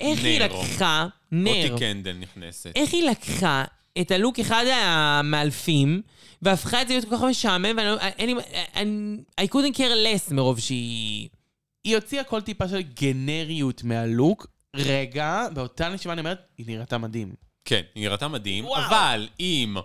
איך היא נרו. כן. לקחה, נר, אה- מוטי קנדל נכנסת. איך היא לקחה את הלוק אחד המאלפים, והפכה את זה להיות כל כך משעמם, ואני לא... אין לי... אני- I couldn't care less מרוב שהיא... היא הוציאה כל טיפה של גנריות מהלוק. רגע, באותה נשימה אני אומרת, היא נראתה מדהים. כן, היא נראתה מדהים, וואו. אבל אם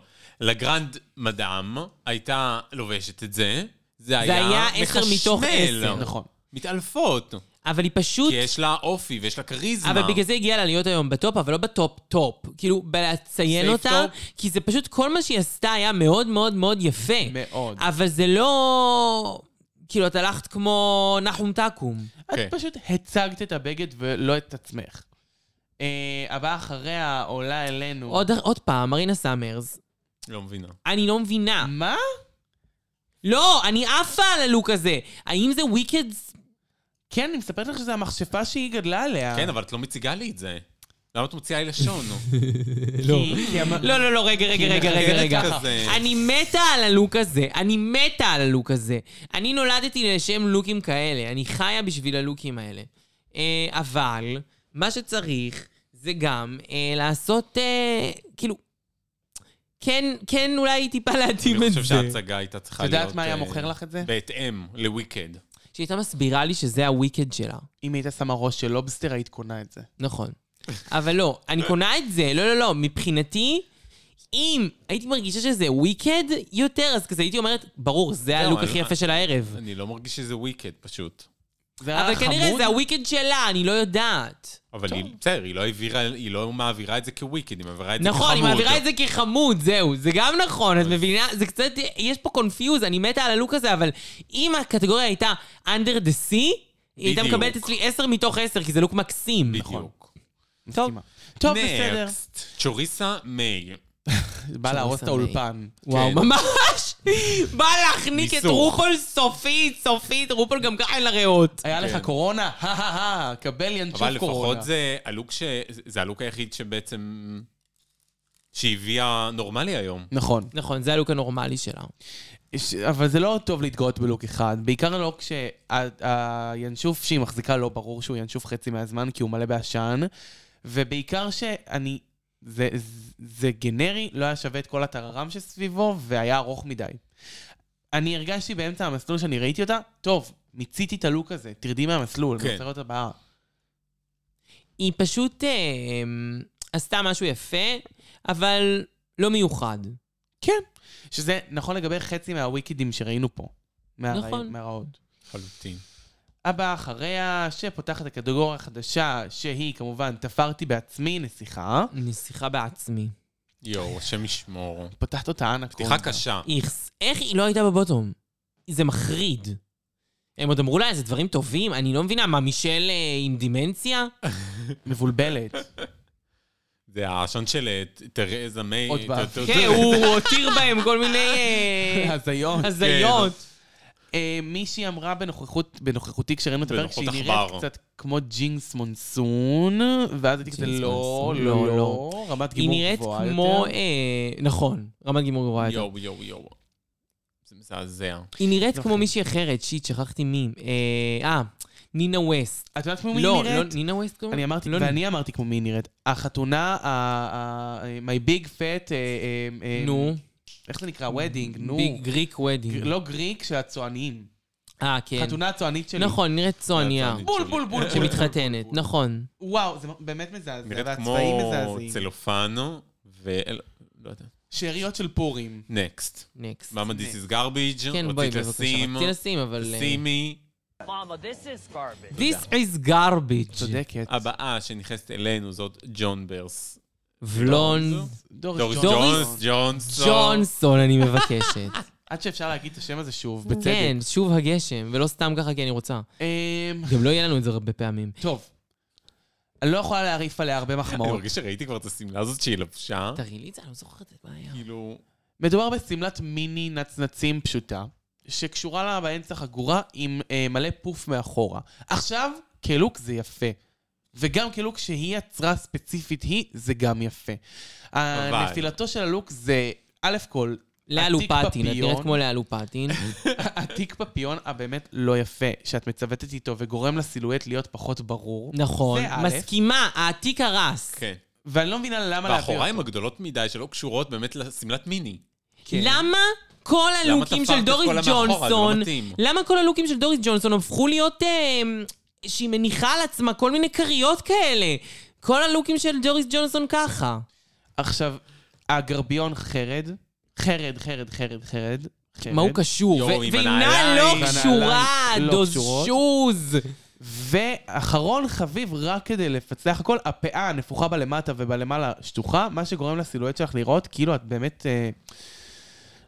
לגרנד מדאם הייתה לובשת את זה, זה היה היה עשר מחשמל. מתוך לא. עשר. נכון. מתעלפות. אבל היא פשוט... כי יש לה אופי ויש לה כריזמה. אבל בגלל זה הגיעה לה להיות היום בטופ, אבל לא בטופ-טופ. כאילו, בלציין Safe אותה, top. כי זה פשוט, כל מה שהיא עשתה היה מאוד מאוד מאוד יפה. מאוד. אבל זה לא... כאילו, את הלכת כמו נחום טקום. את כן. פשוט הצגת את הבגד ולא את עצמך. אה, הבאה אחריה עולה אלינו. עוד, עוד פעם, מרינה סאמרס. לא מבינה. אני לא מבינה. מה? לא, אני עפה על הלוק הזה. האם זה וויקד? כן, אני מספרת לך שזו המכשפה שהיא גדלה עליה. כן, אבל את לא מציגה לי את זה. למה את מוציאה לי לשון? נו? לא. כי המ- לא, לא, לא, רגע, רגע, היא רגע, רגע, מחגגת רגע. כזה. אני מתה על הלוק הזה. אני מתה על הלוק הזה. אני נולדתי לשם לוקים כאלה. אני חיה בשביל הלוקים האלה. אה, אבל, מה שצריך זה גם אה, לעשות, אה, כאילו, כן, כן, אולי טיפה להתאים אני את חושב זה. שההצגה הייתה צריכה את להיות... יודעת מה היה אה, מוכר לך את זה? בהתאם לוויקד. שהיא הייתה מסבירה לי שזה הוויקד שלה. אם היא הייתה שמה ראש של לובסטר, היית קונה את זה. נכון. אבל לא, אני קונה את זה, לא, לא, לא, מבחינתי, אם הייתי מרגישה שזה וויקד יותר, אז כזה הייתי אומרת, ברור, זה הלוק אני- הכי יפה של הערב. אני אה, לא מרגיש שזה וויקד פשוט. זה אבל היה כנראה חמוד. זה הוויקד שלה, אני לא יודעת. אבל היא, בסדר, היא לא העבירה, היא לא מעבירה את זה כוויקד, היא מעבירה את זה כחמוד. נכון, היא מעבירה את זה כחמוד, זהו, זה גם נכון, את מבינה? זה קצת, יש פה קונפיוז, אני מתה על הלוק הזה, אבל אם הקטגוריה הייתה under the sea, היא הייתה בדיוק. מקבלת אצלי 10 מתוך 10, כי זה לוק מקסים. נכון. בדיוק. טוב, מסכימה. טוב, בסדר. Next, צ'וריסה מיי. בא להרוס את שמי. האולפן. וואו, כן. ממש! בא להחניק את ניסוך. רופול סופית, סופית, רופול גם ככה אין לה ריאות. היה לך קורונה? הא-הא-הא, קבל ינשוף כן. אבל קורונה. לפחות זה הלוק ש... זה הלוק היחיד שבעצם... שהביאה נורמלי היום. נכון. נכון, זה הלוק הנורמלי שלה. ש- אבל זה לא טוב להתגאות בלוק אחד, בעיקר לא כשהינשוף שהיא מחזיקה לא ברור שהוא ינשוף חצי מהזמן כי הוא מלא בעשן, ובעיקר שאני... זה, זה, זה גנרי, לא היה שווה את כל הטררם שסביבו, והיה ארוך מדי. אני הרגשתי באמצע המסלול שאני ראיתי אותה, טוב, מיציתי את הלוק הזה, תרדי מהמסלול, כן. כן. נוצרת הבאה. היא פשוט אה, עשתה משהו יפה, אבל לא מיוחד. כן. שזה נכון לגבי חצי מהוויקידים שראינו פה. מהרעי- נכון. מהרעות. חלוטין. הבאה אחריה, שפותחת הקטגוריה החדשה, שהיא כמובן תפרתי בעצמי נסיכה. נסיכה בעצמי. יואו, השם ישמור. פותחת אותה אנה פתיחה קונדה. קשה. איכס, איך היא לא הייתה בבוטום? זה מחריד. הם עוד אמרו לה איזה דברים טובים, אני לא מבינה, מה, מישל אה, עם דימנציה? מבולבלת. זה העשן של אה, ת- תרזה מיי. עוד פעם. ת- ת- כן, הוא הותיר בהם כל מיני אה, הזיון. כן. הזיות. אה, מישהי אמרה בנוכחות, בנוכחותי כשראינו את הפרק בנוכחות שהיא נראית עכבר. קצת כמו ג'ינגס מונסון, ואז הייתי כזה ג'ינגס לא, מונסון, לא, לא, לא, רמת היא גימור נראית גבוהה כמו... יותר. אה, נכון, רמת גימור גבוהה יותר. יואו, יואו, יואו. זה מזעזע. היא נראית יופי. כמו מישהי אחרת, שיט, שכחתי מי. אה, אה, נינה ווסט. את יודעת כמו מי לא, היא לא, נראית? נינה ווסט קוראים? אני אמרתי, לא, ואני אמרתי כמו מי היא נראית. החתונה, ה- ה- ה- my big fat, אה, אה, אה, נו, איך זה נקרא? wedding, נו. ביג גריק גר- ודינג. לא גריק, של הצועניים. אה, כן. חתונה הצוענית שלי. נכון, נראית צועניה, הצוענית. בול בול בול. בול. שמתחתנת, נכון. וואו, זה באמת מזעזע. נראית כמו והצבעים מזעזעים. צלופן, ו... לא יודע. שאריות של פורים. נקסט. נקסט. מאמה דיס איז גרביג', כן, בואי, בבקשה. רציתי לשים, אבל... אה, שימי, Mama, this is garbage. This is garbage. אה, צודקת. הבאה שנכנסת אלינו זאת ג'ון ברס. ולונד דוריס דוריס ג'ון. ג'ונס. ג'ונס, ג'ונסון. ג'ונסון, אני מבקשת. עד שאפשר להגיד את השם הזה שוב, בצדק. כן, שוב הגשם, ולא סתם ככה כי אני רוצה. אמ, גם לא יהיה לנו את זה הרבה פעמים. טוב. אני לא יכולה להרעיף עליה הרבה אני מחמאות. מרגיש שראיתי כבר את השמלה הזאת שהיא לבשה. תראי לי את זה, אני לא זוכרת את הבעיה. כאילו... מדובר בשמלת מיני נצנצים פשוטה, שקשורה לה באמצע חגורה עם אה, מלא פוף מאחורה. עכשיו, כלוק זה יפה. וגם כלוק שהיא יצרה ספציפית היא, זה גם יפה. נפילתו של הלוק זה, א' כל, לאה התיק לופטין, את נראית פפיון. כמו לאה לופטין. התיק פפיון הבאמת לא יפה, שאת מצוותת איתו וגורם לסילואט להיות פחות ברור. נכון, זה א'. מסכימה, העתיק הרס. כן. ואני לא מבינה למה להביא והאחוריים אותו. הגדולות מדי שלא קשורות באמת לשמלת מיני. כן. למה כל הלוקים תפרת של את דוריס כל המאחורה? זה לא ג'ונסון, מתאים. למה כל הלוקים של דוריס ג'ונסון הפכו להיות, אה, שהיא מניחה על עצמה כל מיני כריות כאלה? כל הלוקים של דוריס ג'ונסון ככה. עכשיו, הגרביון חרד, חרד, חרד, חרד, חרד. חרד. מה הוא קשור? כן. יואו, ו- עם ואינה הנעליים. לא קשורה, והנעליים לא דוז קשורות. שוז. ואחרון חביב, רק כדי לפצח הכל, הפאה הנפוחה בלמטה ובלמעלה שטוחה, מה שגורם לסילואט שלך לראות כאילו את באמת, אה,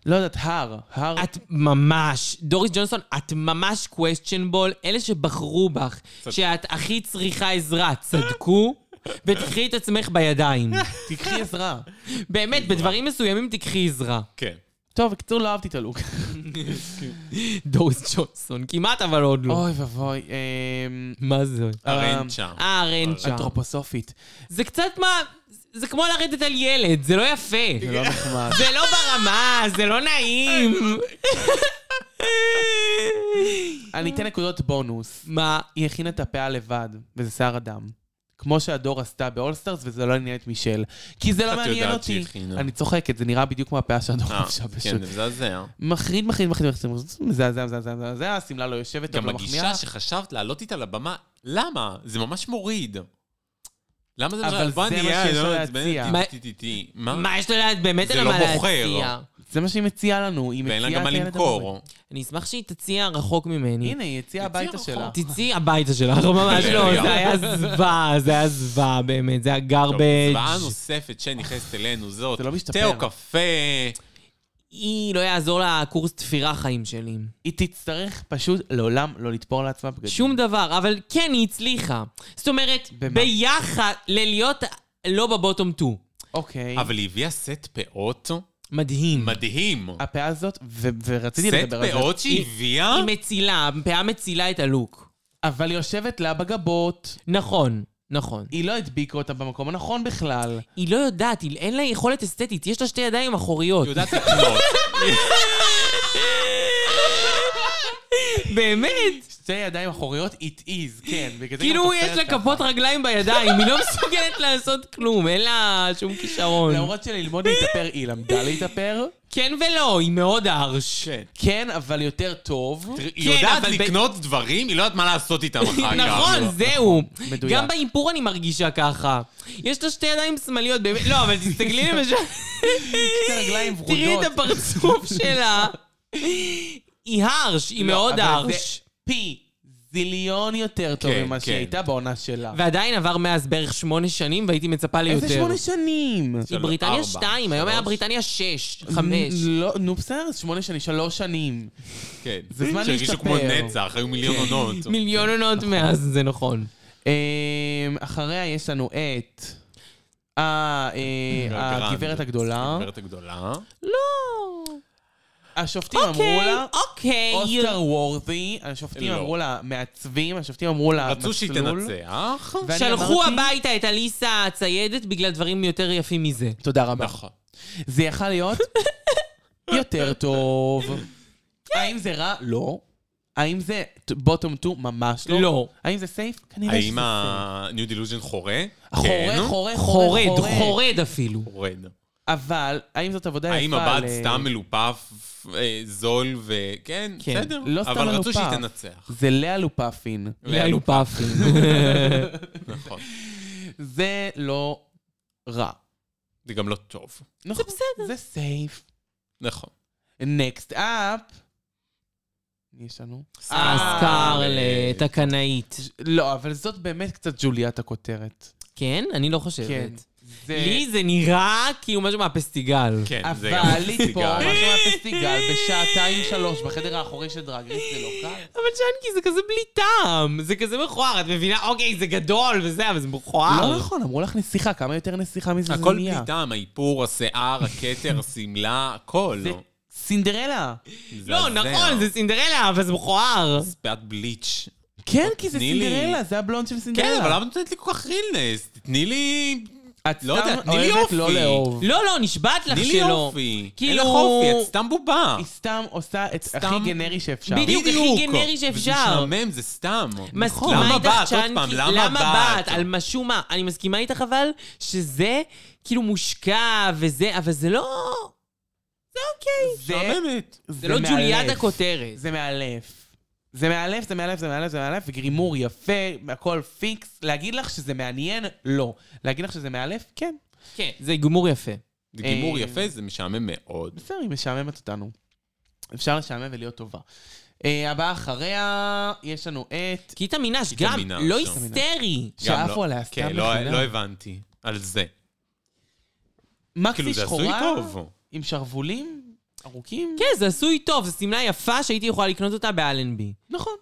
לא יודעת, הר, הר. את ממש, דוריס ג'ונסון, את ממש questionable. אלה שבחרו בך, שאת הכי צריכה עזרה, צדקו, ותקחי את עצמך בידיים. תקחי עזרה. באמת, בדברים מסוימים תקחי עזרה. כן. טוב, בקיצור, לא אהבתי את הלוק. דוריס ג'ונסון, כמעט אבל עוד לא. אוי ואבוי, אמ, מה זה? הרנצ'ה. אה, רנצ'ה. אנתרופוסופית. זה קצת מה... זה כמו לרדת על ילד, זה לא יפה. זה לא נחמד. זה לא ברמה, זה לא נעים. אני אתן נקודות בונוס. מה? היא הכינה את הפאה לבד, וזה שיער אדם. כמו שהדור עשתה באולסטארס, וזה לא עניין את מישל. כי זה לא את מעניין יודעת שהיא אותי. הכינה. אני צוחקת, זה נראה בדיוק כמו הפאה שהדור אה, כן, חפשה פשוט. זה מזעזע. מחריד, מחריד, מחריד, מחריד, מזעזע, מזעזע, מזעזע, השמלה לא יושבת, טוב, גם לא מחמיאה. הגישה שחשבת לעלות איתה לבמה, למה? זה ממש מוריד. למה זה... אבל בוא זה אני מה אהיה, שיש לא לו מעצבנת, להציע. טי, מה- טי, טי, טי. מה? מה יש לה לדעת באמת זה על לא מה בוחר. להציע? זה מה שהיא מציעה לנו, היא מציעה... ואין לה גם מה את הילד הבא. למכור. Mm. אני אשמח שהיא תציע רחוק ממני. הנה, היא הציעה הביתה שלה. תצאי הביתה שלך, ממש לא, זה היה זוועה, זה היה זוועה באמת, זה היה טוב, צבעה garbage. נוספת שנכנסת אלינו זאת, זה לא משתפר. אה. תאו קפה, היא לא יעזור לה קורס תפירה חיים שלי. היא תצטרך פשוט לעולם לא לתפור לעצמה בגדים. שום דבר, אבל כן, היא הצליחה. זאת אומרת, במה? ביחד, ללהיות לא בבוטום 2. אוקיי. אבל היא הביאה סט פאות מדהים. מדהים. הפאה הזאת, ו- ורציתי סט אה, לדבר על זה. פאות שהיא הביאה? היא מצילה, הפאה מצילה את הלוק. אבל היא יושבת לה בגבות, נכון, נכון. היא לא הדביקה אותה במקום הנכון בכלל. היא לא יודעת, היא- אין לה יכולת אסתטית, יש לה שתי ידיים אחוריות. היא יודעת לקנות. באמת? שתי ידיים אחוריות, it is, כן. בגלל זה גם כאילו תופרת יש לה ככה. כפות רגליים בידיים, היא לא מסוגלת לעשות כלום, אין לה שום כישרון. למרות שללמוד להתאפר, היא למדה להתאפר. כן ולא, היא מאוד ארש. כן. כן, אבל יותר טוב. היא יודעת אבל ב- לקנות דברים, היא לא יודעת מה לעשות איתם אחר כך. לא. נכון, זהו. מדויק. גם באיפור אני מרגישה ככה. יש לה שתי ידיים שמאליות, באמת. לא, אבל תסתכלי למשל, שתי רגליים ורודות. תראי את הפרצוף שלה. היא הרש, היא לא, מאוד אבל זה הרש. פי זיליון יותר טוב כן, ממה כן. שהיא הייתה בעונה שלה. ועדיין עבר מאז בערך שמונה שנים, והייתי מצפה ליותר. איזה שמונה שנים? היא שלוש, בריטניה ארבע, שתיים, היום היה שלוש. בריטניה שש, חמש. נ- לא, נו בסדר, שמונה שנים, שלוש שנים. כן. זה זמן שהרגישו כמו להשתפר. כן. נצח, היו מיליון עונות. מיליון עונות מאז, זה נכון. אמ, אחריה יש לנו את... אה, אה, והגרנד. הגברת הגדולה. הגברת הגדולה. לא. השופטים אמרו אוקיי, לה... אוקיי. אוסקר וורתי, השופטים לא. אמרו לה מעצבים, השופטים אמרו לה מסלול. רצו שהיא תנצח. ואני שלחו אמרתי- הביתה את אליסה הציידת בגלל דברים יותר יפים מזה. תודה רבה. נכון. זה יכל להיות יותר טוב. האם זה רע? לא. האם זה בוטום 2? ממש לא. לא. האם זה סייף? כנראה שזה האם סייף. ה-New Delusion חורה? כן. חורה, חורה, חורה, חורד, חורד אפילו. חורד. אבל, האם זאת אה, עבודה יפה? האם הבת ל- סתם מלופף, אה, זול וכן, כן. בסדר. לא סתם אבל רצו שהיא מלופף. תנצח. זה לאה לופפין. לאה לופפין. נכון. זה לא רע. זה גם לא טוב. זה בסדר. זה סייף. נכון. נקסט אפ. מי יש לנו? אה, הסקרלט, הקנאית. לא, אבל זאת באמת קצת ג'וליית הכותרת. כן? אני לא חושבת. כן. זה- לי זה נראה כאילו משהו מהפסטיגל. כן, זה גם אבל לתפור סיגל. משהו מהפסטיגל בשעתיים שלוש בחדר האחורי של דרג רייס זה לא קל. אבל צ'אנקי זה כזה בלי טעם, זה כזה מכוער, את מבינה? אוקיי, זה גדול וזה, אבל זה מכוער. לא נכון, אמרו לך נסיכה, כמה יותר נסיכה מזה זה הכל נהיה. פתאום, האיפור, השיער, הכתר, השמלה, הכל. זה סינדרלה. לא, נכון, זה לא. סינדרלה, אבל זה מכוער. ספעת בליץ'. כן, כי זה תני לי. סינדרלה, זה הבלונד של סינדרלה. כן, אבל למה את נותנת לי כל כך רילנס? תני לי... את לא יודע, סתם תני לי אוהבת לא אופי. לאהוב. לא, לא, נשבעת לך תני לי שלא. אופי. אין כאילו- לך אופי, את סתם בובה. היא סתם עושה את סתם- הכי גנרי שאפשר. בדיוק. הכי גנרי וזה שאפשר. משעמם, זה סתם. מסכימה למה איתך, באת? עוד צ'אנקי? פעם, למה למה באת? על משום מה. אני מסכימה איתך אבל, שזה כאילו מושקע וזה, אבל זה לא... זה אוקיי. זה- משעממת. זה לא מאלף. ג'וליאדה כותרת. זה מאלף. זה מאלף, זה מאלף, זה מאלף, זה מאלף, וגרימור יפה, הכל פיקס. להגיד לך שזה מעניין? לא. להגיד לך שזה מאלף? כן. כן, זה גמור יפה. זה גימור אה, יפה, זה משעמם מאוד. בסדר, היא משעממת אותנו. אפשר לשעמם ולהיות טובה. אה, הבאה אחריה, יש לנו את... כיתה מינש, כיתה גם מינש, לא לא. היסטרי. גם שעפו לא- עליה סתם כן, לא- בחינם. לא הבנתי. על זה. מקסי כאילו, זה עשוי שחורה, טוב. עם שרוולים ארוכים. כן, זה עשוי טוב, זו שמלה יפה שהייתי יכולה לקנות אותה באלנבי. נכון.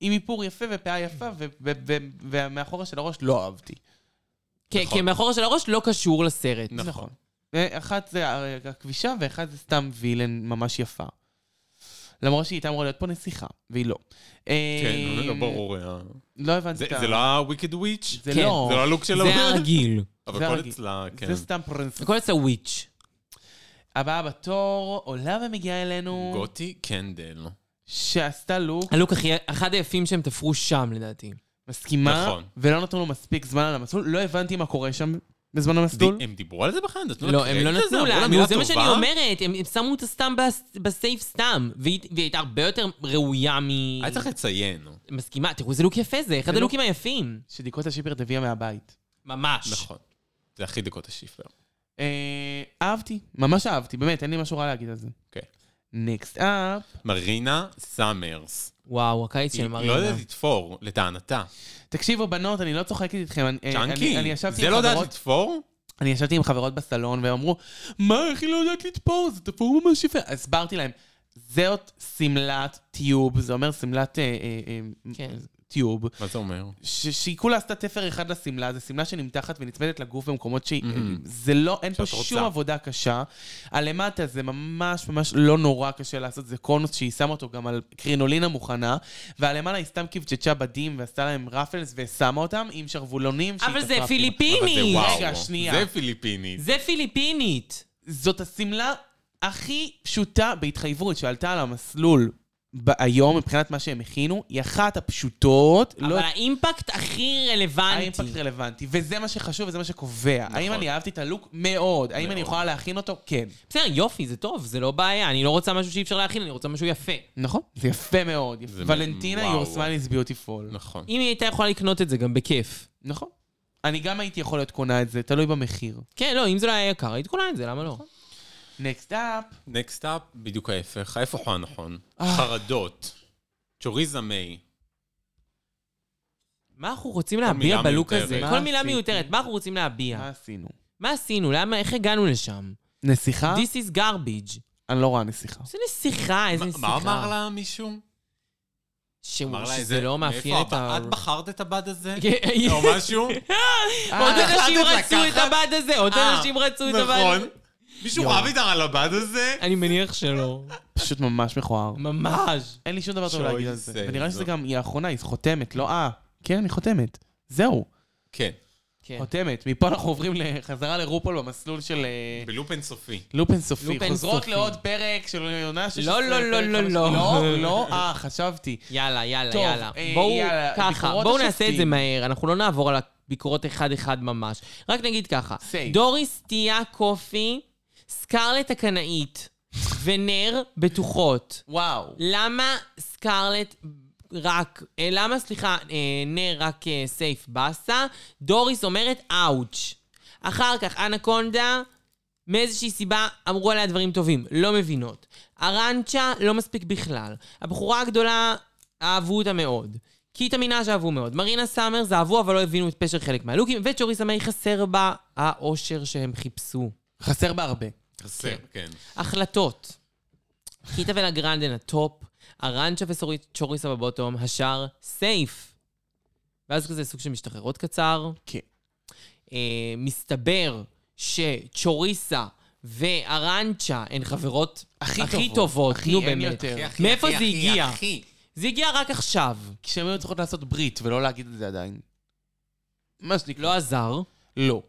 עם איפור יפה ופאה יפה, ו- ו- ו- ומאחורה של הראש לא אהבתי. כן, נכון. כי מאחורה של הראש לא קשור לסרט. נכון. אה, אחת זה הרי הכבישה, ואחת זה סתם וילן ממש יפה. למרות שהיא הייתה אמורה להיות פה נסיכה, והיא לא. כן, אה, לא ברור. אה. לא הבנתי זה את ה... זה לא ה-Wicked Witch? זה כן, לא. זה לא הלוק שלו? זה הרגיל. אבל זה הכל הרגיל. אצלה, כן. זה סתם פרנס. הכל אצל וויץ'. הבאה בתור עולה ומגיעה אלינו, גוטי קנדל. שעשתה לוק, הלוק הכי, אחד היפים שהם תפרו שם לדעתי. מסכימה, נכון. ולא נתנו לו מספיק זמן על המסלול, לא הבנתי מה קורה שם בזמן המסלול. די- הם דיברו על זה בכלל? נתנו לה לא, הם לא קרדיט על זה? נתנו אמרו לה, מילה נו, זה מה שאני טובה? אומרת, הם הם שמו אותה סתם בס- בסייף סתם, והיא והיא הייתה הרבה יותר ראויה מ... היה צריך לציין. מסכימה, תראו איזה לוק יפה זה, אחד זה הלוקים היפים. שדיקוטה שיפרט הביאה מהבית. ממש. נכון. זה הכי דקות השיפר. אה, אהבתי, ממש אהבתי, באמת, אין לי משהו רע להגיד על זה. אוקיי. נקסט אפ, מרינה סאמרס. וואו, הקיץ של היא מרינה. לא יודעת לתפור, לטענתה. תקשיבו בנות, אני לא צוחקת איתכם, אה, אני- אה, אני אני צ'אנקי, ישבתי זה עם לא יודעת חברות- לתפור? אני ישבתי עם חברות בסלון, והם אמרו, מה, איך היא לא יודעת לתפור? זה תפור ממש יפה. אז הסברתי להם, זאת שמלת טיוב, זה אומר שמלת אה, אה, אה, כן. טיוב, מה זה אומר? ש- שהיא כולה עשתה תפר אחד לשמלה, זו שמלה שנמתחת ונצמדת לגוף במקומות שהיא... Mhm. זה לא, אין פה שאת רוצה. שום עבודה קשה. הלמטה זה ממש ממש לא נורא קשה לעשות, זה קונוס שהיא שמה אותו גם על קרינולינה מוכנה, והלמעלה היא סתם קבצ'צ'ה בדים ועשתה להם רפלס ושמה אותם עם שרוולונים שהיא אבל זה תפרה פנימה. אבל זה פיליפינית! וואו. רגע, שנייה. זה פיליפינית. זה פיליפינית! זאת השמלה הכי פשוטה בהתחייבות שעלתה על המסלול. ב- היום, מבחינת מה שהם הכינו, היא אחת הפשוטות. לא- אבל האימפקט הכי רלוונטי. האימפקט רלוונטי, וזה מה שחשוב וזה מה שקובע. האם אני אהבתי את הלוק? מאוד. האם אני נכון. מאוד. יכולה להכין אותו? כן. בסדר, יופי, זה טוב, זה לא בעיה. אני לא רוצה משהו שאי אפשר להכין, אני רוצה משהו יפה. נכון. זה יפה מאוד. זה ולנטינה, וואו. your smile is beautiful. נכון. אם היא הייתה יכולה לקנות את זה גם בכיף. נכון. אני גם הייתי יכול להיות קונה את זה, תלוי במחיר. כן, לא, אם זה לא היה יקר, היית קונה את זה, למה לא? נכון. נקסט אפ. נקסט אפ, בדיוק ההפך. ההפך הוא הנכון. אה. חרדות. צ'וריזה מיי. מה אנחנו רוצים להביע מילה בלוק הזה? מיותרת. כל מה מילה עשיתי? מיותרת, מה אנחנו רוצים מה להביע? עשינו? מה עשינו? למה, איך הגענו לשם? נסיכה? This is garbage. אני לא רואה נסיכה. איזה נסיכה, איזה מה- נסיכה. מה אמר לה מישהו? אמר שהוא- לה שזה לא מאפיין את ה... את בחרת לא, את הבד הזה? כן, או משהו? עוד אה, אנשים החלטת רצו את לקחת? הבד הזה, עוד אה, אנשים רצו את הבד נכון. הזה. מישהו יואו. רב איתך על הבד הזה? אני מניח שלא. פשוט ממש מכוער. ממש. אין לי שום דבר טוב להגיד על זה. שוי זה ונראה לי זו. שזה גם, היא האחרונה, היא חותמת, לא אה. כן, היא חותמת. זהו, כן. כן. חותמת. מפה אנחנו עוברים חזרה לרופול במסלול של... אה, בלופ אינסופי. לופ אינסופי. לופ חוזרות אינסופי. לעוד פרק של יונה 16. לא, לא, פרק לא, חמש- לא. לא, לא, אה, חשבתי. יאללה, יאללה, טוב, יאללה. אה, בואו יאללה, ככה, ביקורות בואו נעשה השופטים. את זה מהר, אנחנו לא נעבור על הביקורות אחד-אחד ממש. רק נגיד ככה, Safe. דוריס תיה קופי, סקרלט הקנאית ונר בטוחות. וואו. למה סקרלט רק, אה, למה, סליחה, אה, נר רק אה, סייף באסה? דוריס אומרת אאוץ'. אחר כך, אנקונדה, מאיזושהי סיבה אמרו עליה דברים טובים, לא מבינות. הרנצ'ה, לא מספיק בכלל. הבחורה הגדולה, אהבו אותה מאוד. כי את המנאז' אהבו מאוד. מרינה סאמרס אהבו, אבל לא הבינו את פשר חלק מהלוקים, וצ'ורי סמי חסר בה האושר שהם חיפשו. חסר בה הרבה. חסר, כן. החלטות. קיטה ולגרנדן הטופ, ארנצ'ה וצ'וריסה בבוטום, השאר סייף. ואז כזה סוג של משתחררות קצר. כן. אה, מסתבר שצ'וריסה וארנצ'ה הן חברות הכי, טובות, טובות. הכי נו אין באמת. יותר. אחי, אחי, מאיפה אחי, זה אחי, הגיע? אחי. זה הגיע רק עכשיו. כשהן היו צריכות לעשות ברית ולא להגיד את זה עדיין. מה שנקרא. לא עזר. לא.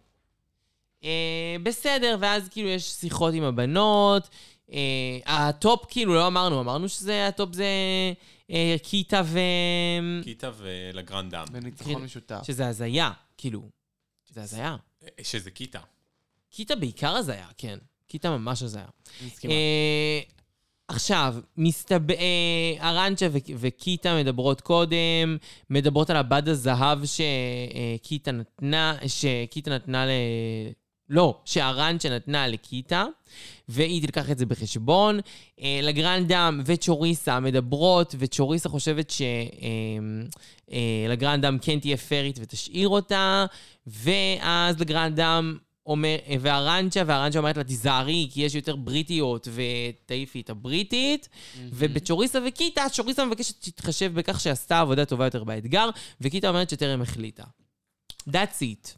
אה, בסדר, ואז כאילו יש שיחות עם הבנות. אה, הטופ כאילו לא אמרנו, אמרנו שזה, הטופ זה אה, קיטה ו... קיטה ולגרנדם. כן. בניצחון משותף. שזה הזיה, כאילו. זה הזיה. שזה קיטה. קיטה בעיקר הזיה, כן. קיטה ממש הזיה. מסכימה. אה, עכשיו, מסתבר... אה, ארנצ'ה ו- וקיטה מדברות קודם, מדברות על הבד הזהב שקיטה נתנה, שקיטה נתנה ל... לא, שארנצ'ה נתנה לקיטה, והיא תיקח את זה בחשבון. אה, לגרנדם וצ'וריסה מדברות, וצ'וריסה חושבת אה, שלגרנדם כן תהיה פיירית ותשאיר אותה, ואז לגרנדם אומר, אה, והרנצ'ה, והרנצ'ה אומרת לה, תיזהרי, כי יש יותר בריטיות, ותעיפי את הבריטית. ובצ'וריסה וקיטה, צ'וריסה מבקשת שתתחשב בכך שעשתה עבודה טובה יותר באתגר, וקיטה אומרת שטרם החליטה. That's it.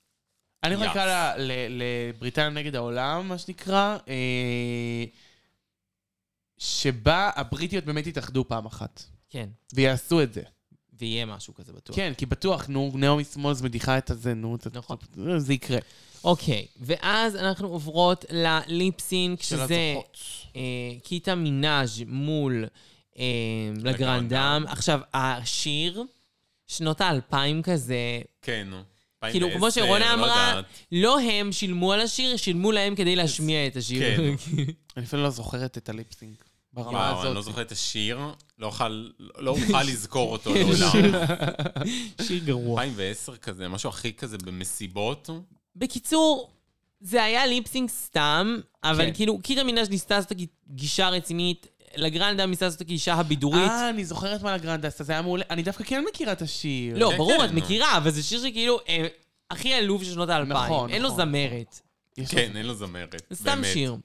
אני יכול יאפ. לקרוא לה- ל- לבריטניה נגד העולם, מה שנקרא, אה, שבה הבריטיות באמת יתאחדו פעם אחת, כן, ויעשו את זה. ויהיה משהו כזה בטוח. כן, כי בטוח, נו, נעמי סמולס מדיחה את הזה, נו, זה- נכון. זה יקרה. אוקיי, ואז אנחנו עוברות לליפסינק, שזה הזוכות. אה, קיטה מינאז' מול אה, לגרנדם. עכשיו, השיר, שנות האלפיים כזה, כן, נו. כאילו, 2010, כמו שרונה לא אמרה, יודעת. לא הם שילמו על השיר, שילמו להם כדי להשמיע את השיר. כן. אני אפילו לא זוכרת את הליפסינק ברמה וואו, אני לא הזאת. זוכר את השיר, לא אוכל, לא אוכל לזכור אותו לא לעולם. שיר גרוע. 2010 כזה, משהו הכי כזה במסיבות. בקיצור, זה היה ליפסינג סתם, אבל כן. כאילו, קיטה מינאז' ניסתה לעשות גישה רצינית, לגרנדה ניסתה לעשות גישה הבידורית. אה, אני זוכרת מה לגרנדס, זה היה מעולה. אני דווקא כן מכירה את השיר. לא, כן, ברור, כן, את נו. מכירה, אבל זה שיר שכאילו אה, הכי עלוב של שנות האלפיים. נכון, אין לו נכון. זמרת. יש לו- כן, אין לו זמרת. זה סתם באמת. שיר.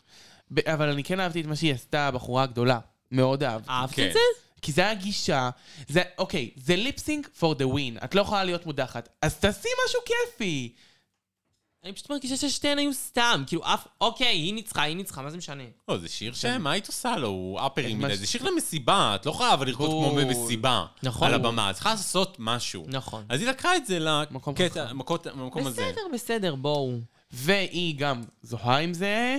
ב- אבל אני כן אהבתי את מה שהיא עשתה, הבחורה הגדולה. מאוד אהבתי. אהבת כן. את זה? כי זה היה גישה, זה, אוקיי, זה ליפסינג for the win, את לא יכולה להיות מודחת. אז תעשי משהו כיפי! אני פשוט מרגישה ששתיהן היו סתם. כאילו, אף... אוקיי, היא ניצחה, היא ניצחה, מה זה משנה? לא, זה כן. שיר ש... מה היית עושה לו? הוא אפרי מה מדי. ש- זה שיר למסיבה, את לא יכולה אבל לרקוד כמו בול. במסיבה. נכון. על הבמה, את צריכה לעשות משהו. נכון. אז היא לקחה את זה מקום לקטע, חכם. מקות- המקום הזה. בסדר, בסדר, בואו. והיא גם זוהה עם זה,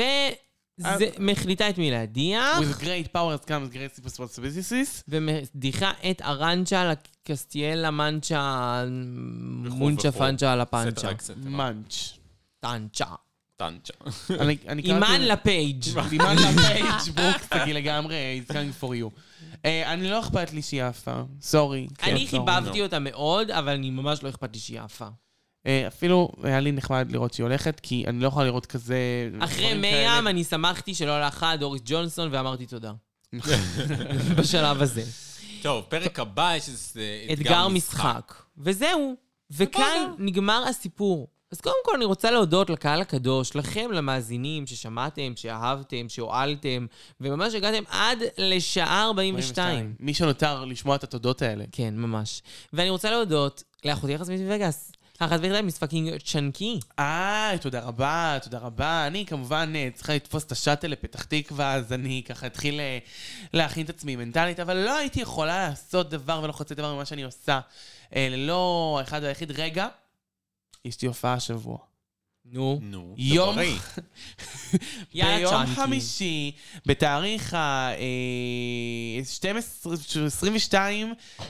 אה, וזה מחליטה את מי להדיח. with great powers comes great responsibilities. ומדיחה את ארנצ'ה לקסטיאלה מנצ'ה וכו' מונצ'ה וכו'. פאנצ'ה על סטרה, הפאנצ'ה. סטרה, מאנץ'. טאנצ'ה. טאנצ'ה. אני אני אימן לפייג'. אימן לפייג' ברוקס, תגיד לגמרי, it's coming for you. אה, אני לא אכפת לי שהיא עפה, סורי. כן, אני sorry. חיבבתי אותה מאוד, אבל אני ממש לא אכפת לי שהיא עפה. אה, אפילו היה לי נחמד לראות שהיא הולכת, כי אני לא יכולה לראות כזה... אחרי דברים מי כאלה. ים אני שמחתי שלא הלכה דוריס ג'ונסון ואמרתי תודה. בשלב הזה. טוב, פרק הבא יש איזה אתגר משחק. וזהו. וכאן נגמר הסיפור. אז קודם כל אני רוצה להודות לקהל הקדוש, לכם, למאזינים, ששמעתם, שאהבתם, שהועלתם, וממש הגעתם עד לשעה 42. מי שנותר לשמוע את התודות האלה. כן, ממש. ואני רוצה להודות לאחותי החסמית מווגאס. האחת ויחידה מיס פאקינג צ'אנקי. אה, תודה רבה, תודה רבה. אני כמובן אה, צריכה לתפוס את השאטל לפתח תקווה, אז אני ככה אתחיל אה, להכין את עצמי מנטלית, אבל לא הייתי יכולה לעשות דבר ולא חצי דבר ממה שאני עושה. אה, ללא האחד והיחיד, רגע, יש לי הופעה השבוע. נו. נו, יום- דברי. יאללה, ביום צ'אנקי. חמישי, בתאריך אה, ה-22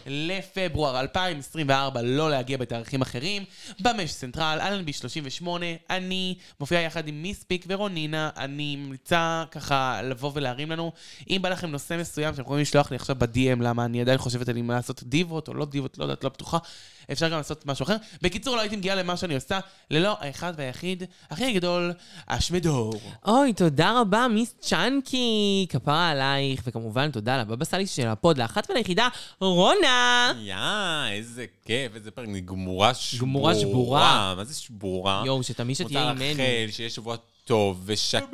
לפברואר 2024, לא להגיע בתאריכים אחרים, במש סנטרל, אלנבי 38, אני מופיע יחד עם מיספיק ורונינה, אני ממליצה ככה לבוא ולהרים לנו. אם בא לכם נושא מסוים שאתם יכולים לשלוח לי עכשיו ב-DM, למה אני עדיין חושבת על אם לעשות דיבות או לא דיבות, לא יודעת, לא בטוחה. אפשר גם לעשות משהו אחר. בקיצור, לא הייתי מגיעה למה שאני עושה, ללא האחד והיחיד, הכי גדול, אשמדור. אוי, תודה רבה, מיס צ'אנקי, כפרה עלייך, וכמובן תודה לבבא סאלי של הפוד, לאחת וליחידה, רונה! יא, איזה כיף, איזה פרק. גמורה שבורה. גמורה שבורה. מה זה שבורה? יואו, שתמישה תהיה מותר עימנו. רחל, שיהיה שבוע טוב ושקט,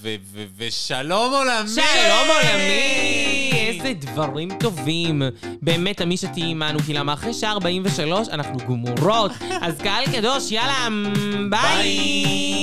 ו- ו- ושלום עולמי! שלום עולמי! איזה דברים טובים. באמת, תמישה תהיי עימנו, כי למה אחרי שעה 43 אנחנו גמורות. אז קהל קדוש, יאללה, ביי!